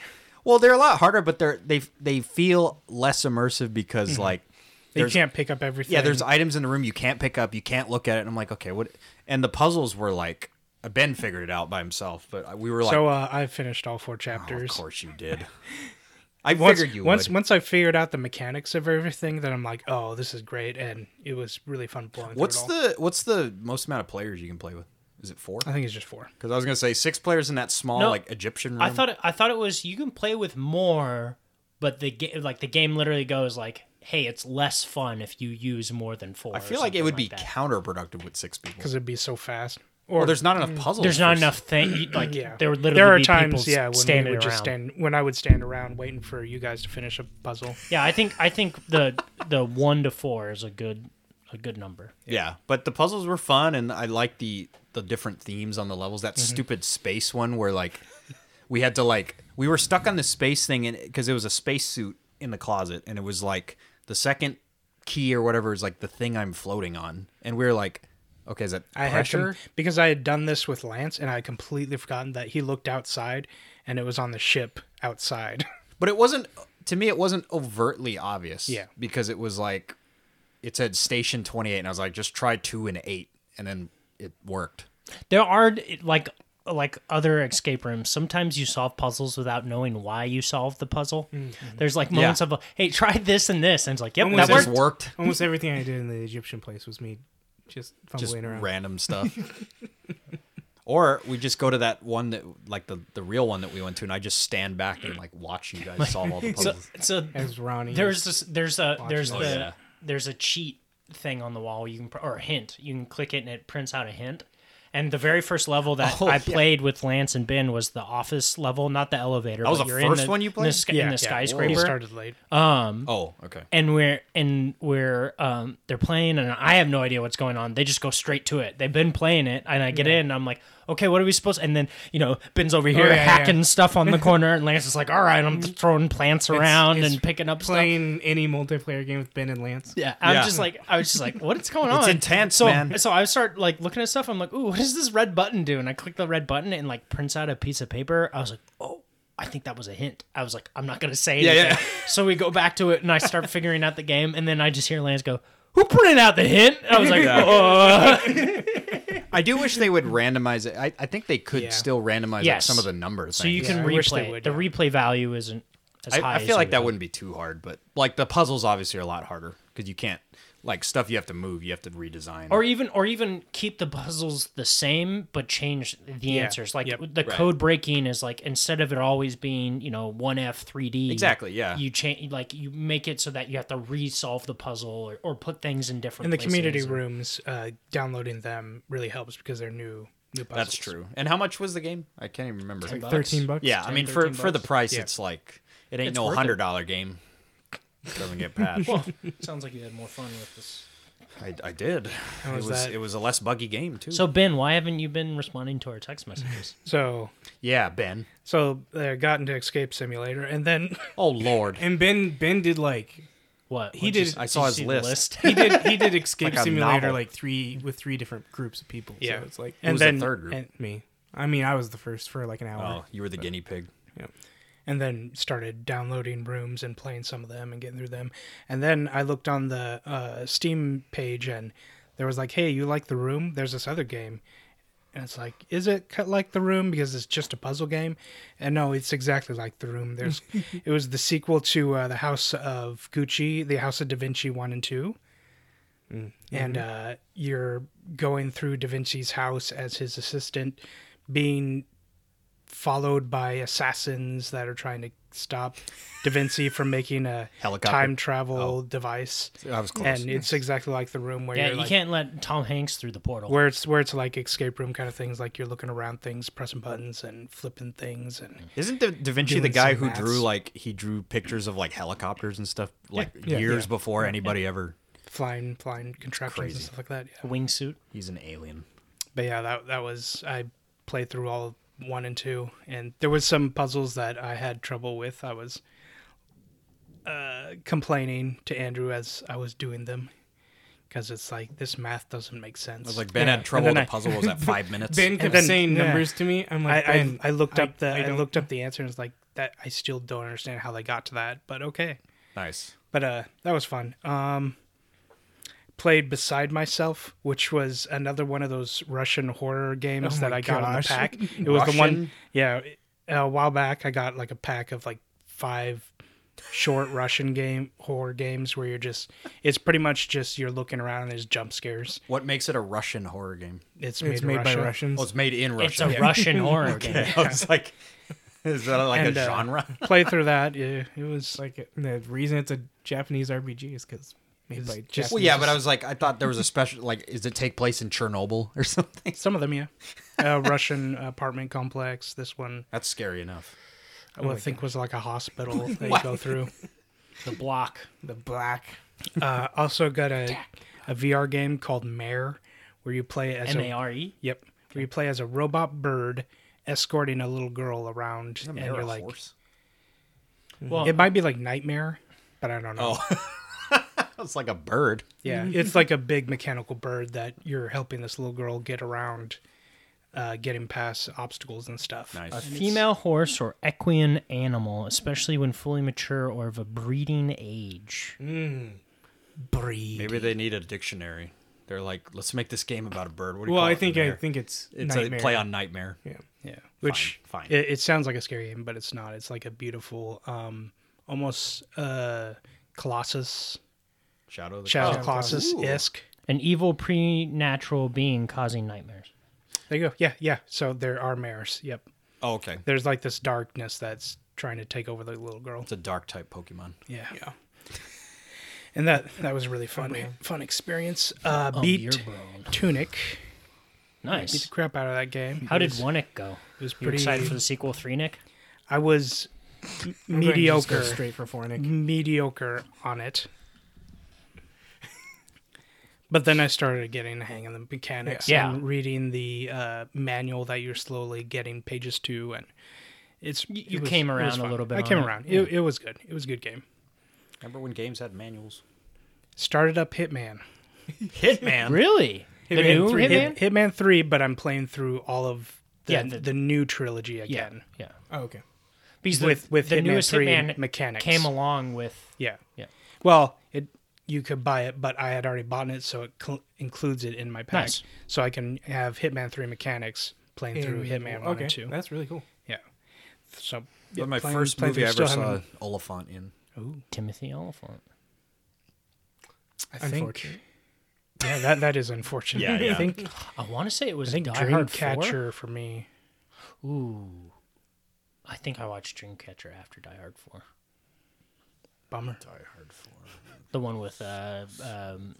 S3: Well, they're a lot harder, but they're they they feel less immersive because like
S1: You
S3: there's-
S1: Mm-hmm. can't pick up everything.
S3: yeah, there's items in the room you can't pick up, you can't look at it. And I'm like, okay, what? And the puzzles were like Ben figured it out by himself, but we were like,
S1: so uh, I finished all four
S3: "Oh, of
S1: chapters.
S3: course you did. I
S1: once
S3: figured you
S1: once
S3: would.
S1: once I figured out the mechanics of everything, then I'm like, oh, this is great, and it was really fun blowing.
S3: What's
S1: through it all.
S3: the what's the most amount of players you can play with? Is it four?
S1: I think it's just four.
S3: Because I was gonna say six players in that small
S4: No,
S3: like Egyptian room.
S4: I thought it, I thought it was you can play with more, but the ga- like the game literally goes like, hey, it's less fun if you use more than four.
S3: I feel like it would be counterproductive with six people.
S1: because it'd be so fast. Or
S3: Well, there's not
S1: Mm.
S3: enough puzzles.
S4: There's
S3: for
S4: not
S3: s-
S4: enough thing. you- Like
S1: yeah,
S4: there would literally
S1: there are
S4: be
S1: times
S4: people
S1: yeah when we would
S4: standing around.
S1: just stand when I would stand around waiting for you guys to finish a puzzle.
S4: Yeah, I think I think the the one to four is a good a good number.
S3: Yeah, but the puzzles were fun, and I liked the the different themes on the levels. That
S1: Mm-hmm.
S3: stupid space one where like we had to like we were stuck on the space thing, and because it was a space suit in the closet, and it was like the second key or whatever is like the thing I'm floating on, and we were like, okay, is that
S1: I had com-
S3: pressure?
S1: because I had done this with Lance, and I had completely forgotten that he looked outside, and it was on the ship outside.
S3: But it wasn't to me. It wasn't overtly obvious.
S1: Yeah.
S3: because it was like it said station twenty eight, and I was like, just try two and eight, and then it worked.
S4: There are like like other escape rooms. Sometimes you solve puzzles without knowing why you solved the puzzle.
S3: Mm-hmm.
S4: There's like moments of hey, try this and this, and it's like, yep,
S2: When was
S4: that
S2: this
S3: It
S4: worked. Oh,
S3: just worked.
S2: Almost everything I did in the Egyptian place was me just fumbling
S3: just
S2: around.
S3: random stuff. or we just go to that one that like the the real one that we went to, and I just stand back and like watch you guys solve all the
S4: So,
S3: puzzles.
S4: so
S2: as Ronnie.
S4: there's this there's a there's
S2: Oh,
S4: the
S3: yeah.
S4: there's a cheat thing on the wall you can pr- or a hint you can click it and it prints out a hint and the very first level that
S3: Oh,
S4: I
S3: yeah.
S4: played with Lance and Ben was the office level, not the elevator. That
S3: was the first one you
S4: In
S3: played?
S4: the, sky-
S1: Yeah,
S4: in
S1: yeah.
S4: the
S1: he
S4: skyscraper.
S1: started late.
S3: oh, okay.
S4: and we're and we're um they're playing and I have no idea what's going on. They just go straight to it. They've been playing it and I get in and I'm like, okay, what are we supposed and then, you know, Ben's over here
S2: Oh, yeah, yeah.
S4: hacking stuff on the corner and Lance is like, All right, I'm throwing plants around
S2: it's
S4: and picking up stuff.
S2: playing any multiplayer game with Ben and Lance.
S4: Yeah, I'm
S3: Yeah.
S4: just like, I was just like, what is going on?
S3: It's intense,
S4: so,
S3: man.
S4: So I start like looking at stuff. I'm like, ooh, what does this red button do? And I click the red button and like prints out a piece of paper. I was like, oh, I think that was a hint. I was like, I'm not gonna say
S3: Yeah,
S4: anything.
S3: yeah.
S4: So we go back to it and I start figuring out the game, and then I just hear Lance go, "Who printed out the hint?" I was like,
S3: Yeah.
S4: "Uh."
S3: I do wish they would randomize it. I, I think they could
S1: Yeah.
S3: still randomize like,
S4: Yes.
S3: some of the numbers.
S4: so you can
S1: I wish they
S4: replay. it.
S1: would,
S4: the
S1: yeah.
S4: replay value isn't as high.
S3: I, I
S4: as
S3: feel like
S4: it
S3: that
S4: would-
S3: wouldn't be too hard, but like the puzzles obviously are a lot harder because you can't like stuff you have to move, you have to redesign.
S4: or even or even keep the puzzles the same but change the answers like
S1: Yep.
S4: the code breaking is like instead of it always being you know 1f 3d
S3: Exactly, yeah.
S4: you change like you make it so that you have to resolve the puzzle or, or put things in different
S1: In the
S4: places
S1: community
S4: or-
S1: rooms, uh, downloading them really helps because they're new. New puzzles.
S3: that's true. And how much was the game? I can't even remember.
S4: Ten bucks.
S2: Thirteen bucks.
S3: yeah, I
S4: 10,
S3: mean for
S4: 13
S3: for the
S4: bucks.
S3: price,
S1: Yeah.
S3: it's like it ain't
S4: It's
S3: no
S4: worth it.
S3: hundred dollar game. Doesn't get patched.
S4: sounds like you had more fun with this
S3: I, I did. it
S1: was
S3: was
S1: that?
S3: it was a less buggy game too.
S4: so ben why haven't you been responding to our text messages
S1: So
S3: yeah, Ben.
S1: so I got into Escape Simulator, and then
S3: Oh Lord,
S2: And Ben Ben did like
S4: what
S2: He
S4: What'd
S2: did-
S4: you-
S3: I saw
S4: you
S3: his
S4: see the
S3: list.
S2: he did he did Escape
S3: Like a
S2: Simulator
S3: novel.
S2: like three with three different groups of people.
S1: yeah,
S2: so it's like
S1: and
S3: was the
S1: then
S3: third group?
S1: and,
S2: me. I mean, I was the first for like an hour.
S3: oh you were the guinea pig.
S1: and then started downloading rooms and playing some of them and getting through them. And then I looked on the uh, Steam page and there was like, "Hey, you like the room? There's this other game." And it's like, "Is it cut like the room because it's just a puzzle game?" And no, it's exactly like the room. There's it was the sequel to uh, the House of Gucci, the House of Da Vinci 1 and 2. And uh, you're going through Da Vinci's house as his assistant, being followed by assassins that are trying to stop Da Vinci from making a
S5: Helicopter.
S1: time travel device.
S5: I was close.
S1: And it's exactly like the room where
S4: Yeah,
S1: you're
S4: you
S1: like,
S4: can't let Tom Hanks through the portal.
S1: where it's where it's like escape room kind of things, like you're looking around things, pressing buttons and flipping things and
S3: Mm.
S5: Isn't Da, da Vinci the
S1: Doing
S5: guy
S1: some
S5: who
S1: maths.
S5: drew like he drew pictures of like helicopters and stuff like
S2: yeah,
S5: years
S2: yeah.
S5: before anybody ever?
S1: flying flying contraptions and
S5: Crazy.
S1: stuff like that. Yeah.
S4: Wingsuit.
S5: He's an alien.
S1: But yeah, that that was I played through all one and two, and there was some puzzles that I had trouble with. I was uh, complaining to Andrew as I was doing them because it's like this math doesn't make sense.
S3: I was like, Ben had trouble.
S1: then
S3: The
S1: I-
S3: puzzle was at five minutes.
S2: Ben kept
S1: then-
S2: saying
S1: yeah.
S2: numbers to me. I'm
S1: I,
S2: like,
S1: I,
S2: "Ben,
S1: I looked up the
S2: I
S1: I,
S2: don't-
S1: looked up the answer and it's like that. I still don't understand how they got to that, but okay.
S3: nice.
S1: But uh, that was fun. Um, played Beside Myself, which was another one of those Russian horror games
S2: Oh
S1: that
S2: my
S1: I got in the
S2: gosh.
S1: pack. It was
S5: Russian?
S1: the one, yeah. uh, A while back, I got like a pack of like five short Russian game horror games where you're just it's pretty much just you're looking around and there's jump scares.
S5: What makes it a Russian horror game?
S1: It's made,
S2: it's
S1: in
S2: made
S1: Russia.
S2: by Russians.
S5: Oh, it's made in Russia.
S4: It's a Russian horror game.
S5: I was like, is that like
S1: And,
S5: a
S1: uh,
S5: genre?
S1: Played through that. Yeah, it was
S2: like it- the reason it's a Japanese RPG is because made
S1: It's
S2: by
S1: just-
S2: just
S5: Well, yeah, but I was like, I thought there was a special like, is it take place in Chernobyl or something?
S1: some of them. Yeah, a Russian apartment complex. This one
S5: That's scary enough.
S2: Oh
S1: I would think was like a hospital they go through.
S4: The block.
S2: the black.
S1: Uh, also got a a VR game called Mare, where you play as
S4: M A
S1: a
S4: R E.
S1: yep, where you play as a robot bird escorting a little girl around, and
S5: Mare
S1: you're
S5: a
S1: like,
S5: horse?
S4: Well,
S1: it might be like Nightmare, but I don't
S5: Oh.
S1: know.
S5: It's like a bird.
S1: Yeah, it's like a big mechanical bird that you're helping this little girl get around, uh, getting past obstacles and stuff.
S5: Nice.
S4: A female horse or equine animal, especially when fully mature or of a breeding age.
S1: Mm.
S2: Breed.
S3: Maybe they need a dictionary. They're like, let's make this game about a bird. What do you
S2: well,
S3: call
S2: I
S3: it in
S2: think I
S3: there?
S2: think it's
S3: it's
S2: nightmare.
S3: a play on nightmare.
S2: Yeah.
S1: Yeah, which
S3: fine.
S1: It, it sounds like a scary game, but it's not. It's like a beautiful, um, almost uh, Colossus,
S3: Shadow of the
S4: oh,
S1: Shadow
S3: Colossus.
S1: Colossus
S3: Ooh.
S1: esque.
S4: An evil preternatural being causing nightmares.
S1: There you go. Yeah, yeah. So there are mares. Yep.
S3: Oh, okay.
S1: There's like this darkness that's trying to take over the little girl.
S3: It's a dark type Pokemon.
S1: Yeah. Yeah. And that that was a really fun fun experience. Uh, beat
S4: Oh, you're bro.
S1: Tunic. Beat the
S4: Nice.
S1: crap out of that game.
S4: How
S1: It
S4: did
S1: was-
S4: One Nick go?
S1: It was
S4: You
S1: pretty.
S4: excited for the sequel, Three Nick?
S1: I was m-
S2: I'm going to just go
S1: mediocre. Mm-hmm.
S2: straight for Fornic.
S1: mediocre on it. But then I started getting the hang of the mechanics
S4: Yeah.
S1: and reading the uh, manual that you're slowly getting pages to, and it's
S4: Y-
S1: it
S4: you came
S1: it
S4: around a
S1: fun.
S4: little bit
S1: I
S4: on
S1: came
S4: it.
S1: around. It, it was good. It was a good game.
S3: Remember when games had manuals?
S1: Started up Hitman.
S3: Hitman.
S4: Really? The
S2: Hitman
S4: new
S2: three.
S4: Hitman?
S1: Um, Hit, Hitman Three, but I'm playing through all of the
S4: Yeah,
S1: the,
S4: the-
S1: new trilogy
S4: Yeah.
S1: again
S4: Yeah.
S2: Oh, okay.
S4: Because
S1: with with
S4: the
S1: Hitman
S4: newest
S1: Three
S4: Hitman
S1: mechanics
S4: came along with.
S1: Yeah.
S4: Yeah.
S1: Well, it you could buy it, but I had already bought it, so it cl- includes it in my pack.
S4: Nice.
S1: So I can have Hitman Three mechanics playing through
S2: And-
S1: Hitman One
S2: okay,
S1: and Two.
S2: That's really cool.
S1: Yeah. So yeah,
S5: But my
S1: playing-
S5: first
S1: playing
S5: movie
S1: through-
S5: I ever
S1: still
S5: saw
S1: haven't-
S5: Oliphant in.
S4: Timothy Oliphant.
S1: I think.
S2: Unfortunate.
S1: Yeah, that that is unfortunate.
S3: Yeah, yeah.
S1: I think
S4: I want to say it was
S1: I think
S4: Die Hard
S1: Dreamcatcher for me.
S4: 4. Ooh. I think I watched Dreamcatcher after Die Hard 4.
S1: Bummer.
S4: The one with uh, um,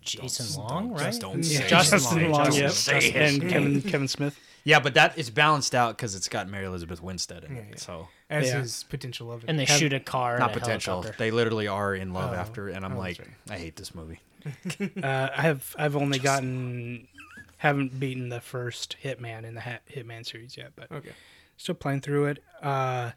S4: Jason Long, right?
S5: Just don't
S1: Yeah,
S5: say.
S4: Justin
S5: it.
S4: Long,
S5: Just
S1: yeah.
S5: don't say it.
S1: and Kevin Kevin Smith.
S3: Yeah, but that is balanced out because it's got Mary Elizabeth Winstead in it.
S2: Yeah, yeah.
S3: So
S2: As
S1: Yeah.
S2: his potential of it.
S4: And they shoot a car.
S5: Not
S4: and a
S5: potential.
S4: helicopter.
S5: They literally are in love
S2: Oh.
S5: after, and I'm
S2: Oh,
S5: like,
S2: that's right.
S5: I hate this movie.
S1: Uh, I have I've only gotten haven't beaten the first Hitman in the ha- Hitman series yet, but
S2: okay.
S1: still playing through it. Uh,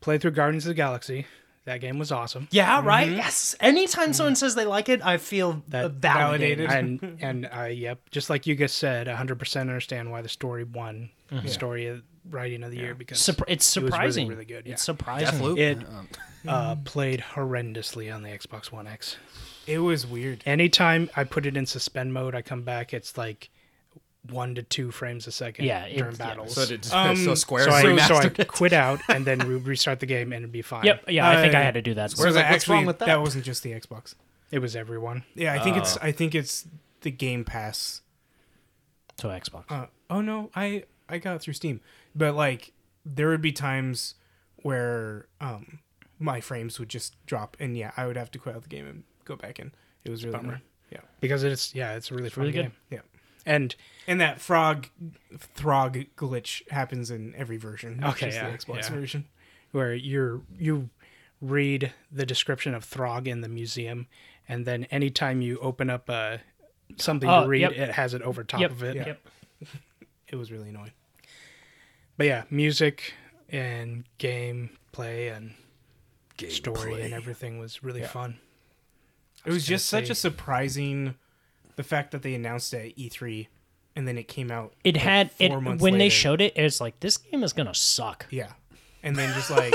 S1: played through Guardians of the Galaxy. That game was awesome.
S4: Yeah, right? Yes. Anytime someone says they like it, I feel
S1: That-
S4: uh, validated.
S2: validated.
S1: And and I yep, just like you guys said, 100% understand why the story won the story of writing of the year because
S4: Mm-hmm. Surpri- it's
S1: really,
S4: surprising.
S1: really good,
S4: It's
S1: yeah.
S4: surprising.
S1: it
S5: um,
S1: uh, played horrendously on the Xbox One X.
S2: It was weird.
S1: Anytime I put it in suspend mode, I come back, it's like one to two frames a second
S4: Yeah, it-
S1: during
S4: yeah.
S1: battles.
S5: So, did,
S2: Um,
S5: so Square's
S1: So I, so I
S5: remastered it.
S1: quit out and then re- restart the game and it'd be fine.
S4: Yep. Yeah, I think I
S2: Uh,
S4: had to do that.
S2: So
S5: like, what's
S2: actually,
S5: wrong with that?
S2: wasn't just the Xbox.
S1: It was everyone.
S2: Yeah, I think it's I think it's the Game Pass.
S4: to Xbox.
S2: Uh, oh no, I I got it through Steam, but like there would be times where um my frames would just drop, and yeah, I would have to quit out the game and go back in. It was really
S1: Bummer.
S2: annoying. yeah,
S1: because it's yeah, it's a really fun
S4: really good.
S1: game.
S2: yeah.
S1: And
S2: And that frog throg glitch happens in every version, not
S1: Okay,
S2: just
S1: yeah,
S2: the Xbox
S1: yeah.
S2: version.
S1: where you're you read the description of Throg in the museum, and then anytime you open up a something
S4: Oh,
S1: to read,
S4: yep.
S1: it has it over top
S4: Yep.
S1: of it.
S4: Yep.
S2: It was really annoying.
S1: But yeah, music and gameplay and story and everything was really fun.
S2: It was
S1: gonna
S2: just such a surprising, the fact that they announced it at E3, and then it came out.
S4: It
S2: like,
S4: had it
S2: four
S4: when
S2: months
S4: they
S2: later.
S4: showed it. It was like this game is gonna suck.
S2: Yeah, and then just like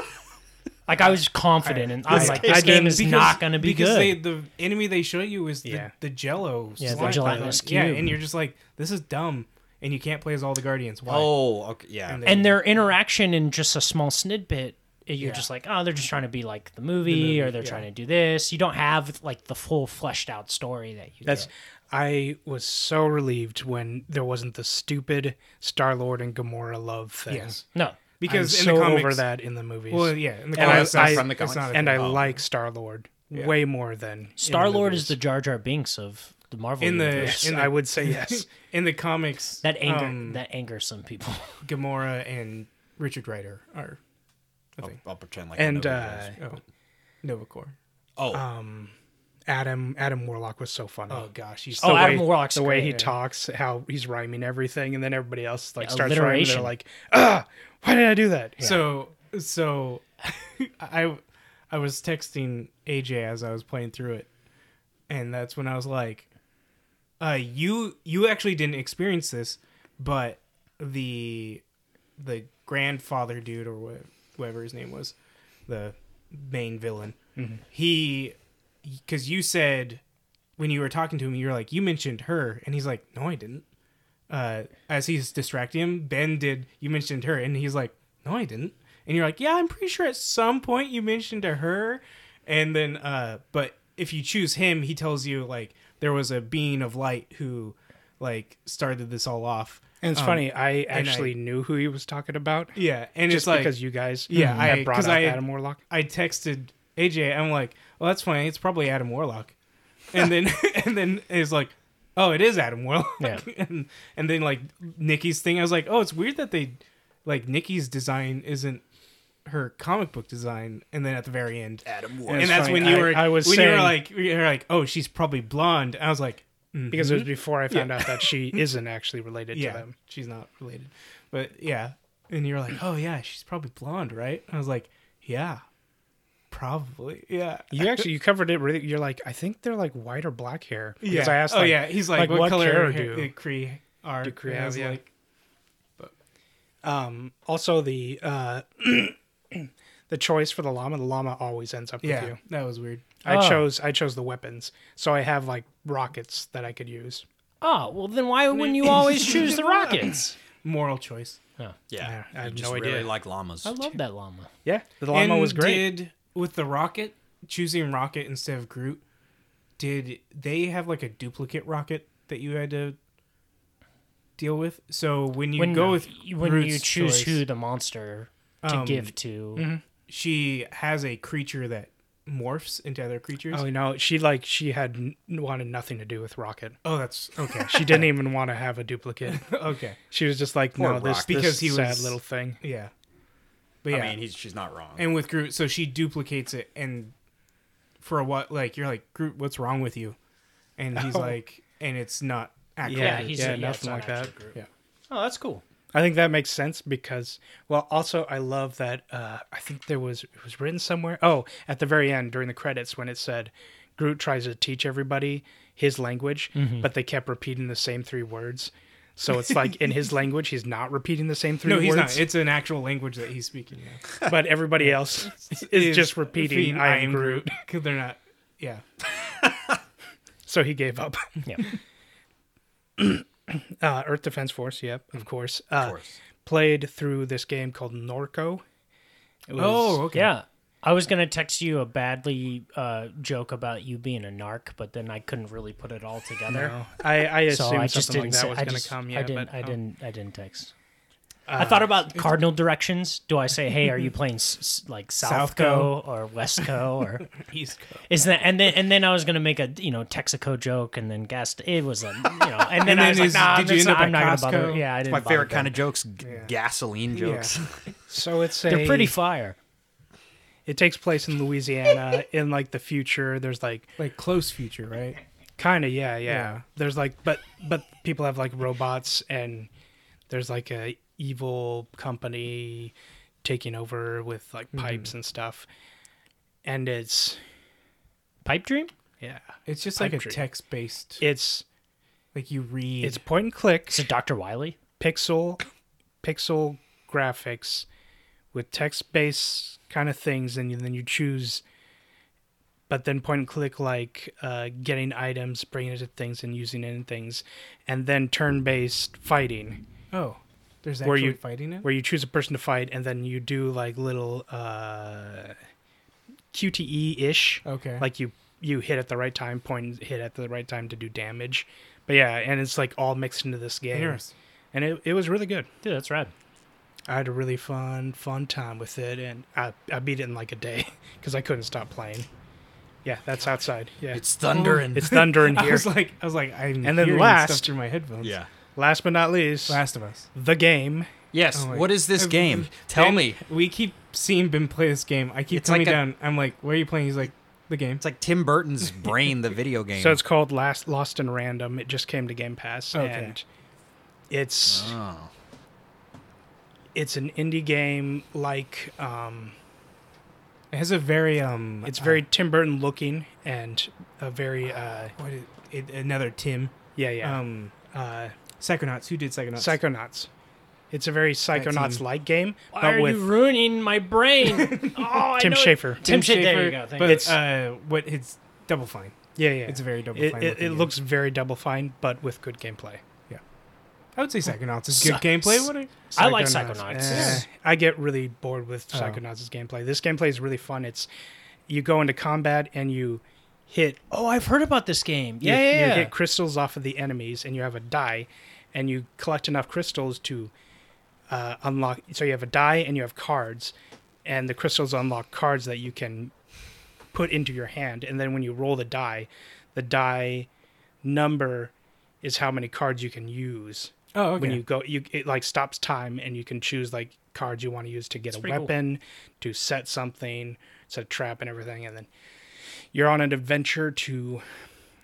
S4: Like I was confident, and I was
S2: I-
S4: like,
S1: I
S4: this game
S1: didn't-
S4: is
S2: because-
S4: not gonna be
S2: because
S4: good.
S2: They, the enemy they show you is the,
S1: Yeah.
S2: the Jello.
S4: Yeah, the
S2: slime
S4: gelatinous
S2: thing. Yeah,
S4: cube.
S2: and you're just like, this is dumb, and you can't play as all the Guardians. Why?
S3: Oh, okay, yeah.
S2: And
S4: and their interaction in just a small snippet you're
S2: Yeah.
S4: just like oh they're just trying to be like the movie,
S2: movie,
S4: or they're
S2: yeah.
S4: trying to do this you don't have like the full fleshed out story that you
S1: That's
S4: get.
S1: I was so relieved when there wasn't the stupid Star Lord and Gamora love thing.
S2: yes,
S4: no
S2: because
S1: I'm
S2: in
S1: so
S2: the comics,
S1: over that in the movies.
S2: Well, yeah, in the
S1: And I-
S2: comics, that's-
S1: I-
S5: from the
S2: it's not
S5: comics.
S2: a
S1: and
S2: thing.
S1: I like Star Lord
S2: Yeah.
S1: way more than in the
S4: star lord is the
S1: movies.
S4: jar jar binks of the marvel
S2: In the-
S4: universe.
S1: Yes,
S2: in
S1: I would say yes.
S2: in the comics
S4: that anger
S2: um,
S4: that angers some people
S2: Gamora and Richard Rider are
S3: I'll, I'll pretend like I
S1: and
S3: know who
S1: uh,
S3: it is.
S2: oh, Nova Corps.
S3: oh,
S1: Adam Adam Warlock was so funny.
S2: Oh gosh, he's
S4: Oh,
S1: The
S4: Adam
S1: way-
S4: Warlock's
S1: the way he
S4: great.
S1: talks, how he's rhyming everything, and then everybody else like
S4: Yeah,
S1: starts rhyming. They're
S4: alliteration.
S1: like, "Ah, why did I do that?"
S2: So so I I was texting AJ as I was playing through it. And that's when I was like uh you you actually didn't experience this, but the the grandfather dude or wha- whatever his name was, the main villain.
S1: Mm-hmm.
S2: He cuz you said when you were talking to him, you were like, "You mentioned her," and he's like, "No, I didn't." Uh, as he's distracting him, Ben did. You mentioned her, and he's like, "No, I didn't." And you're like, "Yeah, I'm pretty sure at some point you mentioned to her." And then, uh, but if you choose him, he tells you like there was a being of light who, like, started this all off.
S1: And it's
S2: Um,
S1: funny, I
S2: and I-
S1: actually knew who he was talking about.
S2: Yeah, and
S1: just
S2: it's like
S1: because you guys
S2: Yeah,
S1: had
S2: I-
S1: brought
S2: 'cause
S1: up
S2: I-
S1: Adam Warlock.
S2: I texted AJ. I'm like, well, that's funny. It's probably Adam Warlock. And then and then it's like, oh, it is Adam Warlock.
S4: Yeah.
S2: and, and then like Nikki's thing, I was like, oh, it's weird that they like Nikki's design isn't her comic book design. And then at the very end,
S3: Adam
S2: and,
S3: Warlock.
S1: it's
S2: that's
S1: funny,
S2: when you
S1: I-
S2: were
S1: I was
S2: when you were
S1: saying-
S2: like you were like, oh, she's probably blonde. I was like, mm,
S1: Because it was before I found out that she isn't actually related to
S2: yeah,
S1: them.
S2: she's not related, but yeah. And you're like, oh yeah, she's probably blonde, right? I was like, yeah, probably, yeah.
S1: You actually you covered it really. You're like, I think they're like white or black hair.
S2: Yeah.
S1: Because I asked,
S2: oh
S1: like,
S2: yeah. He's like,
S1: like,
S2: what,
S1: what
S2: color
S1: Kara
S2: do
S1: do-
S2: the Kree are?
S1: do Kree
S2: And I was
S1: have, yeah.
S2: like,
S1: Um, also the uh, the choice for the llama. The llama always ends up
S2: yeah,
S1: with you.
S2: that was weird.
S1: I
S4: Oh.
S1: chose I chose the weapons, so I have like rockets that I could use.
S4: oh well then why wouldn't you always choose the rockets
S2: Moral choice.
S3: yeah,
S1: I- I have
S3: You just
S1: no
S3: really
S1: idea.
S3: like llamas.
S4: i love that llama
S1: Yeah, the llama
S2: And
S1: was great.
S2: Did with the rocket choosing rocket instead of Groot? Did they have like a duplicate rocket that you had to deal with? So when you
S4: when
S2: go with
S4: when you
S2: Groot's
S4: choose
S2: choice,
S4: who the monster to
S2: Um,
S4: give to
S2: she has a creature that morphs into other creatures.
S1: Oh no, she like she had n- wanted nothing to do with rocket.
S2: oh that's okay.
S1: She didn't even want to have a duplicate.
S2: okay,
S1: She was just like,
S3: Poor
S1: no, this
S3: Rocket.
S1: because
S2: Because
S1: he
S2: he
S1: sad
S2: was-
S1: little thing.
S2: yeah. But
S3: I mean, he's, she's not wrong.
S2: and with Groot, so she duplicates it, and for a what, like you're like Groot, what's wrong with you? And he's
S1: Oh.
S2: like, and it's not accurate.
S1: Yeah,
S4: yeah he's
S1: yeah,
S4: yeah, it's
S1: nothing
S4: not
S1: like that.
S4: actually Groot.
S2: Yeah.
S4: oh that's cool
S1: I think that makes sense because well also I love that uh I think there was it was written somewhere. Oh, at the very end during the credits when it said Groot tries to teach everybody his language, but they kept repeating the same three words. So it's like in his language he's not repeating the same three
S2: No,
S1: words.
S2: he's not. It's an actual language that he's speaking. Now.
S1: but everybody else is just repeating I am Groot.
S2: Because they're not. Yeah.
S1: So he gave up.
S4: yeah
S1: Uh, Earth Defense Force, yep,
S4: Mm.
S1: of course. Uh, of
S3: course.
S1: Played through this game called Norco. It was-
S2: Oh, okay.
S4: Yeah. I was gonna text you a badly uh, joke about you being a narc, but then I couldn't really put it all together.
S1: No, I, I assumed
S4: so I just
S1: something like
S4: didn't.
S1: that
S4: say-
S1: was
S4: I
S1: going to
S4: just-
S1: come.
S4: I
S1: Yeah,
S4: didn't.
S1: but
S4: I
S1: oh.
S4: didn't. I didn't text. I thought about cardinal directions. Do I say, "Hey, are you playing s- s- like
S2: South
S4: South Co or West Co or
S2: East Coast.
S4: is that?" And then and then I was gonna make a you know Texaco joke, and then gassed. It was a you know, and
S2: And
S4: then I
S2: then
S4: was
S2: is-
S4: like, "Nah,
S2: did
S4: that's
S2: you end
S4: not-
S2: up
S4: I'm
S2: at
S4: not gonna bother."
S2: Costco?
S4: Yeah, I didn't.
S5: my
S4: bother
S5: favorite
S4: them.
S5: kind of jokes, g- gasoline jokes.
S1: So it's a
S4: They're pretty fire.
S1: it takes place in Louisiana in like the future. There's like
S2: Like close future, right?
S1: kind of yeah, yeah
S2: Yeah.
S1: There's like but but people have like robots and there's like a evil company taking over with like
S4: Mm-hmm.
S1: pipes and stuff. And it's
S4: Pipe dream.
S1: yeah,
S2: It's just like a
S1: Country.
S2: text based.
S1: it's
S2: Like you read.
S1: it's point and click
S4: Is it Doctor Wiley?
S1: pixel pixel graphics with text based kind of things and then you choose but then point and click like uh, getting items bringing it to things and using it in things and then turn based fighting
S2: oh, there's
S1: Were
S2: actually
S1: you-
S2: fighting it.
S1: where you choose a person to fight and then you do like little uh, qte-ish
S2: Okay.
S1: like you you hit at the right time point and hit at the right time to do damage but yeah and it's like all mixed into this game
S2: Interesting.
S1: and it, it was really good
S4: Dude, that's rad.
S1: I had a really fun, fun time with it, and I, I beat it in like a day because I couldn't stop playing. Yeah, that's outside. Yeah, it's,
S5: It's thundering.
S1: thundering
S2: I
S1: here.
S2: was like, I was like, I'm
S1: then
S2: hearing
S1: last-
S2: stuff through my headphones.
S3: Yeah.
S1: Last but not least,
S2: Last of Us.
S1: the game.
S5: yes.
S2: Oh my-
S5: what is this
S2: Uh,
S5: game? Tell
S2: Ben,
S5: me.
S2: We keep seeing Ben play this game. I keep
S5: It's
S2: coming
S5: like a-
S2: down. I'm like, where are you playing? He's like, the game.
S5: It's like Tim Burton's brain, the video game.
S1: So it's called Last Lost in Random. It just came to Game Pass,
S2: Okay.
S1: and it's
S3: Uh.
S5: Oh.
S1: it's an indie game. Like, um,
S2: It has a very um.
S1: it's
S2: uh,
S1: very Tim Burton looking, and a very uh,
S2: what is, it, another Tim.
S1: yeah, yeah,
S2: Um,
S1: uh,
S2: Psychonauts. Who did Psychonauts?
S1: Psychonauts. It's a very Psychonauts like game,
S4: Why
S1: but
S4: are
S1: with
S4: you ruining my brain? oh, I
S1: Tim
S4: know-
S1: Schafer.
S4: Tim, Schafer. There
S2: Schafer,
S4: you go. Thank
S2: but
S4: you.
S1: It's-
S2: uh, what it's Double Fine.
S1: Yeah, yeah.
S2: It's a very Double
S1: It,
S2: Fine.
S1: it,
S2: looking
S1: it
S2: game.
S1: looks very double fine, but with good gameplay.
S2: I would say Psychonauts is good
S4: Sucks.
S2: gameplay. What? Are,
S4: I like Psychonauts.
S1: Eh, I get really bored with
S4: Oh.
S1: Psychonauts' gameplay. This gameplay is really fun. It's you go into combat and you hit
S4: Oh, I've heard about this game.
S1: you-
S4: Yeah, yeah,
S1: you
S4: yeah.
S1: hit crystals off of the enemies and you have a die and you collect enough crystals to uh, unlock so you have a die and you have cards and the crystals unlock cards that you can put into your hand and then when you roll the die the die number is how many cards you can use
S2: oh, okay.
S1: when you go you it like stops time and you can choose like cards you want to use to get a
S4: pretty cool.
S1: weapon to set something set a trap and everything and then you're on an adventure to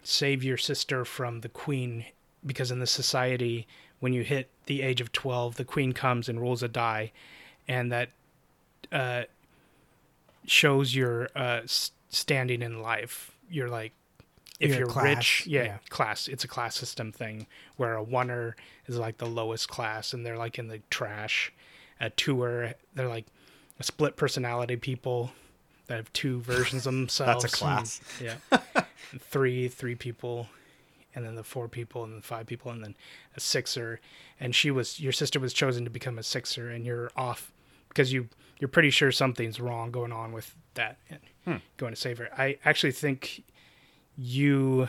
S1: save your sister from the queen because in the society when you hit the age of 12 the queen comes and rolls a die and that uh shows your uh s- standing in life you're like if
S2: Your
S1: you're
S2: class,
S1: rich yeah,
S2: yeah.
S1: class it's a class system thing where a oneer is like the lowest class and they're like in the trash a twoer they're like a split personality people that have two versions of themselves
S3: That's a class.
S1: yeah three three people and then the four people and then five people and then a sixer and she was your sister was chosen to become a sixer and you're off because you you're pretty sure something's wrong going on with that and going to save her i actually think you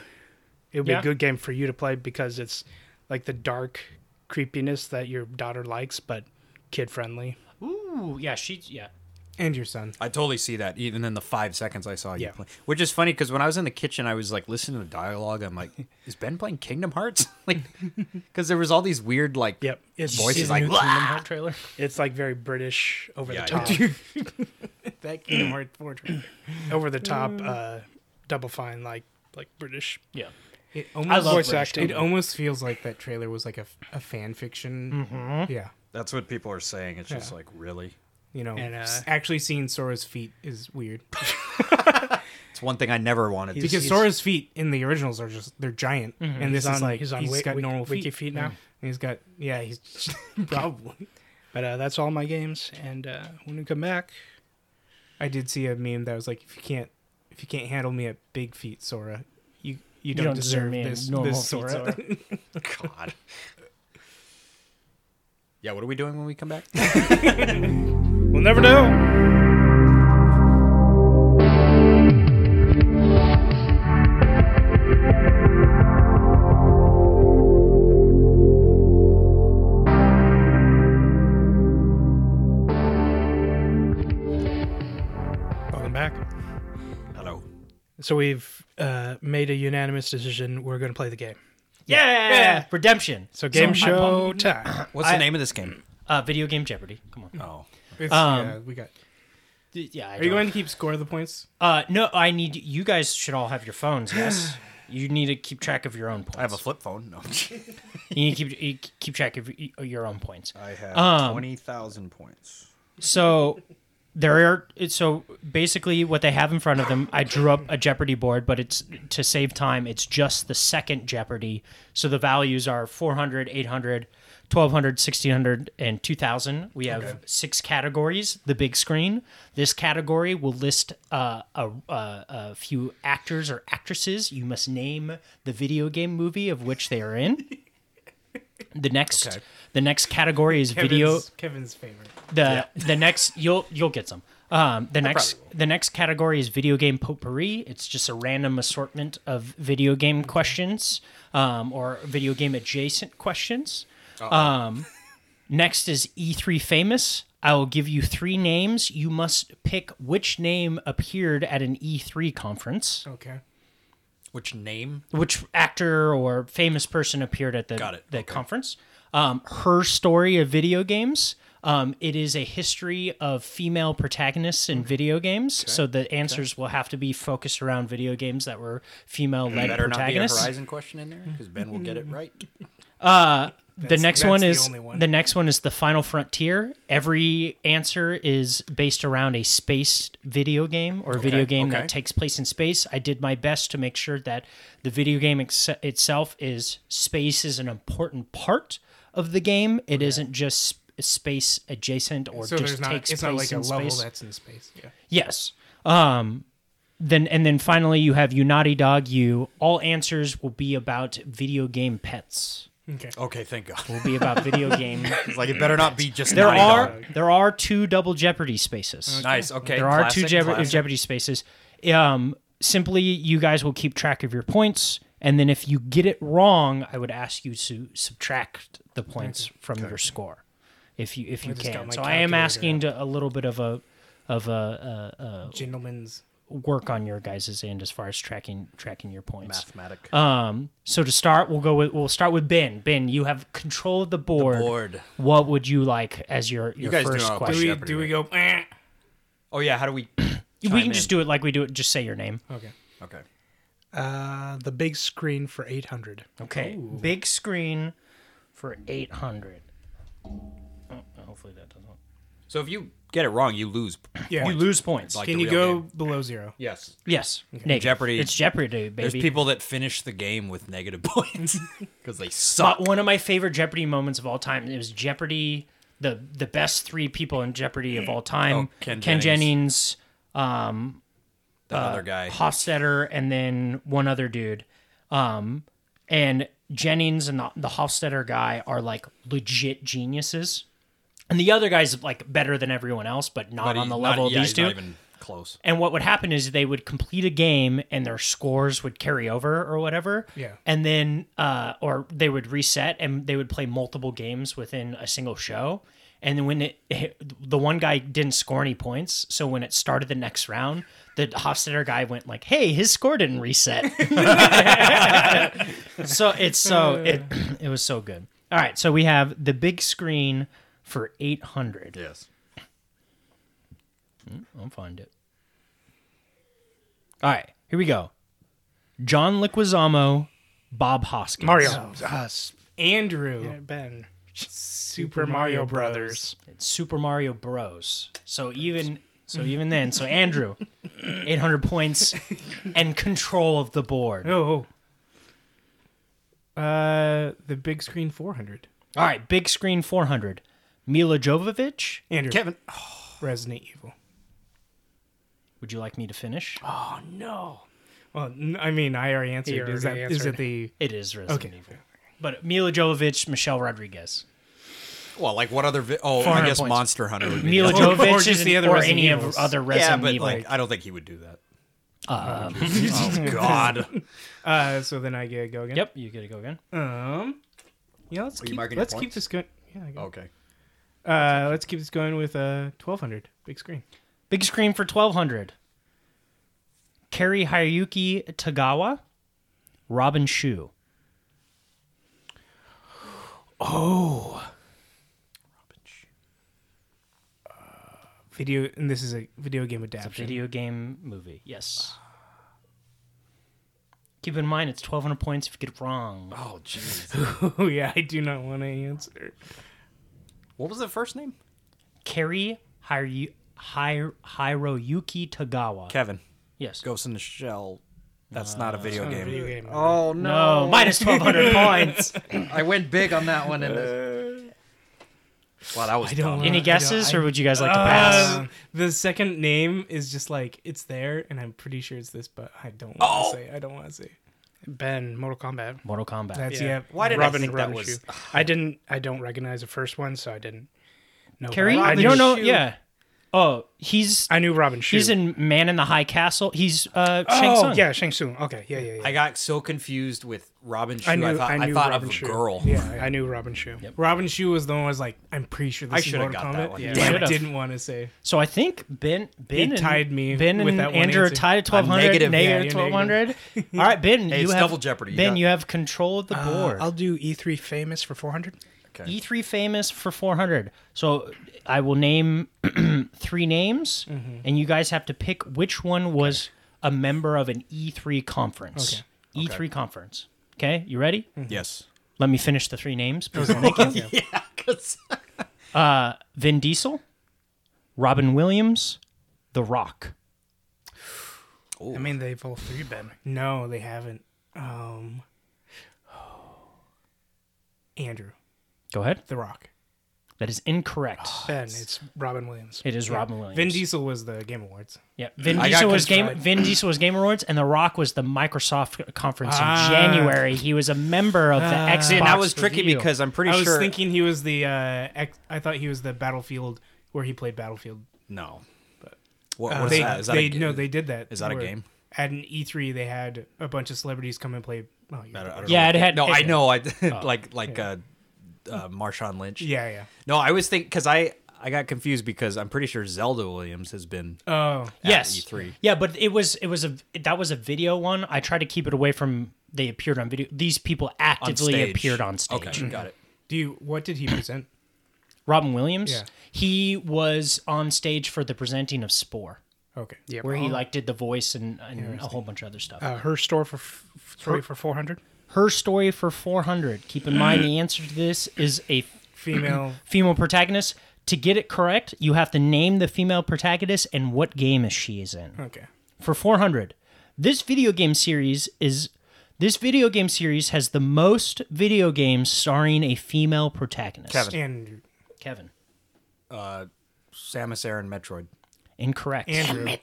S1: it would be
S4: Yeah.
S1: a good game for you to play because it's like the dark creepiness that your daughter likes but kid friendly
S4: Ooh, yeah. She, yeah.
S2: and your son.
S5: I totally see that. Even in the five seconds I saw you
S1: Yeah.
S5: play, which is funny because when I was in the kitchen, I was like listening to the dialogue. I'm like, is Ben playing Kingdom Hearts? like, because there was all these weird like
S1: yep it's
S5: voices
S1: it's,
S5: like.
S4: Kingdom
S5: "Wah!"
S4: Heart trailer.
S1: it's like very british over
S3: Yeah,
S1: the
S3: yeah.
S1: top
S2: that Kingdom Hearts four trailer.
S1: over the top uh double fine like like british
S4: Yeah.
S2: It almost,
S4: love
S1: voice acting.
S2: It almost feels like that trailer was like a, f- a fan fiction.
S4: Mm-hmm.
S2: Yeah,
S3: That's what people are saying. It's just like really.
S2: you know,
S1: And, uh,
S2: s- actually seeing Sora's feet is weird
S5: It's one thing I never wanted to.
S1: He's-
S5: see.
S2: because Sora's feet in the originals are just they're giant, and this
S1: He's
S2: is
S1: on-
S2: like
S1: he's on
S2: he's
S1: Wi-
S2: got
S1: Wiki-
S2: normal
S1: Wiki
S2: feet.
S1: feet now?
S2: And he's got yeah, he's probably.
S1: But uh, that's all my games. And uh, when we come back,
S2: I did see a meme that was like, if you can't if you can't handle me at big feet, Sora, you you don't,
S4: don't
S2: deserve,
S4: deserve me at
S2: this
S4: normal
S2: this
S4: feet,
S2: Sora.
S5: God. Yeah, what are we doing when we come back?
S1: we'll never know. So we've uh, made a unanimous decision. We're going to play the game.
S4: Yeah. Redemption.
S1: So game
S4: So I
S1: show time.
S3: What's the name of this game?
S4: Uh, video game Jeopardy. Come on.
S3: Oh,
S2: It's,
S4: Um,
S2: yeah, we got.
S4: D- Yeah. I
S2: Are you
S4: don't-
S2: going to keep score of the points?
S4: Uh, no, I need you guys should all have your phones. Yes, you need to keep track of your own points.
S5: I have a flip phone. No,
S4: You need to keep you keep track of y- your own points.
S7: I have
S4: Um,
S7: twenty thousand points.
S4: So there are it's- so basically what they have in front of them. I drew up a Jeopardy board, but it's to save time. It's just the second Jeopardy. So the values are 400, 800, 1200, 1600 and 2000. We have six categories, the big screen. This category will list uh, a, a a few actors or actresses. You must name the video game movie of which they are in. The next the next category is
S2: Kevin's,
S4: video
S2: Kevin's favorite.
S4: the the next you'll you'll get some. Um, the next the next category is video game potpourri. It's just a random assortment of video game questions um, or video game adjacent questions. Um, next is E3 famous. I will give you three names. You must pick which name appeared at an E3 conference.
S2: Okay.
S5: which name?
S4: Which actor or famous person appeared at the
S3: Got it.
S4: the conference? Um, her story of video games. Um, it is a history of female protagonists
S5: Mm-hmm.
S4: in video games, so the answers will have to be focused around video games that were female-led
S5: Better not be a
S4: protagonists.
S5: Horizon question in there because Ben will get it right.
S4: Uh, the next
S2: that's
S4: one
S2: the
S4: is
S2: only one.
S4: the next one is the final frontier. Every answer is based around a space video game or a video game that takes place in space. I did my best to make sure that the video game ex- itself is space is an important part of the game. It not just sp- space adjacent or
S2: So
S4: just
S2: there's not.
S4: takes
S2: It's
S4: place
S2: not like a
S4: in
S2: level
S4: space.
S2: that's in space. Yeah.
S4: Yes. Um, then and then finally you have you naughty dog you. All answers will be about video game pets.
S3: okay. Thank God.
S4: Will be about video game
S3: It's like it better not be just
S4: there
S3: Naughty
S4: are
S3: Dog.
S4: there are two double Jeopardy spaces.
S3: nice. Okay,
S4: There are two
S3: classic,
S4: Jeop-
S3: classic.
S4: Jeopardy spaces. Um, simply, you guys will keep track of your points, and then if you get it wrong, I would ask you to subtract the points from your score, if you if you
S2: just got
S4: can.
S2: my
S4: So I am
S2: calculator
S4: asking to, a little bit of a of a, a, a
S2: Gentlemen's.
S4: work on your guys' end as far as tracking tracking your points.
S5: Mathematic.
S4: Um, so to start, we'll go with we'll start with Ben. Ben, you have control of the board.
S5: board.
S4: What would you like as your your
S5: guys do
S4: first
S5: not have
S2: Do
S4: question?
S2: we
S5: Jeopardy,
S2: do we go? "Eh."
S3: Oh yeah. How do we?
S4: we can just do it like we do it. Just say your name.
S2: Okay.
S3: Okay.
S1: Uh, the big screen for 800.
S4: Okay. Big screen for eight hundred. Oh, Hopefully that doesn't.
S3: So if you get it wrong, you lose.
S2: Yeah.
S4: You lose points.
S3: Like-
S2: Can
S3: the
S2: you
S3: real
S2: go below zero?
S3: Yes.
S4: yes. Negative.
S3: Jeopardy.
S4: It's Jeopardy, baby.
S3: There's people that finish the game with negative points because they
S4: But
S3: suck.
S4: one of my favorite Jeopardy moments of all time. It was Jeopardy. The the best three people in Jeopardy of all time.
S3: Oh, Ken
S4: Jennings, Uh,
S3: That other guy.
S4: Hofstetter, and then one other dude. Um, and Jennings and the, the Hofstetter guy are like legit geniuses. And the other guy's like better than everyone else, but not
S3: But
S4: on
S3: he-
S4: the
S3: not-
S4: level
S3: yeah,
S4: of these
S3: he's
S4: two.
S3: Not even close.
S4: And what would happen is they would complete a game and their scores would carry over or whatever.
S2: Yeah.
S4: And then, uh, or they would reset and they would play multiple games within a single show. And then when it, it- the one guy didn't score any points, so when it started the next round, the Hofstadter guy went like, "Hey, his score didn't reset." so it's so it it was so good. All right, so we have the big screen for eight hundred.
S5: Yes.
S4: I'll find it. All right, here we go. John Liquizamo, Bob Hoskins.
S1: Mario. Us.
S2: Andrew.
S1: uh, Ben.
S2: Super Mario Brothers.
S4: It's Super Mario Bros. So even so even then, so Andrew, 800 points and control of the board. All
S2: Oh. oh. Uh, the big screen 400.
S4: right, big screen 400. Mila Jovovich,
S2: Andrew.
S5: Kevin.
S2: Resident Evil.
S4: would you like me to finish?
S2: Oh no. Well, n- I mean, I already answered.
S1: He
S2: is that
S1: already
S2: is
S1: answered.
S2: it the?
S4: It is Resident
S2: Okay.
S4: Evil. But Mila Jovovich, Michelle Rodriguez.
S3: Well, like what other? Vi- oh, I
S4: 400
S3: guess
S4: points.
S3: Monster Hunter would be.
S4: Mila
S3: the-
S2: Or- or
S4: Jovovich
S2: just
S4: is
S2: the
S4: or,
S2: other Resident
S4: any
S2: Evils.
S4: of other
S3: yeah,
S4: Resident
S3: but
S4: Evil. Um,
S3: like I don't think he would do that. oh God.
S2: Uh, so then I get to go again.
S4: yep, you get to go again.
S2: Um. Yeah. Let's
S5: you
S2: keep.
S5: marking your
S2: Let's keep
S5: points? Oh,
S2: this going. Yeah. I got it.
S5: Okay.
S2: Uh, let's keep this going with uh 1200 big screen.
S4: Big screen for 1200. Kerry Hayuki Tagawa, Robin Shu.
S2: Video and this is a video game adaptation.
S4: Video game movie. Yes. Keep in mind, it's 1,200 points if you get it wrong.
S3: Oh, jeez.
S2: Oh yeah, I do not want to answer.
S3: what was the first name?
S4: Kerry Hiroyuki Tagawa.
S3: Kevin.
S4: yes.
S3: Ghost in the Shell. That's not a video game.
S2: Video game.
S5: Oh
S4: No, minus 1,200 points.
S5: I went big on that one. In this. Wow, that was dumb.
S4: Any
S2: Uh,
S4: guesses,
S2: you know,
S4: or would you guys like
S1: Uh,
S4: to pass?
S2: Um, the second name is just like it's there, and I'm pretty sure it's this, but I don't want to say. I don't want to say.
S1: Ben, Mortal Kombat.
S4: Mortal Kombat.
S2: That's
S1: Yeah.
S2: yeah.
S3: Why did
S1: Robin,
S3: I think
S1: Robin
S3: that was?
S1: Shoe. I didn't. I don't recognize the first one, so I didn't. know.
S4: Kerry,
S1: I,
S4: you
S1: knew-
S4: don't know? Yeah. Oh, he's
S1: I knew Robin Shu.
S4: he's in Man in the High Castle. He's uh, Shang
S1: Oh
S4: Tsung.
S1: yeah, Shang Tsung. Okay, yeah, yeah, yeah.
S3: I got so confused with Robin Shoe.
S1: I
S3: I,
S1: knew-
S3: thought,
S1: I
S3: I
S1: knew
S3: thought
S1: Robin
S3: of a
S1: Shoe.
S3: girl.
S1: yeah, I knew Robin Shu.
S2: Robin Shu was the one. I was like, I'm pretty sure this
S3: I
S2: is
S3: shoulda
S2: Mortal
S3: got
S2: Kombat.
S3: that one.
S2: Yeah.
S4: You
S2: Damn,
S4: should've.
S2: I didn't want to say.
S4: So I think Ben Ben and-
S2: tied me
S4: Ben
S2: with
S4: and
S2: that one
S4: Andrew are
S2: answer.
S4: tied at twelve hundred.
S3: negative.
S2: Yeah,
S4: Negative
S2: you're
S4: twelve hundred. All right, Ben, you
S3: it's
S4: have
S3: double jeopardy. You
S4: Ben,
S3: got-
S4: you have control of the
S2: Ah,
S4: board.
S1: I'll do
S2: E
S1: E3 famous for 400.
S4: E three famous for four hundred. So I will name three names,
S2: Mm-hmm.
S4: and you guys have to pick which one was a member of an E three conference. E three conference. Okay, you ready?
S2: Mm.
S3: Yes.
S4: Let me finish the three names. Please. Thank you.
S3: Yeah, because
S4: Uh, Vin Diesel, Robin Williams, The Rock.
S1: I mean, they've all three been.
S2: No, they haven't. Um, Andrew,
S4: Go ahead.
S2: The Rock.
S4: That is incorrect.
S1: Ben, it's Robin Williams.
S4: It is Robin Williams.
S2: Vin Diesel was the Game Awards.
S4: Yeah, Vin
S3: I got
S4: Diesel was game.
S3: contrived.
S4: Vin Diesel was Game Awards, and The Rock was the Microsoft conference
S2: Ah.
S4: in January. He was a member of the Xbox.
S3: Ah. and that was tricky
S4: review.
S3: because I'm pretty
S2: I was
S3: sure.
S2: thinking he was the. Uh, ex- I thought he was the Battlefield where he played Battlefield.
S3: no. But what,
S2: Uh,
S3: what is
S2: they,
S3: that? Is that
S2: they
S3: a,
S2: no, they did that.
S3: is that a
S2: where
S3: game?
S2: At an E3, they had a bunch of celebrities come and play. Oh, yeah,
S3: I don't- I don't
S4: Yeah,
S3: know.
S4: it had-
S3: No,
S4: it-
S3: I know. I like like uh, uh, Marshawn Lynch.
S2: yeah, yeah.
S3: No, I was thinking because I I got confused because I'm pretty sure Zelda Williams has been
S2: Oh,
S3: at E
S4: yes,
S3: E3.
S4: Yeah, but it was it was a that was a video one. I tried to keep it away from they appeared on video. These people actively
S3: stage.
S4: appeared on stage.
S3: Okay, got it.
S2: do you? What did he present?
S4: Robin Williams.
S2: Yeah.
S4: He was on stage for the presenting of Spore,
S2: Okay.
S1: Yep.
S4: where
S3: Oh.
S4: he like did the voice and, and a whole bunch of other stuff.
S1: Uh, her store for f- three for 400.
S4: Her story for 400. Keep in mind the answer to this is a
S2: Female.
S4: female protagonist. To get it correct, you have to name the female protagonist and what game is she is in.
S2: Okay.
S4: For 400, this video game series is this video game series has the most video games starring a female protagonist.
S3: Kevin.
S2: Andrew.
S4: Kevin.
S3: Samus Aran Metroid.
S4: Incorrect.
S2: Andrew.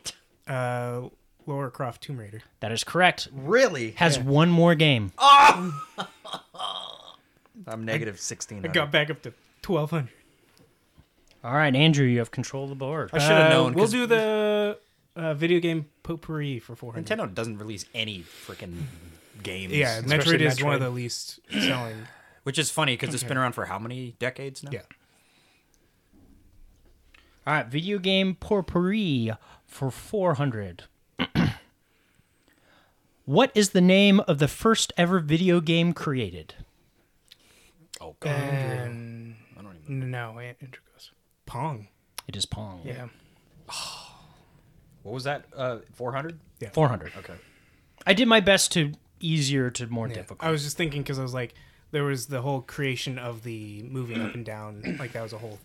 S2: Uh, Laura Croft, Tomb Raider.
S4: That is correct.
S3: Really?
S4: Has one more game.
S3: I'm negative sixteen.
S2: I got back up to twelve hundred.
S4: All right, Andrew, you have control of the board.
S3: I should have Uh, known.
S2: Uh, We'll
S3: 'cause
S2: do the uh, video game potpourri for four hundred.
S3: Nintendo doesn't release any freaking games.
S2: Yeah,
S1: Especially
S2: Metroid is one
S1: Metroid.
S2: of the least selling.
S3: which is funny because it's been around for how many decades now?
S2: yeah.
S4: All right, video game potpourri for 400. what is the name of the first ever video game created?
S3: Oh god.
S2: Uh,
S1: And
S3: I don't even.
S1: no, Andrew goes.
S2: Pong.
S4: It is Pong.
S1: Yeah.
S3: What was that? Uh, four hundred.
S4: 400.
S3: Okay.
S4: I did my best to easier to more
S2: Yeah.
S4: difficult.
S2: I was just thinking because I was like, there was the whole creation of the moving up and down. Like that was a whole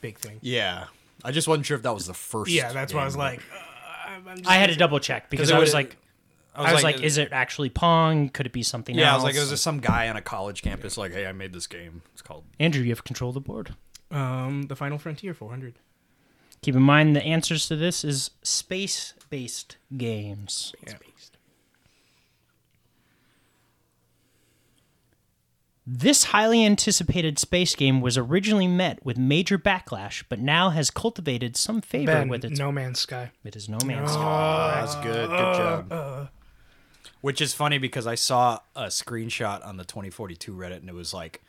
S2: big thing.
S3: Yeah, I just wasn't sure if that was the first.
S2: Yeah, that's why I was
S3: game.
S2: like, uh, I'm I'm just
S4: I had to double check because
S3: it
S4: I was
S3: was-
S4: like, I
S3: was
S4: was,
S3: like-
S4: like, is it actually Pong? Could it be something
S3: Yeah, I
S4: else?
S3: was like, it was just some guy on a college campus, like, hey, I made this game. It's called.
S4: Andrew, you have control of the board.
S2: Um, the Final Frontier 400.
S4: Keep in mind the answers to this is space-based games. This highly anticipated space game was originally met with major backlash, but now has cultivated some favor
S1: Ben,
S4: with its.
S1: No Man's Sky.
S4: It is No Man's Sky.
S3: Oh, that's good. Good job. Which is funny because I saw a screenshot on the 2042 Reddit, and it was like,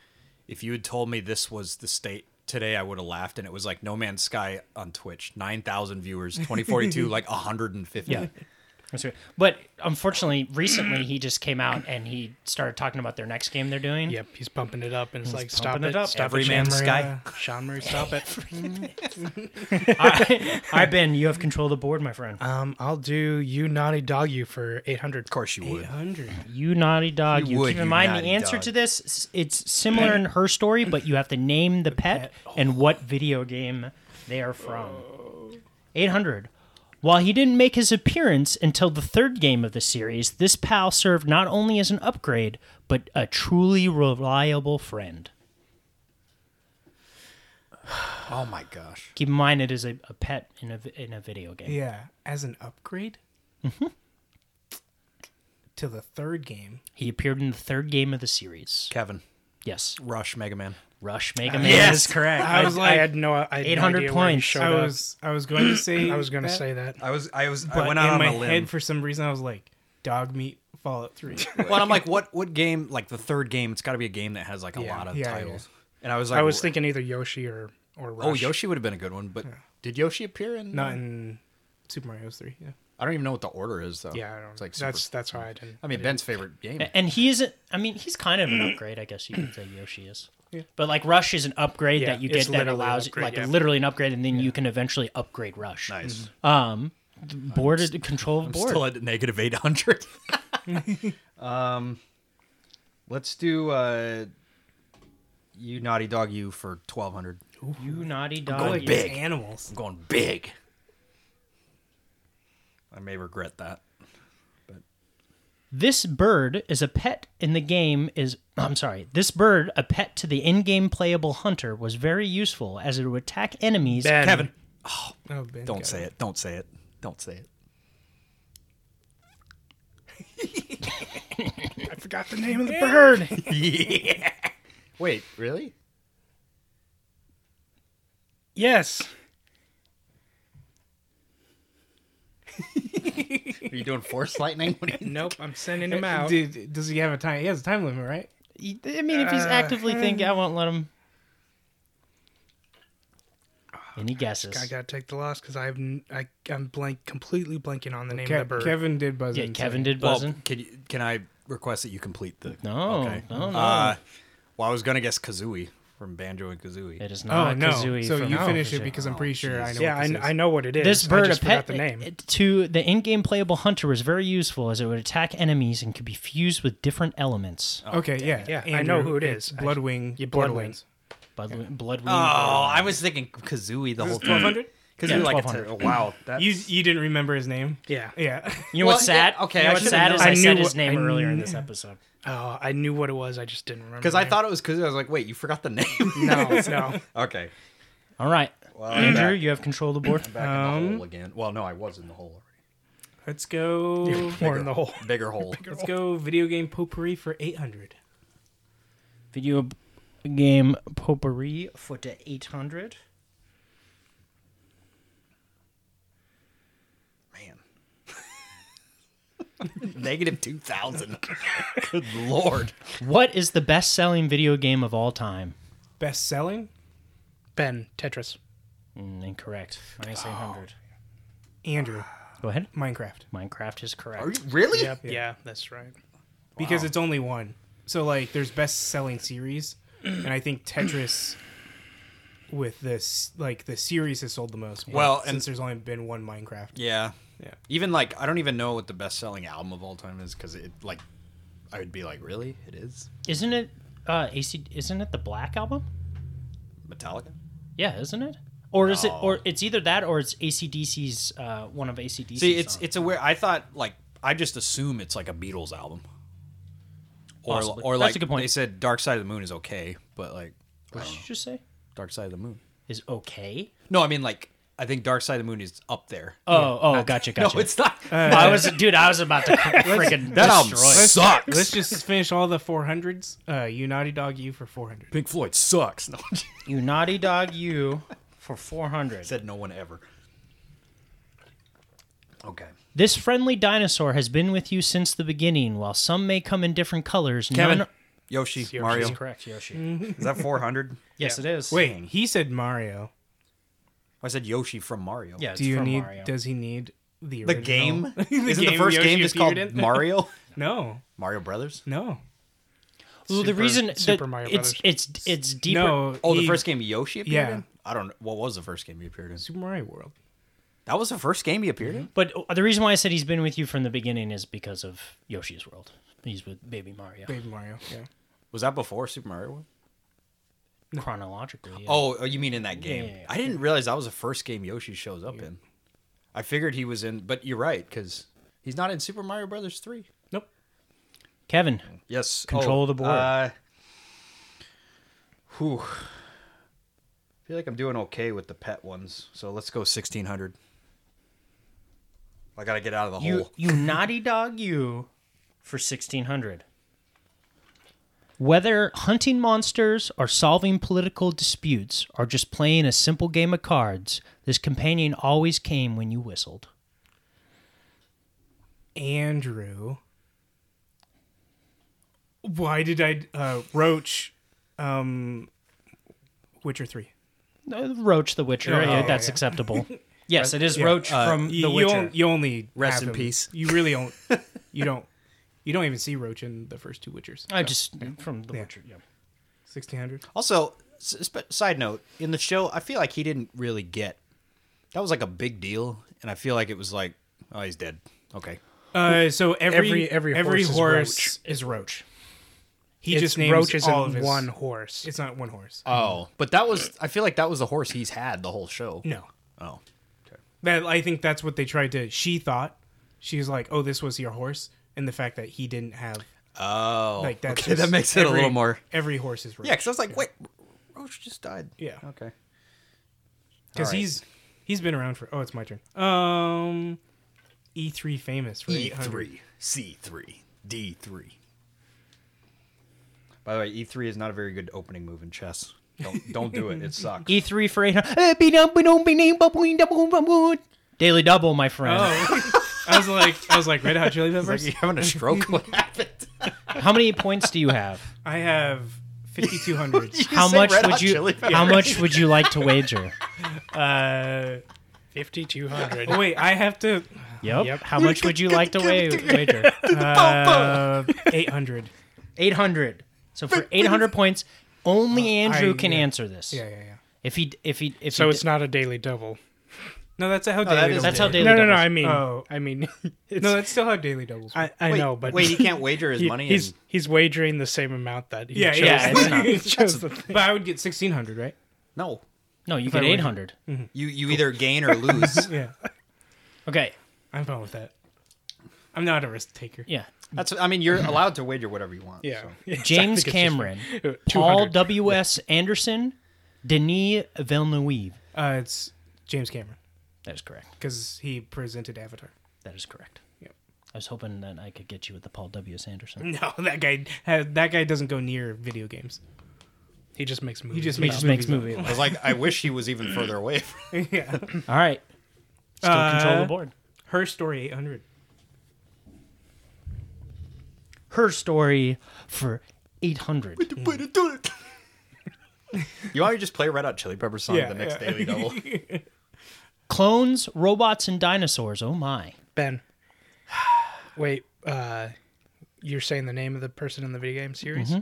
S3: if you had told me this was the state today, I would have laughed. And it was like No Man's Sky on Twitch, 9,000 viewers, 2042, like 150.
S4: Yeah. That's right. But unfortunately, recently he just came out and he started talking about their next game they're doing.
S1: Yep, he's pumping it up and it's like stop
S4: pumping
S1: it,
S4: it up.
S1: stop
S8: Every
S1: it,
S8: man
S1: Sean Murray.
S8: sky.
S1: Sean Murray, stop it.
S4: I, I Ben, you have control of the board, my friend.
S1: Um, I'll do you naughty dog you for eight hundred.
S8: Of course you would.
S2: hundred.
S4: You naughty dog.
S3: You
S4: You,
S3: would,
S4: keep in
S3: you
S4: mind the
S3: naughty
S4: answer
S3: dog.
S4: to this. s- It's similar in her story, but you have to name the pet and what video game they are from. 800. While he didn't make his appearance until the third game of the series, this pal served not only as an upgrade, but a truly reliable friend.
S3: Oh my gosh.
S4: Keep in mind it is a, a pet in a, vi- in a video game.
S2: Yeah, as an upgrade. To the third game.
S4: He appeared in the third game of the series.
S3: Kevin,
S4: Yes.
S3: Rush, Mega Man.
S4: Rush Mega Man.
S2: Uh, Yes, correct.
S1: I,
S2: I
S1: was
S2: was
S1: I
S2: like,
S1: had no, I had no
S4: 800
S1: idea where he
S4: points.
S1: showed
S4: I
S2: I
S1: up.
S2: was, I was going to say,
S1: I was gonna
S2: that,
S1: say that.
S3: I was I was
S2: but
S3: I went
S2: in
S3: out on
S2: my
S3: a limb.
S2: head for some reason, I was like, dog meat Fallout Three.
S3: well, and I'm like, what what game? Like the third game, it's got to be a game that has like a lot of
S2: yeah,
S3: titles. And I was like,
S1: I was thinking either Yoshi or or Rush.
S3: oh, Yoshi would have been a good one, but did Yoshi appear in?
S2: Not in Super Mario Three. Yeah.
S3: I don't even know what the order is though.
S1: Yeah, I don't,
S3: It's like super,
S1: that's that's why I didn't.
S3: I mean, Ben's favorite game.
S4: A- And he isn't. I mean, he's kind of an
S3: Mm.
S4: upgrade, I guess you could say. Yoshi is.
S2: Yeah.
S4: But like Rush is an upgrade
S1: Yeah,
S4: that you
S1: it's
S4: get that
S1: literally an
S4: allows
S1: upgrade,
S4: like
S1: yeah.
S4: literally an upgrade, and then you can eventually upgrade Rush.
S3: Nice.
S4: Um, the board is control of
S3: I'm
S4: board.
S3: still at negative eight hundred. um, let's do uh, you naughty dog you for twelve hundred.
S4: you naughty dog.
S3: going
S4: you.
S3: big.
S2: Animals.
S3: I'm going big. I may regret that.
S4: This bird is a pet in the game is I'm sorry. This bird, a pet to the in-game playable hunter, was very useful as it would attack enemies.
S1: Ben,
S3: Kevin,
S2: Oh, Ben
S3: don't
S2: got
S3: say it. Don't say it. Don't say it.
S1: I forgot the name of the bird.
S3: Wait, really?
S1: yes,
S3: Are you doing force lightning? What are you-
S1: nope. I'm sending him out.
S2: Did, does he have a time? He has a time limit, right?
S4: I mean, if he's actively thinking, I won't let him. Any guesses?
S1: I gotta take the loss because I've n- I, I'm blank completely blanking on the name
S2: Ke-
S1: of the bird.
S2: Kevin did buzz.
S4: Yeah,
S2: in,
S4: Kevin
S2: so-
S4: did
S3: Well,
S4: buzzing.
S3: can you, can I request that you complete the?
S4: No, Oh, no, no.
S3: Uh, well, I was gonna guess Kazooie from Banjo and Kazooie.
S4: it is
S2: Oh
S4: not
S2: no!
S4: Kazooie.
S2: so
S4: from
S2: you
S4: Banjo
S2: finish it
S4: Kazooie.
S2: because I'm pretty sure I know.
S1: Oh, yeah,
S2: what this
S1: I, I
S2: is.
S1: know what it is.
S4: this bird,
S1: I just
S4: a
S1: forgot
S4: pet
S1: the name.
S4: to the in-game playable hunter, was very useful as it would attack enemies and could be fused with different elements.
S2: Okay, yeah,
S1: Yeah, I know who it
S2: it's
S1: is. I-
S2: Bloodwing.
S1: Yeah, Bloodwing.
S2: Borderlands.
S4: Blood, blood.
S3: oh, I was thinking Kazooie the whole twelve hundred. Kazooie,
S4: Yeah,
S3: like a
S4: 1200.
S3: ter- wow, that's
S2: You you didn't remember his name?
S1: Yeah.
S2: Yeah.
S4: you know
S3: Well,
S4: what's
S3: yeah,
S4: sad?
S3: okay,
S4: You know
S3: I
S4: what's
S3: should've
S4: sad is
S1: known.
S4: I,
S1: I
S4: said
S1: knew
S4: his
S1: what-
S4: name
S1: I
S4: earlier in
S1: knew-
S4: this episode.
S1: Oh, I knew what it was. I just didn't remember.
S3: because I thought it was Kazooie. I was like, wait, you forgot the name.
S1: no, no.
S3: okay,
S4: All right,
S3: well, I'm
S4: Andrew,
S3: back,
S4: you have control of the board.
S3: I'm
S4: Um,
S3: back in the hole again. Well, no, I was in the hole
S2: Let's go.
S1: More in the hole.
S3: already. Bigger hole.
S2: Let's go. Video game potpourri for eight hundred.
S4: Video b- game potpourri for the eight hundred.
S3: Man. Negative 2,000. Good lord.
S4: What is the best-selling video game of all time?
S2: Best selling
S1: Ben Tetris.
S4: Mm, incorrect. Minus eight hundred.
S2: Andrew
S4: Go ahead.
S2: Minecraft
S4: Minecraft is correct.
S3: Are you really?
S1: Yep. Yeah. that's right.
S2: because it's only one. So like, there's best selling series, and I think Tetris. With this, like the series has sold the most. but
S3: Well,
S2: since
S3: and-
S2: there's only been one Minecraft,
S3: Yeah.
S2: Yeah.
S3: Even like, I don't even know what the best selling album of all time is because it, like, I would be like, really? It is?
S4: Isn't it uh AC isn't it the Black album?
S3: Metallica?
S4: Yeah, isn't it? Or is it
S3: No.
S4: or it's either that or it's ACDC's uh one of ACDC's
S3: See, it's
S4: songs.
S3: it's a weird. I thought, like, I just assume it's like a Beatles album. Or,
S4: Possibly.
S3: or
S4: That's
S3: like,
S4: a good point.
S3: they said Dark Side of the Moon is okay, but like, I
S4: what
S3: don't
S4: did
S3: know.
S4: you just say?
S3: Dark Side of the Moon.
S4: Is okay?
S3: No, I mean, like, I think Dark Side of the Moon is up there.
S4: Oh, oh, gotcha, gotcha.
S3: No, it's not.
S4: I was dude, I was about to freaking
S3: that album
S4: Uh, destroy.
S3: sucks.
S2: let's just finish all the 400s. Uh, you naughty dog, you for 400.
S3: Pink Floyd sucks. No,
S4: You naughty dog you for 400.
S3: said no one ever. Okay.
S4: This friendly dinosaur has been with you since the beginning. While some may come in different colors, none
S3: Yoshi,
S1: Yoshi.
S3: Mario.
S4: is correct, Yoshi.
S3: Is that 400?
S4: yes, it is.
S2: Wait, he said Mario.
S3: I said Yoshi from Mario.
S4: yeah, it's
S2: Do you
S4: from
S2: need?
S4: Mario.
S2: Does he need the
S3: The
S2: original-
S3: game?
S2: The
S3: Isn't the
S2: game
S3: first
S2: Yoshi
S3: game just
S2: appeared
S3: called
S2: in?
S3: Mario?
S2: No,
S3: Mario Brothers?
S2: no,
S4: Well, the
S1: Super-
S4: reason
S1: Super
S4: that
S1: Mario
S4: it's
S1: Brothers.
S4: it's it's deeper.
S2: no.
S3: Oh, the
S2: he-
S3: first game Yoshi appeared
S2: Yeah.
S3: in? I don't know. What was the first game he appeared in?
S2: Super Mario World.
S3: That was the first game he appeared in?
S4: But uh, the reason why I said he's been with you from the beginning is because of Yoshi's World. He's with Baby Mario
S2: Baby Mario. Yeah.
S3: Was that before Super Mario World?
S4: chronologically. yeah.
S3: Oh, oh, you mean in that game?
S4: yeah, yeah.
S3: I didn't realize that was the first game Yoshi shows up in. I figured he was in, but you're right because he's not in Super Mario Brothers three.
S2: Nope.
S4: Kevin,
S3: Yes, Oh,
S4: Control the board.
S3: Uh, whew. I feel like I'm doing okay with the pet ones, so let's go 1600. I gotta get out of the
S4: you
S2: Oh.
S3: hole.
S4: you naughty dog you for 1600. Whether hunting monsters or solving political disputes or just playing a simple game of cards, this companion always came when you whistled.
S2: Andrew. Why did I uh, Roach, um, Witcher three?
S4: Uh, Roach the Witcher,
S2: Yeah,
S4: yeah,
S2: yeah,
S4: that's
S2: yeah. Uh,
S4: acceptable. yes, it is Roach
S1: uh,
S4: from
S2: You,
S4: The
S2: you
S4: Witcher.
S2: on- you only
S3: Rest
S2: have
S3: in
S2: him-
S3: peace.
S2: You really don't. you don't. You don't even see Roach in the first two Witchers.
S4: I just from The Witcher. Yeah.
S2: Sixteen hundred.
S3: Also, s- sp- side note in the show, I feel like he didn't really get. That was like a big deal, and I feel like it was like, oh, he's dead. Okay,
S2: Uh, so every
S1: Every- every
S2: every
S1: horse is
S2: horse is Roach. He
S1: It's-
S2: just names
S1: Roach isn't
S2: all of his,
S1: one horse.
S2: It's not one horse.
S3: Oh, but that was I feel like that was the horse he's had the whole show.
S2: no,
S3: Oh.
S2: that I think that's what they tried to. She thought she was like, "Oh, this was your horse," and the fact that he didn't have
S3: Oh.
S2: like that's
S3: okay, that
S2: just
S3: makes it a
S2: every-
S3: little more.
S2: Every horse is Roach.
S3: Yeah, cuz I was like, "Wait, Roach just died."
S2: Yeah,
S3: Okay.
S2: because
S3: All right.
S2: he's he's been around for. Oh, it's my turn. Um, E three famous for eight hundred.
S3: C3, D3. By the way, E3 is not a very good opening move in chess. Don't don't do it. It
S2: E
S3: sucks.
S4: E3 E for Eh, 800. Daily double, my friend.
S2: Oh, I was like, I was like, Red Hot Chili
S3: Like
S2: Peppers.
S3: you having a stroke what happened?
S4: How many points do you have?
S2: I have fifty two hundred.
S3: You
S4: How
S3: say
S4: much
S3: Red
S4: would
S3: Hot
S4: you
S3: Chili Peppers.
S4: How much would you like to wager?
S2: uh,
S1: Fifty two hundred.
S2: oh wait, I have to.
S4: Yep.
S1: Yep.
S4: How much would you like to wa- wager?
S2: Uh, eight hundred.
S4: 800. So for 800 points, only Andrew
S2: I-
S4: can
S2: yeah.
S4: answer this.
S2: Yeah, yeah, yeah.
S4: If he if he if
S1: So
S4: he,
S1: it's not a daily double.
S2: No, that's how
S3: that
S2: daily doubles.
S3: is-
S4: That's how
S2: work.
S4: daily
S1: No, no, no.
S4: doubles-
S1: I mean,
S2: Oh.
S1: I mean, it's,
S2: No, that's still how daily doubles.
S1: I, I
S3: Wait,
S1: know, but
S3: Wait, he can't wager his
S1: he-
S3: money
S1: he's
S3: and
S1: he's wagering the same amount that he
S2: yeah,
S1: chose.
S2: yeah.
S4: it's not-
S2: He
S1: chose
S2: chose
S1: the
S2: the- but I would get sixteen hundred, right?
S3: No.
S4: No, you
S2: I
S4: get
S2: wager.
S4: 800.
S3: You you either gain or lose.
S2: Yeah,
S4: Okay.
S2: I'm fine with that. I'm not a risk taker.
S4: Yeah.
S3: That's I mean, you're allowed to wager whatever you want.
S1: Yeah,
S3: so.
S4: James Cameron, Paul
S1: 200.
S4: W.S. Anderson, Denis Villeneuve.
S2: Uh, it's James Cameron
S4: That is correct.
S2: because he presented Avatar.
S4: That is correct.
S2: Yep.
S4: I was hoping that I could get you with the Paul W.S. Anderson.
S2: No, that guy that guy doesn't go near video games.
S1: He just makes movies.
S2: He just
S4: He
S2: makes
S4: just makes
S2: movies.
S4: movies.
S3: I was like, I wish he was even further away.
S2: yeah,
S4: All right. Still control
S2: Uh,
S4: the board.
S2: her story eight hundred.
S4: Her story for 800.
S3: Way to do it. You want me to just play Red Hot Chili Peppers song
S2: Yeah,
S3: the next
S2: yeah.
S3: Daily Double?
S4: Clones, robots, and dinosaurs. Oh my.
S1: Ben. Wait, uh, you're saying the name of the person in the video game series?
S4: Mm-hmm.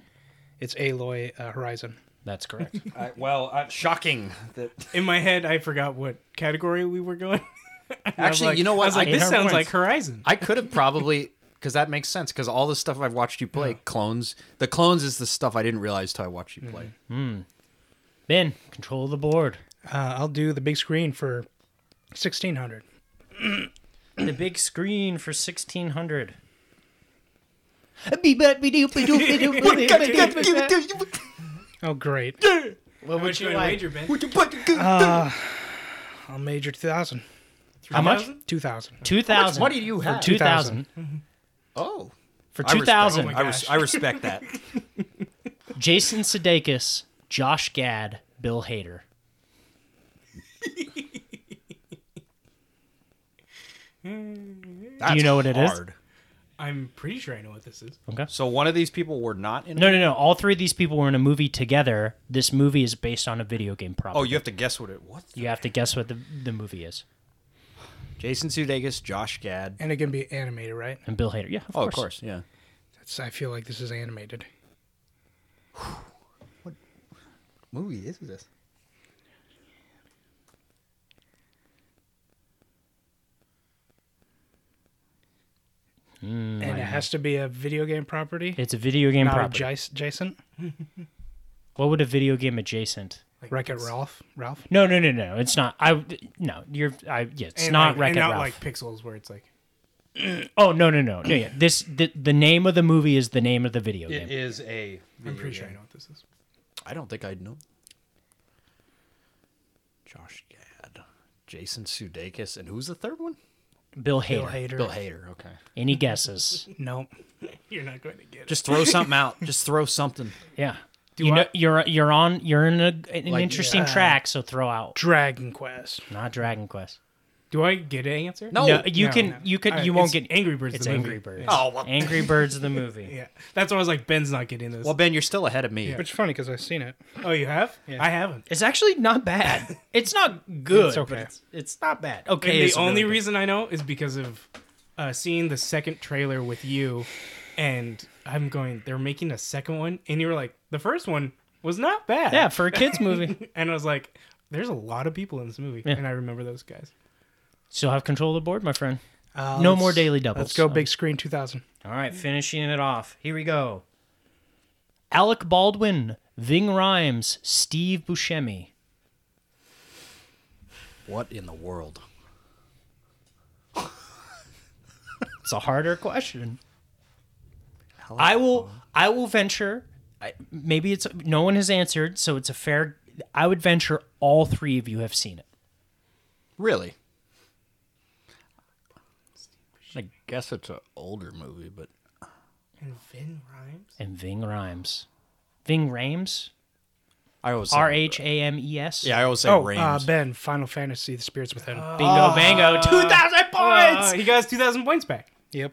S1: It's Aloy uh, Horizon.
S4: That's correct.
S3: I, well, uh, shocking. That
S2: In my head, I forgot what category we were going.
S3: actually,
S2: like-
S3: you know
S2: I
S3: what?
S2: was like,
S3: I,
S2: this
S4: 800
S2: sounds
S4: points.
S2: like Horizon.
S3: I could have probably because that makes sense because all the stuff I've watched you play, clones. The clones is the stuff I didn't realize till I watched you play.
S4: ben, control the board.
S1: Uh, I'll do the big screen for 1600.
S4: The big screen for 1600.
S2: Mm-hmm.
S1: Oh, great.
S4: What would you
S2: Going
S4: like?
S2: wager, Ben? Uh,
S1: I'll major 2000.
S4: How much?
S1: 2000.
S4: 2000.
S3: money do you have?
S4: For 2000.
S3: Oh,
S4: For
S3: I respect-
S4: 2000.
S3: I, res- I respect that.
S4: Jason Sudeikis, Josh Gad, Bill Hader.
S3: That's
S4: know what it is?
S3: hard.
S2: I'm pretty sure I know what this is.
S3: So one of these people were not in.
S4: No, no, no. All three of these people were in a movie together. This movie is based on a video game
S3: Oh,
S4: property.
S3: you have to guess what it. What?
S4: you have to guess what the, the movie is.
S3: Jason Sudeikis, Josh Gad.
S1: And it can be animated, right?
S4: and Bill Hader. Yeah, of
S3: Oh,
S4: course.
S3: of course, yeah.
S1: That's, I feel like this is animated.
S3: Movie is this?
S1: and it has to be a video game property,
S4: It's a Mm, video game
S1: not
S4: property.
S1: a Jace- Jason.
S4: what would a video game adjacent?
S1: Wreck It Ralph. Ralph.
S4: No, no, no, no. It's not. I no. You're. I yeah. It's
S2: And
S4: not
S2: like,
S4: Wreck
S2: and
S4: It
S2: not
S4: Ralph.
S2: like pixels where it's like
S4: oh no, no, no, no. Yeah. This the, the name of the movie is the name of the video game.
S3: is a.
S2: I'm pretty sure I know what this is.
S3: I don't think I'd know. Josh Gad, Jason Sudeikis, and who's the third one?
S4: Bill Hader.
S3: Bill Hader. Okay.
S4: Any guesses?
S1: Nope.
S2: You're not going to get it.
S3: Just throw something out. Just throw something.
S4: Yeah. you know, you're you're on you're in a, an
S3: Like,
S4: interesting track, so throw out
S1: Dragon Quest.
S4: not Dragon Quest.
S2: Do I get an answer?
S3: No.
S4: no, you
S2: no,
S4: can
S2: no.
S4: you could
S2: All right,
S4: you won't
S2: it's
S4: get
S2: Angry Birds
S4: It's
S2: the
S4: Angry
S2: movie.
S4: Birds.
S2: Yeah.
S3: Oh, well-
S4: Angry Birds the movie.
S2: Yeah, that's why I was like, Ben's not getting this.
S3: Well, Ben, you're still ahead of me.
S1: Which is funny because I've seen it.
S2: oh, you have? I haven't.
S4: It's actually not bad. It's not good.
S1: It's okay.
S4: But it's, it's not bad. Okay.
S2: And
S4: it's
S2: the only
S4: really
S2: reason I know is because of uh, seeing the second trailer with you, and I'm going, they're making a second one, and you were like, the first one was not bad.
S4: good. yeah for a kids movie.
S2: and I was like, there's a lot of people in this movie, and I remember those guys.
S4: Still have control of the board, my friend. no more daily doubles.
S1: Uh, Let's go
S3: Oh.
S4: Um,
S1: big screen 2000.
S4: All right, finishing it off. Here we go. Alec Baldwin, Ving Rhymes, Steve Buscemi.
S3: What in the world?
S4: It's a harder question. I will. I will venture. I, maybe it's no one has answered, so it's a fair. I would venture all three of you have seen it.
S3: Really? I guess it's an older movie, but
S2: And Vin Rhymes?
S4: And Ving Rhymes, Ving Rhames,
S3: I always say,
S4: R H A M E S.
S3: Yeah, I always say
S1: Oh,
S3: Rames.
S1: uh, Ben, Final Fantasy: The Spirits Within.
S4: Bingo, bango, two thousand
S2: Uh,
S4: points.
S2: he got his 2,000 points back.
S1: yep.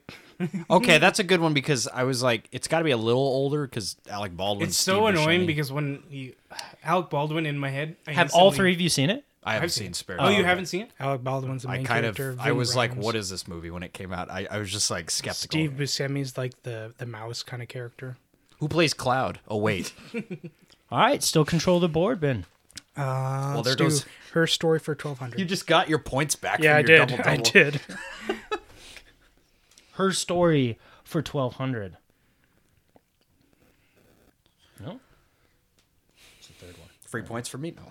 S3: okay, that's a good one because I was like, it's got to be a little older because Alec Baldwin.
S2: It's so annoying because when you, Alec Baldwin in my head, I
S4: Have all three
S2: instantly-
S4: of you seen it?
S3: I haven't seen Spare.
S2: Oh, you haven't seen it?
S1: Alec Baldwin's the
S3: I
S1: main
S3: kind of.
S1: character.
S3: I
S1: Ving
S3: was like,
S1: Rhames.
S3: what is this movie when it came out? I, I was just like skeptical.
S1: Steve Buscemi's like the the mouse kind of character.
S3: Who plays Cloud? Oh wait,
S4: All right, still control the board, Ben.
S1: Uh, well,
S3: there
S1: there goes
S3: goes-
S1: her story for 1200.
S3: you just got your points back.
S1: yeah, I
S3: from your
S1: did. I
S3: double-double.
S1: did.
S4: Her story for twelve hundred. No.
S3: Free points for me. No.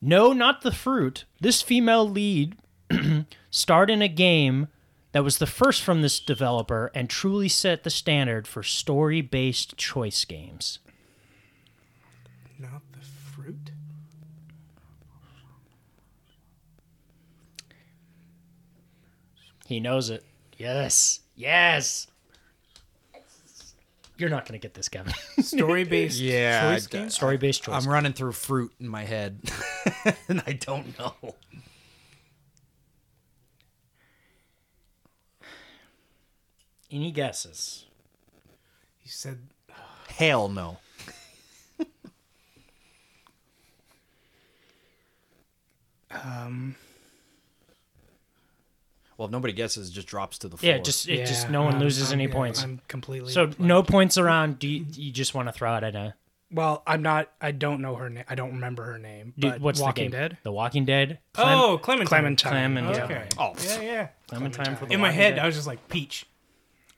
S4: No, not the fruit. This female lead starred in a game that was the first from this developer and truly set the standard for story based choice games.
S2: Not the fruit?
S4: He knows it. Yes. Yes. You're not going to get this, Kevin.
S2: Story based
S3: Yeah,
S2: choice
S3: I-
S2: game?
S4: story based choice.
S3: I'm running through fruit in my head, and I don't know.
S4: Any guesses?
S2: You said
S3: Hell no.
S1: Um,
S3: Well, if nobody guesses, it just drops to the floor.
S4: Yeah, just it
S1: yeah,
S4: just no one
S1: I'm-
S4: loses
S1: I'm-
S4: any
S1: yeah,
S4: points.
S1: I'm completely.
S4: so no points around. Do you, you just want to throw out at a
S1: well, I'm not. I don't know her name. I don't remember her name.
S4: dude,
S1: But
S4: what's
S1: Walking
S4: the game?
S1: Dead?
S4: The Walking Dead. Clem-
S2: Oh, Clementine.
S1: Clementine.
S4: Clementine.
S1: yeah.
S2: Okay.
S3: Oh,
S2: Yeah, yeah.
S4: Clementine for the
S2: In my
S4: Walking
S2: head,
S4: Dead.
S2: I was just like Peach.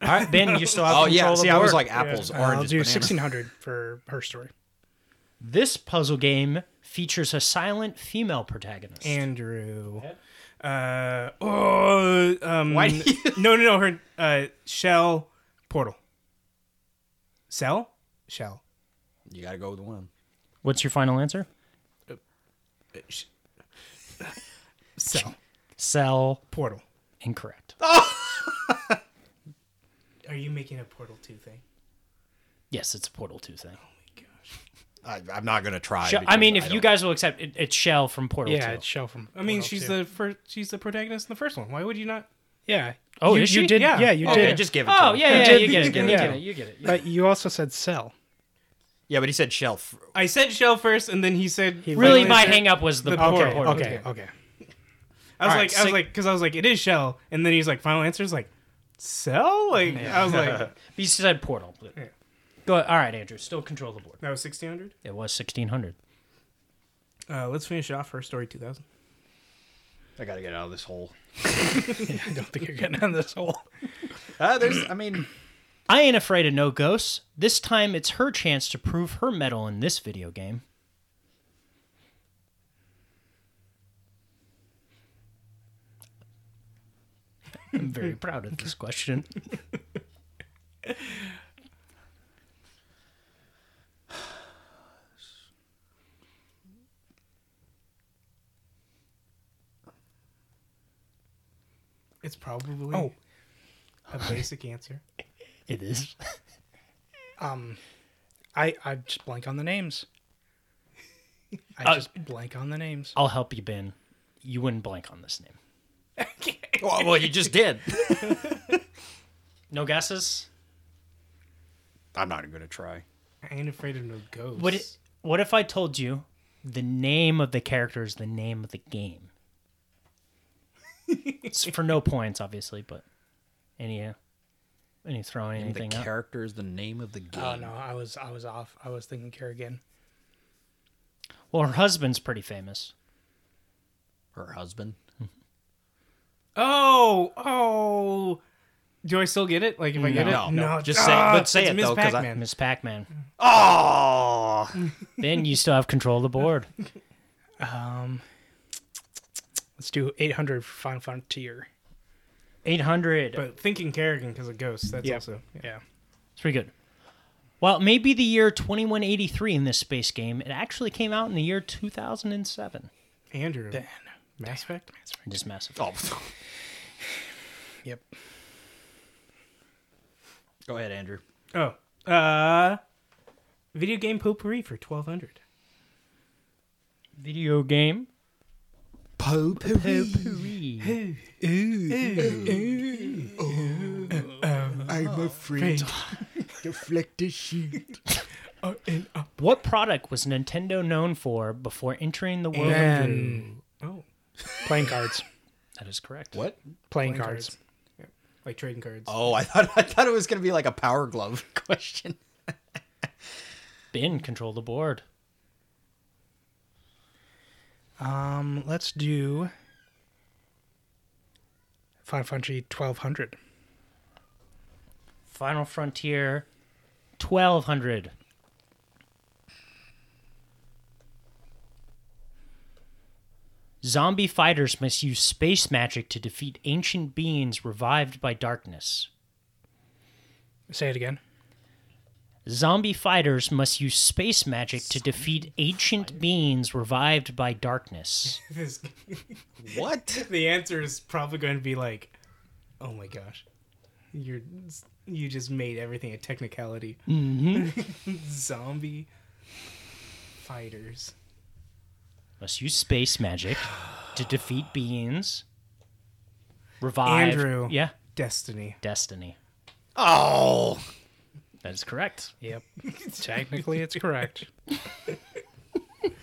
S4: All right, Ben, you still have
S3: oh
S4: control
S3: yeah.
S4: of the
S3: See, I was
S4: board.
S3: like apples,
S1: Uh, I'll
S3: oranges,
S1: do
S3: bananas.
S1: 1600 for her story.
S4: This puzzle game features a silent female protagonist.
S2: Andrew. Uh oh. Um, Why? no, no, no. Her uh, shell portal. Cell shell.
S3: You gotta go with one.
S4: What's your final answer?
S3: Uh,
S2: Cell
S4: Cell
S2: portal.
S4: incorrect.
S3: Ah.
S2: Are you making a portal two thing?
S4: Yes, it's a Portal 2 thing.
S3: I, I'm not gonna try.
S4: Shell- I
S3: because
S4: mean, if you
S3: don't-
S4: guys will accept it, it's Shell from Portal
S1: Yeah,
S4: 2.
S1: it's Shell from.
S2: I mean, she's the first. She's the protagonist in the first one. Why would you not?
S1: Yeah.
S4: Oh,
S1: you,
S4: is
S1: you
S4: she?
S1: did.
S2: Yeah.
S1: Yeah, you
S3: Okay,
S1: did.
S3: just give it. to
S4: Oh,
S3: him.
S4: yeah, yeah,
S1: did-
S4: you get it.
S1: you
S4: You
S1: did.
S4: get it. You get it.
S1: But you also said Cell.
S3: yeah, but he said shelf.
S2: I said shell first, and then he said.
S4: Really,
S2: Like,
S4: my
S2: is it-
S4: hang up was the,
S2: the
S4: Portal.
S2: Portal.
S4: Portal.
S1: Okay, okay.
S2: I was
S9: All right,
S2: like, I was
S9: sing-
S2: like, because I was like, it is Shell, and then he's like, final answer is like, Cell. Like I was like,
S4: You said portal. But... Go all right, Andrew. Still control the board.
S2: that was sixteen hundred.
S4: It was sixteen hundred.
S2: Uh, let's finish it off first story two thousand.
S3: I gotta get out of this hole.
S1: I don't think you're getting out of this hole.
S3: Uh, there's, I mean,
S4: I ain't afraid of no ghosts. This time it's her chance to prove her metal in this video game. I'm very proud of this question.
S2: It's probably
S1: Oh.
S2: a basic answer.
S4: It is.
S1: Um, I I just blank on the names. I
S4: Uh,
S1: just blank on the names.
S4: I'll help you, Ben. You wouldn't blank on this name.
S3: well, well, you just did.
S4: No guesses?
S3: I'm not gonna try.
S2: I ain't afraid of no ghosts.
S4: What, i- what if I told you the name of the character is the name of the game? it's for no points, obviously, but any, uh, any throwing anything
S3: the
S4: up?
S3: character is the name of the game.
S1: Oh no, I was I was off. I was thinking Kerrigan.
S4: Well, her husband's pretty famous.
S3: Her husband.
S2: Oh, oh. Do I still get it? Like if I get
S3: No,
S2: it?
S3: no. Just say-
S2: Ah,
S3: but say
S2: it's
S3: it,
S2: Miss
S3: though, 'cause I-
S2: Pac-Man.
S4: Miss Pac Man.
S3: Oh,
S4: Ben, you still have control of the board.
S1: Um, let's do 800 for Final Frontier.
S4: 800.
S2: But thinking Kerrigan because of ghosts. That's
S1: Yeah.
S2: also yeah.
S1: Yeah.
S4: It's pretty good. While it may be the year 2183 in this space game, it actually came out in the year 2007.
S2: Andrew.
S1: Then.
S2: Mass Effect.
S4: Just massive.
S3: oh.
S1: Yep.
S3: Go ahead, Andrew.
S2: Oh, uh, video game potpourri for twelve hundred.
S4: Video game.
S3: Potpourri.
S4: Potpourri.
S3: I'm
S1: Oh,
S3: afraid. Deflect is sheet.
S4: What product was Nintendo known for before entering the world? of
S1: Then
S2: Oh,
S1: playing cards.
S4: That is correct.
S3: What?
S1: Playing,
S2: Playing
S1: cards.
S2: cards. Yeah. like trading cards.
S3: Oh, I thought I thought it was gonna be like a power glove question.
S4: Ben control the board.
S1: Um, let's do Final Frontier 1200.
S4: Final Frontier 1200. Zombie fighters must use space magic to defeat ancient beings revived by darkness.
S1: Say it again.
S4: Zombie fighters must use space magic to defeat ancient beings revived by darkness.
S2: This-
S3: What?
S2: the answer is probably going to be like, oh my gosh, you're you just made everything a technicality.
S1: Mm-hmm.
S2: Zombie fighters.
S4: must use space magic to defeat beings revived.
S2: Andrew.
S4: Yeah,
S2: Destiny.
S4: destiny.
S3: Oh,
S4: That is correct.
S1: Yep. Technically, it's correct.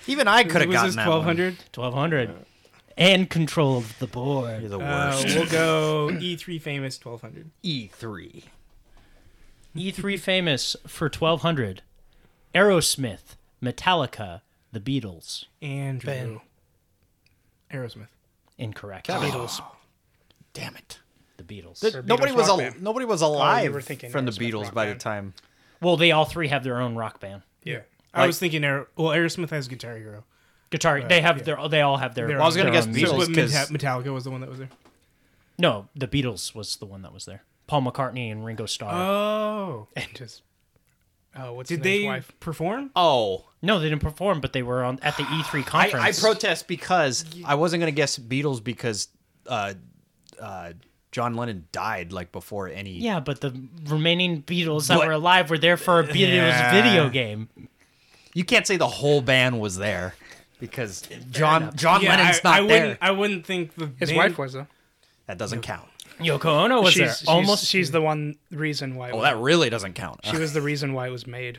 S3: even I could have
S2: was
S3: gotten
S2: this
S3: that.
S2: twelve
S3: 1200.
S2: hundred?
S4: 1200 and control of the board.
S2: Uh,
S3: the worst. E
S2: we'll go E three famous twelve hundred.
S3: E3.
S4: E3 E famous for 1200. Aerosmith, Metallica, The Beatles.
S2: Andrew.
S1: Ben.
S2: Aerosmith.
S4: Incorrect.
S1: Beatles.
S3: Damn it.
S4: The Beatles.
S1: Or
S3: nobody
S1: Beatles
S3: was
S1: rock
S3: al-
S1: band.
S3: nobody was
S1: you
S3: alive
S1: were thinking
S3: from the
S1: Aerosmith
S3: Beatles
S1: rock
S3: by the
S1: band.
S3: time.
S4: well, they all three have their own rock band.
S1: Yeah.
S2: I
S3: Like-
S2: was thinking, Aer- well, Aerosmith has Guitar Hero.
S4: Guitar. they have their. They all have their.
S2: Well, I was
S3: gonna
S4: their
S3: guess
S4: own
S3: Beatles.
S4: music.
S2: But Meta-
S3: 'cause-
S2: Metallica was the one that was there.
S4: No, the Beatles was the one that was there. Paul McCartney and Ringo Starr.
S2: Oh,
S1: And just. Oh, what's
S2: did
S1: his name's
S2: they
S1: wife?
S2: perform?
S3: Oh,
S4: no, they didn't perform, but they were on at the E3
S3: I,
S4: conference.
S3: I protest because I wasn't going to guess Beatles because uh, uh, John Lennon died like before any.
S4: Yeah, but the remaining Beatles that
S3: What?
S4: were alive were there for a Beatles
S3: Yeah.
S4: video game.
S3: You can't say the whole band was there because John John
S2: Yeah,
S3: Lennon's
S2: I,
S3: not
S2: I
S3: there.
S2: wouldn't. I wouldn't think the
S1: His
S2: band-
S1: wife was, though.
S3: That doesn't count.
S4: Yoko Ono was there.
S1: she's, she's-
S4: Almost. Oh,
S1: She's the one reason why. it
S3: Well,
S1: was-
S3: that really doesn't count.
S1: she was the reason why it was made.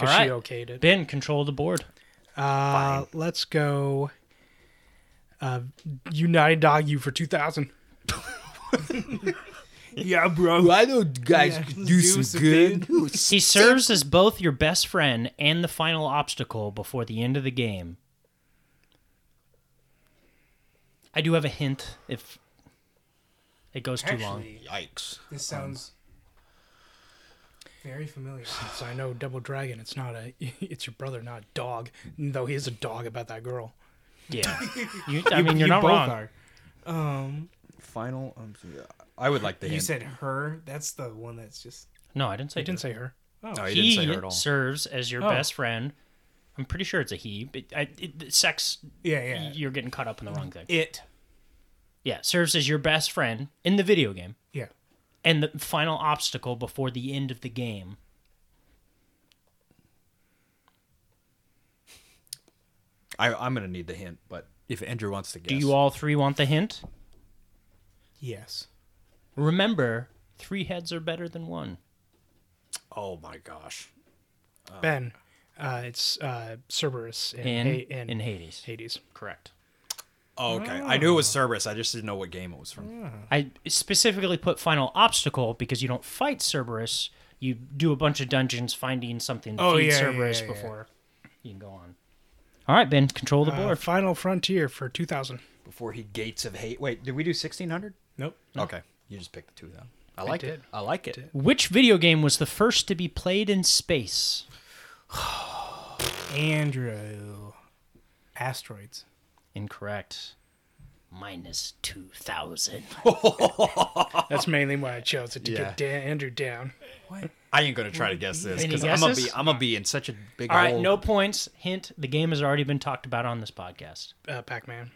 S4: all
S1: 'Cause
S4: right.
S1: she okayed it.
S4: Ben, control the board.
S1: Uh, let's go. uh, United Dog you for two thousand.
S2: yeah, bro.
S5: I know guys
S2: Yeah.
S5: can
S2: do some good.
S4: He serves as both your best friend and the final obstacle before the end of the game. I do have a hint if it goes too long.
S2: Actually,
S5: Yikes.
S2: this sounds very familiar.
S1: So I know Double Dragon. It's not a. It's your brother, not a dog. Though he is a dog about that girl.
S4: Yeah. You, I mean, you're not
S2: both
S4: wrong.
S2: Are. Um,
S3: Final. Um, I would like the
S2: you
S3: hint.
S2: said her. That's the one that's just.
S4: No, I didn't say
S1: I didn't say her.
S3: no, he,
S4: he
S3: didn't say her at all.
S4: serves as your
S2: Oh.
S4: best friend. I'm pretty sure it's a he, but I, it, sex,
S2: Yeah, yeah.
S4: you're getting caught up in the wrong thing.
S2: it.
S4: Yeah, serves as your best friend in the video game
S2: Yeah.
S4: and the final obstacle before the end of the game.
S3: I, I'm gonna need the hint, but if Andrew wants to guess,
S4: Do you all three want the hint?
S2: Yes.
S4: Remember, three heads are better than one.
S3: oh my gosh,
S1: ben, uh, it's uh, Cerberus in
S4: In,
S1: Ha-
S4: in,
S1: in
S4: Hades.
S1: Hades.
S4: Correct.
S3: oh, okay. I knew it was Cerberus. I just didn't know what game it was from.
S4: I specifically put final obstacle because you don't fight Cerberus. You do a bunch of dungeons finding something to
S2: Oh,
S4: feed
S2: yeah, yeah,
S4: Cerberus
S2: yeah, yeah.
S4: before you can go on. All right, Ben, control the
S2: Uh,
S1: Or
S4: board.
S1: Final Frontier for two thousand.
S3: Before he gates of hate. Wait, did we do 1600?
S2: Nope.
S3: Okay, you just picked the two then. I like it.
S1: did.
S3: I like it.
S4: Which video game was the first to be played in space?
S2: Andrew. Asteroids.
S4: Incorrect. Minus 2,000.
S1: That's mainly why I chose it to
S3: Yeah.
S1: get Dan- Andrew down.
S3: I ain't gonna try to guess this
S4: Any
S3: because I'm gonna be
S4: guesses?
S3: I'm gonna be in such a big
S4: All right,
S3: hole.
S4: no points. Hint the game has already been talked about on this podcast.
S1: Uh, Pac-Man.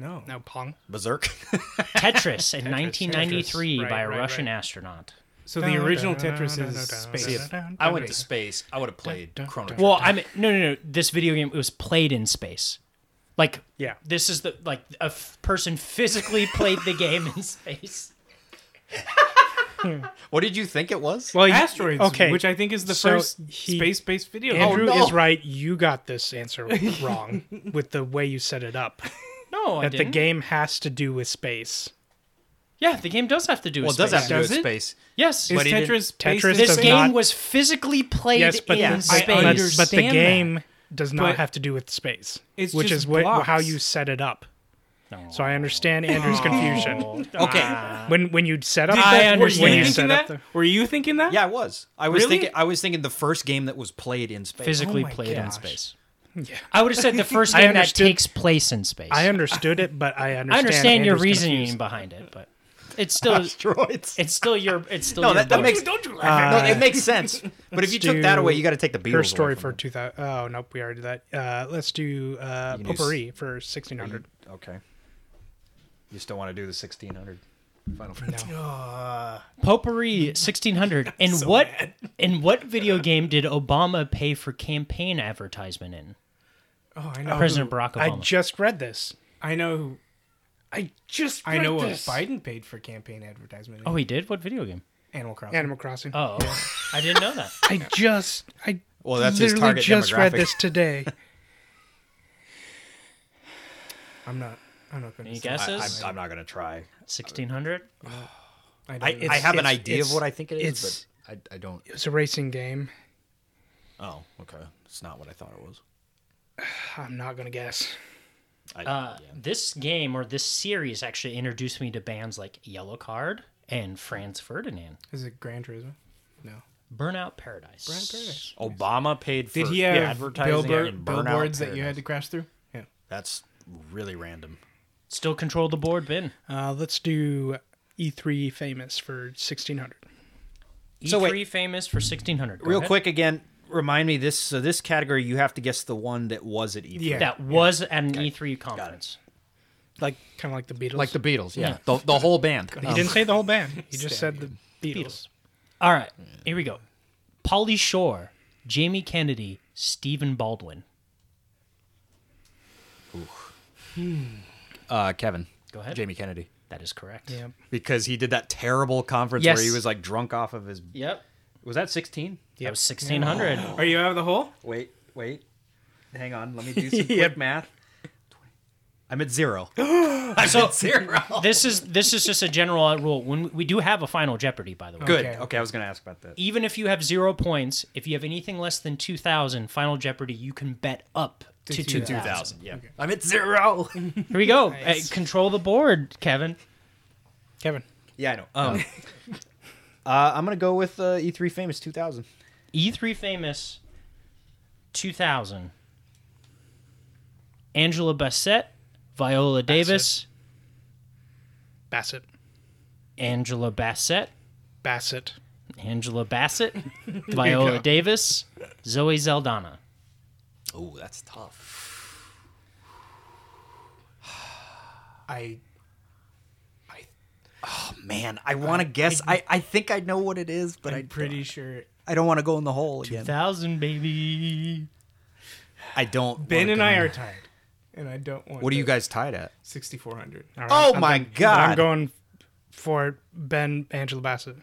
S2: No.
S1: No Pong.
S3: Berserk.
S4: Tetris in 1993
S1: Tetris.
S4: by a
S1: Right, right,
S4: Russian
S1: right.
S4: astronaut.
S2: So the original Tetris is space.
S3: I went to space. I would have played
S1: dun,
S3: Chrono.
S1: dun.
S3: Trigger.
S4: Well, I mean, no, no, no. This video game it was played in space. Like,
S1: Yeah.
S4: this is the like a f- person physically played the game in space.
S5: What did you think it was?
S1: Well, you-
S2: Asteroids.
S1: Okay,
S2: Which I think is the
S1: so
S2: first
S1: he-
S2: space-based video. game.
S1: Andrew
S5: no.
S1: is right. You got this answer wrong with the way you set it up.
S4: No, I
S1: That the
S4: didn't.
S1: game has to do with space.
S4: Yeah, the game does have to do.
S5: Well,
S4: with
S5: it does
S4: space.
S5: have to do with
S2: Does it?
S5: space.
S4: Yes,
S2: is
S5: but he didn't-
S2: Tetris space
S1: Tetris
S2: in
S4: this
S1: does
S2: space?
S4: game
S1: not-
S4: was physically played
S1: yes, but,
S4: in
S1: but-
S4: space.
S1: but- but, the
S2: understand
S1: game does not
S2: But-
S1: have to do with space,
S2: It's
S1: which
S2: just
S1: is what, how
S2: blocks.
S1: you set it up. So I understand Andrew's confusion.
S5: Okay.
S1: When when you set up,
S4: I
S1: that-
S4: understand.
S1: When you
S4: Thinking
S1: set up,
S2: that?
S1: the,
S2: Were you thinking that?
S3: yeah, I was. I was
S2: Really?
S3: thinking. I was thinking the first game that was played in space.
S4: physically
S2: Oh my
S4: played in
S2: gosh.
S4: space. I would have said the first
S1: I
S4: game that
S1: understood-
S4: takes place in space.
S1: I understood it, but I understand.
S4: I understand your
S1: Andrew's
S4: reasoning
S1: confused.
S4: behind it, but it's still
S5: Droids.
S4: it's still your it's still
S5: No,
S4: your
S5: that, that
S4: board.
S5: makes no, it makes sense. But if you took that
S1: do
S5: away, you got to take the Beatles.
S1: Her story
S5: away
S1: for
S5: from
S1: two thousand. Oh nope, we already did that. Uh, let's do uh,
S3: can use-
S1: potpourri for sixteen hundred.
S3: it. Okay. You still want to do the 1600? Final.
S4: Potpourri 1600. And what in what video game did Obama pay for campaign advertisement in?
S2: Oh, I know.
S4: President Barack
S1: I
S4: Obama.
S1: just read this.
S2: I know. Who,
S1: I just
S2: I
S1: read
S2: know what
S1: this.
S2: Biden paid for campaign advertisement.
S4: oh,
S2: Oh,
S4: he did. What video game?
S2: Animal Crossing. Uh,
S1: Animal Crossing.
S4: Oh, I didn't know that.
S1: I just I
S3: Well, that's his
S1: literally
S3: target
S1: just read
S3: demographic.
S1: this today.
S2: I'm not. I'm not going
S4: Any
S2: to
S3: I, I'm,
S4: guesses?
S3: I'm not gonna try.
S4: 1600.
S2: I,
S3: I,
S2: don't know.
S3: I have an
S1: it's-
S3: idea of
S1: it's-
S3: what I think it is,
S1: it's-
S5: it. I, I don't.
S1: It's a racing game.
S3: but oh, okay, it's not what I thought it was.
S1: I'm not gonna guess.
S3: I,
S4: Uh, This game or this series actually introduced me to bands like Yellow Card and Franz Ferdinand.
S2: Is it Gran Turismo? No.
S4: Burnout Paradise.
S2: Gran Turismo.
S3: Obama paid for
S2: Did he have
S3: advertising
S2: billboard-
S3: and Burnout
S2: billboards that you
S3: Paradise.
S2: had to crash through? Yeah.
S3: That's really random.
S4: Still control the board, Ben.
S1: Uh, let's do E3 famous for 1600.
S4: E3
S3: So wait.
S4: E famous for 1600. Go
S3: Real
S4: ahead.
S3: quick again, remind me this so this category you have to guess the one that was at E E3.
S2: Yeah.
S4: That was at an E3 conference.
S1: Like kind of like the Beatles.
S5: Like the Beatles, yeah.
S4: Yeah.
S5: The, the whole band.
S1: he
S5: Um,
S1: didn't say the whole band. He just said the Beatles.
S4: All right, here we go. Polly Shore, Jamie Kennedy, Stephen Baldwin.
S5: uh, Kevin.
S4: Go ahead.
S5: Jamie Kennedy.
S4: That is correct.
S1: Yeah.
S3: Because he did that terrible conference
S4: Yes.
S3: where he was like drunk off of his
S4: Yep.
S3: Was that 16?
S4: That was 1600.
S2: Are you out of the hole?
S3: Wait, wait. Hang on, let me do some quick math.
S10: I'm at zero. I'm at zero.
S4: This is this is just a general rule. When we do have a final Jeopardy, by the way,
S10: Good.
S2: Okay.
S10: Okay. I was gonna ask about that.
S4: even if you have zero points, if you have anything less than two thousand, Final Jeopardy, you can bet up to two
S2: 2,000.
S4: thousand.
S10: Yeah. I'm at zero.
S4: Here we go. Hey, control the board, Kevin.
S1: Kevin.
S10: yeah, I know. Um,
S3: Uh, I'm gonna go with uh, E3 Famous 2000.
S4: E3 E famous, two thousand. Angela Bassett, Viola Davis,
S1: Bassett.
S4: Angela Bassett,
S1: Bassett.
S4: Angela Bassett, Viola Davis, Zoe Zeldana.
S10: oh, that's tough.
S2: I
S10: Oh, Man, I want to guess. I, I think I know what it is, but I
S2: I'm pretty sure
S10: I don't want to go in the hole again.
S4: Thousand baby.
S3: I don't.
S2: Ben
S3: wanna
S2: and
S3: go-
S2: I are tied, and I don't want.
S3: What are you guys tied at?
S2: Sixty four hundred.
S1: All right,
S3: Oh
S1: I'm
S3: my
S1: going-
S3: God.
S1: I'm going for Ben Angela Bassett.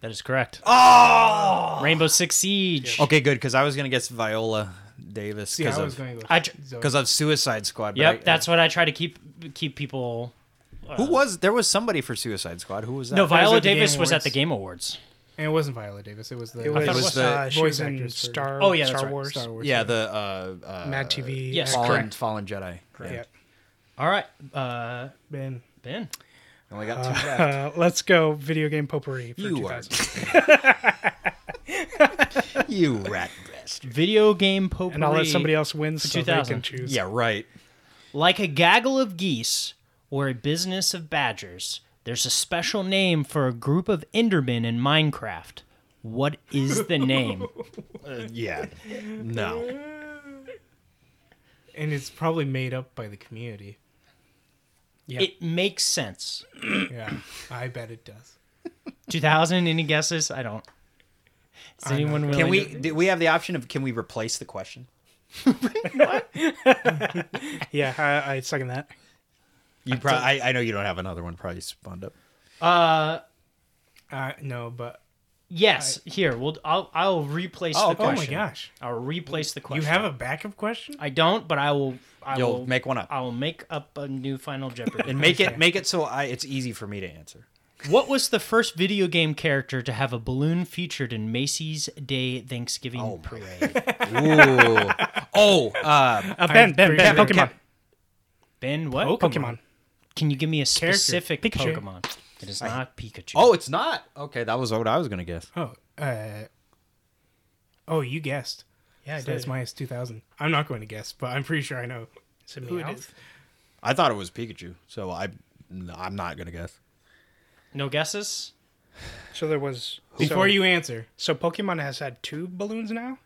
S4: That is correct. Oh, Rainbow Six Siege.
S3: Okay, good, because I was gonna guess Viola Davis
S2: See, I was
S3: because
S2: going to go.
S4: I tr-
S2: Zoe.
S3: of, Suicide Squad. but
S4: Yep,
S3: I-
S4: that's what I try to keep keep people.
S3: who was there was somebody for Suicide Squad. Who was that?
S4: No,
S2: was
S4: Viola
S2: at the Game
S4: Davis was at the
S2: Awards.
S4: Game Awards.
S2: and it wasn't Viola Davis. It was the.
S1: It was,
S4: thought it was
S3: the
S1: uh, she was
S2: voice
S1: in
S2: actress for-
S1: Star,
S4: Oh, yeah, that's
S1: Star
S4: right,
S1: Wars.
S2: Star Wars.
S3: yeah, the uh, uh,
S1: Mad TV.
S4: yes,
S1: actress.
S3: Fallen
S4: correct.
S3: Fallen Jedi.
S2: Yeah.
S4: All right, uh,
S2: Ben.
S4: Ben.
S3: Only got two left.
S1: Uh, let's go video game potpourri for
S3: You are
S1: 2000.
S3: you rat bastard.
S4: Video game potpourri.
S1: And I'll let somebody else win so they
S4: 2000.
S1: can choose.
S3: Yeah, right.
S4: Like a gaggle of geese or a business of badgers, there's a special name for a group of Endermen in Minecraft. What is the name?
S3: Yeah. No.
S2: And it's probably made up by the community.
S4: It makes sense.
S2: Yeah, I bet it does.
S4: 2000, any guesses? I don't. Is anyone willing
S3: Can we?
S4: to-
S3: Do we have the option of? Can we replace the question?
S1: Yeah, I, I second that.
S3: You probably. I, I know you don't have another one. Probably spawned up.
S2: Uh, no, but
S4: Yes, here. We'll I'll I'll replace
S3: Oh,
S4: the
S3: okay.
S2: oh
S4: question.
S2: my gosh,
S4: I'll replace the
S2: you
S4: question.
S2: have a backup question?
S4: I don't, but I will I
S3: You'll
S4: will
S3: make one up
S4: I will make up a new final Jeopardy.
S3: and make it make it so I it's easy for me to answer.
S4: what was the first video game character to have a balloon featured in Macy's Day Thanksgiving
S3: Oh
S4: parade?
S3: Ooh. oh. Uh,
S1: Uh, ben, Ben, Ben, Pokemon.
S4: ben, what?
S1: Pokemon.
S4: Can you give me a specific
S2: Pikachu.
S4: Pokemon? It is not Pikachu.
S3: oh, it's not. Okay, that was what I was gonna guess.
S2: Oh, uh, oh, you guessed.
S1: Yeah, I
S2: So that's
S1: did.
S2: minus two thousand. I'm not going to guess, but I'm pretty sure I know.
S1: Is it
S2: who it
S1: Meowth?
S2: is.
S3: I thought it was Pikachu, so I I'm not gonna guess.
S4: no guesses.
S1: So there was.
S2: Before
S1: so,
S2: you answer,
S1: So Pokemon has had two balloons now?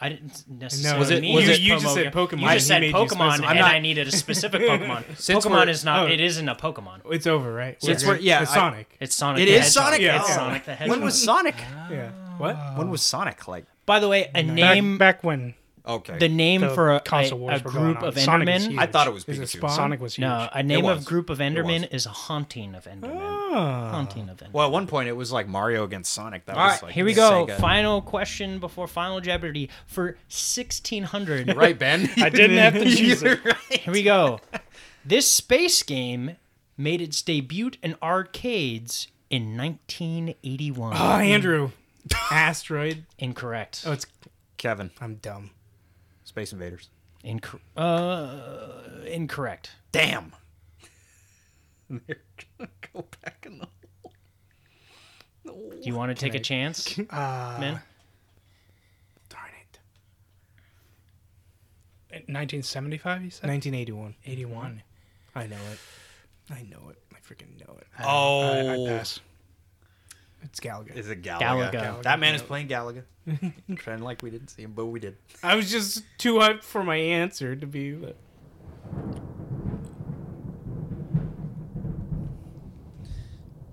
S4: I didn't necessarily.
S2: no,
S3: Was it-
S4: need
S3: was
S4: to
S3: it-
S2: you just said
S4: promote-
S2: Pokemon,
S4: You just
S2: he
S4: said
S2: made you
S4: Pokemon,
S2: specify.
S4: and
S3: not-
S4: I needed a specific Pokemon.
S3: Since
S4: Pokemon
S3: we're-
S4: is not.
S2: oh.
S4: It isn't a Pokemon.
S2: It's over, right?
S3: Since
S2: We're
S3: we're- yeah,
S2: it's
S3: I-
S2: Sonic.
S4: It's Sonic.
S3: It
S4: the
S3: is
S4: Hedgehog.
S3: Sonic? Oh.
S4: It's
S2: Yeah.
S4: Sonic the Hedgehog.
S3: When was Sonic?
S2: yeah. What?
S3: When was Sonic like?
S4: By the way, a name.
S1: Back, back when
S3: Okay.
S4: the name
S1: the
S4: for a,
S1: console
S4: a, a
S1: wars were going
S4: group
S1: on.
S4: of
S1: Sonic is
S4: Endermen.
S1: huge.
S3: I thought it was
S2: Is it
S3: Pikachu.
S2: Spawn?
S1: Sonic was huge.
S4: No, a name of
S3: was.
S4: group of Endermen
S3: was.
S4: is a haunting of Endermen. Haunting of Endermen.
S3: Well, at one point it was like Mario against Sonic. That
S4: All
S3: was
S4: right,
S3: like
S4: here we go.
S3: Sega.
S4: Final question before Final Jeopardy for 1600.
S3: Right, Ben.
S1: I didn't have to choose it.
S4: Here we go. This space game made its debut in arcades in 1981.
S2: Oh, Andrew. Asteroid.
S4: Incorrect.
S2: Oh, it's.
S3: Kevin,
S2: I'm dumb.
S3: Space Invaders.
S4: Incor- uh, incorrect.
S3: Damn. They're gonna go back in the.
S4: Do you want to take a chance,
S3: Ah.
S4: man?
S2: Darn it.
S1: 1975, you said?
S2: 1981.
S1: 81.
S2: Mm-hmm. I know it. I know it. I freaking know it.
S1: I, I
S3: Oh,
S1: pass.
S2: It's Galaga.
S3: is it Galaga?
S4: Galaga.
S3: That man is playing Galaga. Pretend like we didn't see him, but we did.
S2: I was just too hyped for my answer to be. the-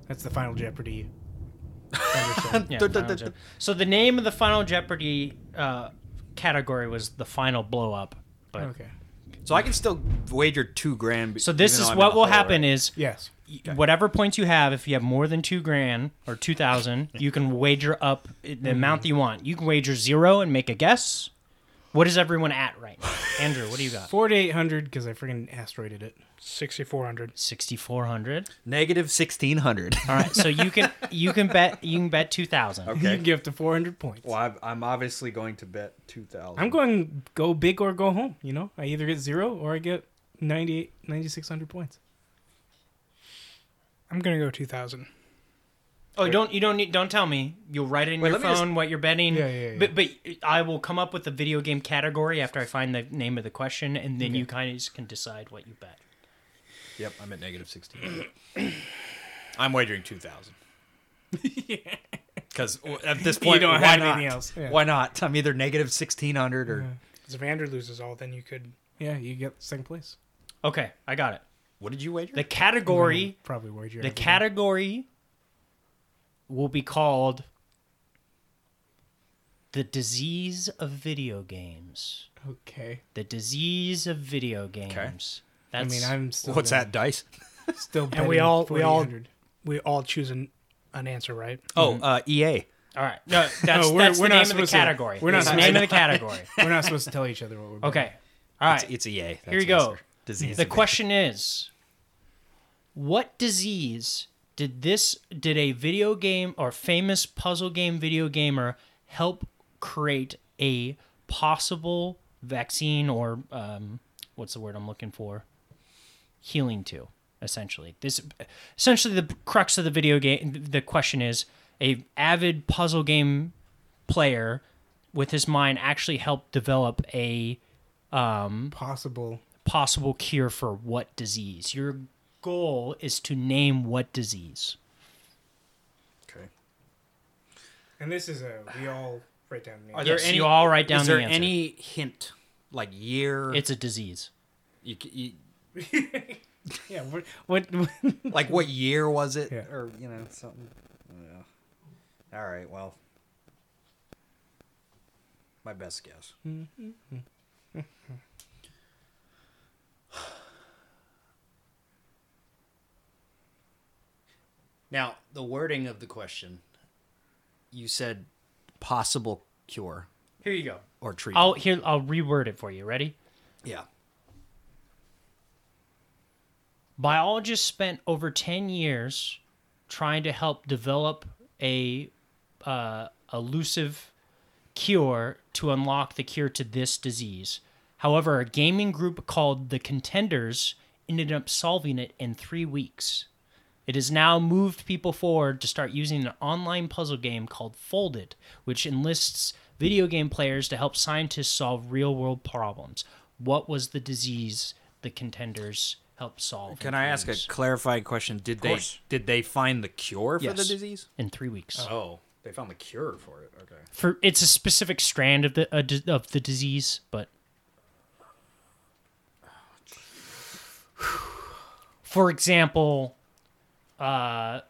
S2: That's the final Jeopardy.
S4: Yeah,
S3: Dun,
S4: Final
S3: dun, dun,
S4: Jeopardy. So the name of the Final Jeopardy uh, category was the Final Blow Up. But
S2: Okay.
S3: dun. So I can still wager two grand. b-
S4: so this
S3: even
S4: is
S3: though I'm in
S4: what
S3: the
S4: will
S3: hole,
S4: happen
S3: right?
S4: is
S2: Yes.
S4: whatever points you have, if you have more than two grand or two Mm-hmm. thousand, you can wager up the amount that you want. You can wager zero and make a guess, What is everyone at right now? Andrew, what do you got?
S2: 4800 because I freaking asteroided it.
S1: 6400.
S4: 6400.
S5: Negative 1600.
S4: All right, so you can you can bet you can bet 2000.
S2: You can give up to 400 points.
S3: Well, I'm obviously going to bet two thousand.
S2: I'm going go big or go home. You know, I either get zero or I get 98, 9,600 points.
S1: I'm going to go 2000.
S4: Oh, don't you don't need don't tell me. You'll write it in
S3: Wait,
S4: your
S3: let me
S4: phone what you're betting.
S2: Yeah, yeah, yeah.
S4: But but I will come up with the video game category after I find the name of the question, and then you kind of can decide what you bet.
S3: Yep, I'm at negative sixteen.
S7: I'm wagering two thousand.
S3: Because at this point,
S2: don't
S3: why
S2: have
S3: not?
S2: anything else, yeah.
S3: Why not? I'm either negative 1600 or.
S1: Because if Andrew loses all, then you could.
S2: Yeah, you get second place.
S4: Okay, I got it.
S3: What did you wager?
S4: The category
S2: Probably worried you're
S4: the category will be called the disease of video games.
S2: Okay.
S4: The disease of video games.
S2: I
S4: That's
S2: mean, I'm still.
S5: What's
S2: gonna-
S5: that dice?
S2: Still betting
S1: we all- we all-
S2: 4,800.
S1: We all choose an, an answer, right?
S3: oh, uh,
S4: E
S3: EA.
S4: all right. No, that's,
S2: we're-
S4: that's
S2: we're
S4: the
S2: not
S4: name of the
S2: supposed to-
S4: category.
S2: we're not
S4: That's the
S2: supposed
S4: name of the category.
S2: We're not supposed to tell each other what we're.
S4: Okay. All right.
S3: It's EA. That's
S4: Here you
S3: the
S4: go.
S3: answer. Disease.
S4: The question is what disease did this did a video game or famous puzzle game video gamer help create a possible vaccine or um, what's the word I'm looking for? Healing to essentially. This essentially the crux of the video game the question is a avid puzzle game player with his mind actually helped develop a
S2: Possible.
S4: possible cure for what disease. Your goal is to name what disease.
S3: Okay.
S2: And this is a. We all write down names.
S4: Are there any- you all write down
S7: Is
S4: the
S7: there
S4: answer.
S7: any hint, like year?
S4: It's a disease.
S7: you, c- you,
S2: Yeah. What, what,
S3: Like, what year was it?
S2: Yeah.
S3: Or, you know, something. Yeah. All right, well. My best guess.
S5: Now, the wording of the question, you said possible cure
S4: Here you go.
S5: or treatment.
S4: I'll here I'll reword it for you. Ready?
S5: yeah.
S4: Biologists spent over 10 years trying to help develop a uh, elusive cure to unlock the cure to this disease. However, a gaming group called the Contenders ended up solving it in three weeks. It has now moved people forward to start using an online puzzle game called Folded, which enlists video game players to help scientists solve real world problems. What was the disease the contenders helped solve?
S7: can
S4: in
S7: I
S4: three
S7: ask a
S4: weeks?
S7: clarifying question? Did they
S4: course.
S7: did they find the cure for the
S4: Yes.
S7: disease?
S4: in three
S7: Uh,
S4: weeks?
S3: Oh, they found the cure for it. Okay.
S4: For it's a specific strand of the uh, di- of the disease, but for example, uh,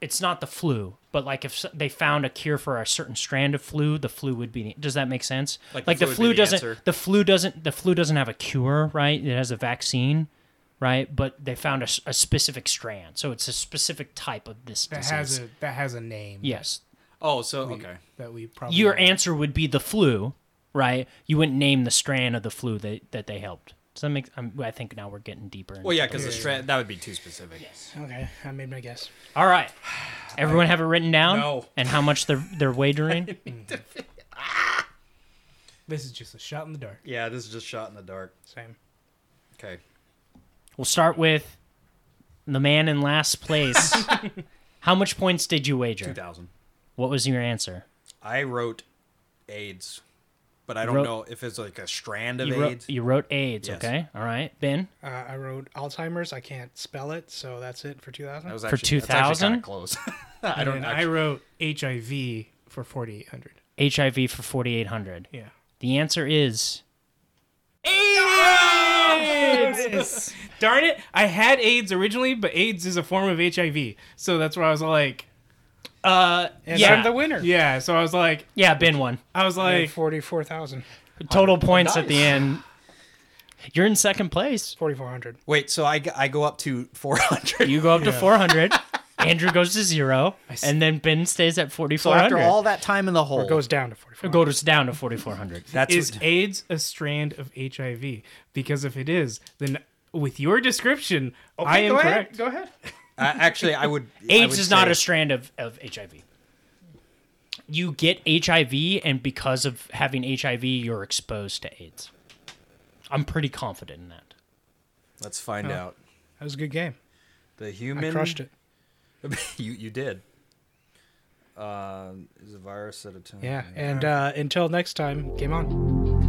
S4: it's not the flu, but like if s- they found a cure for a certain strand of flu, the flu would be. Does that make sense?
S3: Like the
S4: like the
S3: flu would be the
S4: flu doesn't.
S3: answer.
S4: The flu doesn't. The flu doesn't have a cure, right? It has a vaccine. Right, but they found a, s- a specific strand, so it's a specific type of this
S2: that
S4: disease.
S2: has a that has a name.
S4: Yes.
S7: Oh, so okay.
S2: That we probably.
S4: Your
S2: know.
S4: answer would be the flu, right? You wouldn't name the strand of the flu that, that they helped. Does that make? I'm, I think now we're getting deeper. into
S7: Well, yeah,
S4: the-
S7: because the stra- that would be too specific.
S1: Okay, I made my guess.
S4: All right. Everyone have it written down.
S7: No.
S4: And how much they're they're wagering?
S2: This is just a shot in the dark.
S3: Yeah, this is just shot in the dark.
S1: Same.
S3: Okay.
S4: we'll start with the man in last place. how much points did you wager?
S3: 2000.
S4: What was your answer?
S3: I wrote AIDS, but I don't
S4: wrote-
S3: know if it's like a strand of
S4: You wrote,
S3: AIDS.
S4: you wrote AIDS.
S3: Yes.
S4: Okay. All right, Ben.
S1: Uh, I wrote Alzheimer's. I can't spell it, so that's it for 2000.
S7: That was
S4: For
S7: actually- that's actually
S4: 2000?
S7: kinda close. I don't
S2: And
S7: know.
S2: I wrote HIV for 4,800.
S4: HIV for forty eight hundred.
S2: Yeah.
S4: The answer is
S2: Darn it! I had AIDS originally, but AIDS is a form of HIV, so that's where I was like,
S4: uh
S1: and
S4: yeah
S1: I'm the winner.
S2: yeah. So I was like,
S4: yeah Ben won.
S2: I was
S1: I
S2: like,
S1: have 44,000.
S4: total points at the end. You're in second place.
S1: 4,400.
S3: Wait, so I, g- I go up to 400.
S4: You go up to 400. Andrew goes to zero, and then Ben stays at forty
S5: So
S4: four
S5: after
S4: hundred.
S5: all that time in the hole,
S1: It goes down to 44.
S4: goes down to forty four hundred.
S3: That's
S2: is
S3: what-
S2: AIDS a strand of HIV? Because if it is, then with your description, I am
S1: go Ahead,
S2: correct.
S1: go ahead.
S3: uh, actually I would. I
S4: AIDS
S3: would
S4: is not
S3: say-
S4: a strand of, of HIV. You get HIV, and because of having HIV, you're exposed to AIDS. I'm pretty confident in that.
S3: Let's
S4: Oh.
S3: find out.
S1: That was a good game.
S3: The
S1: I
S3: human
S1: crushed it.
S3: you you did. Uh, is a virus at a time.
S1: Yeah. And uh, until next time, game on.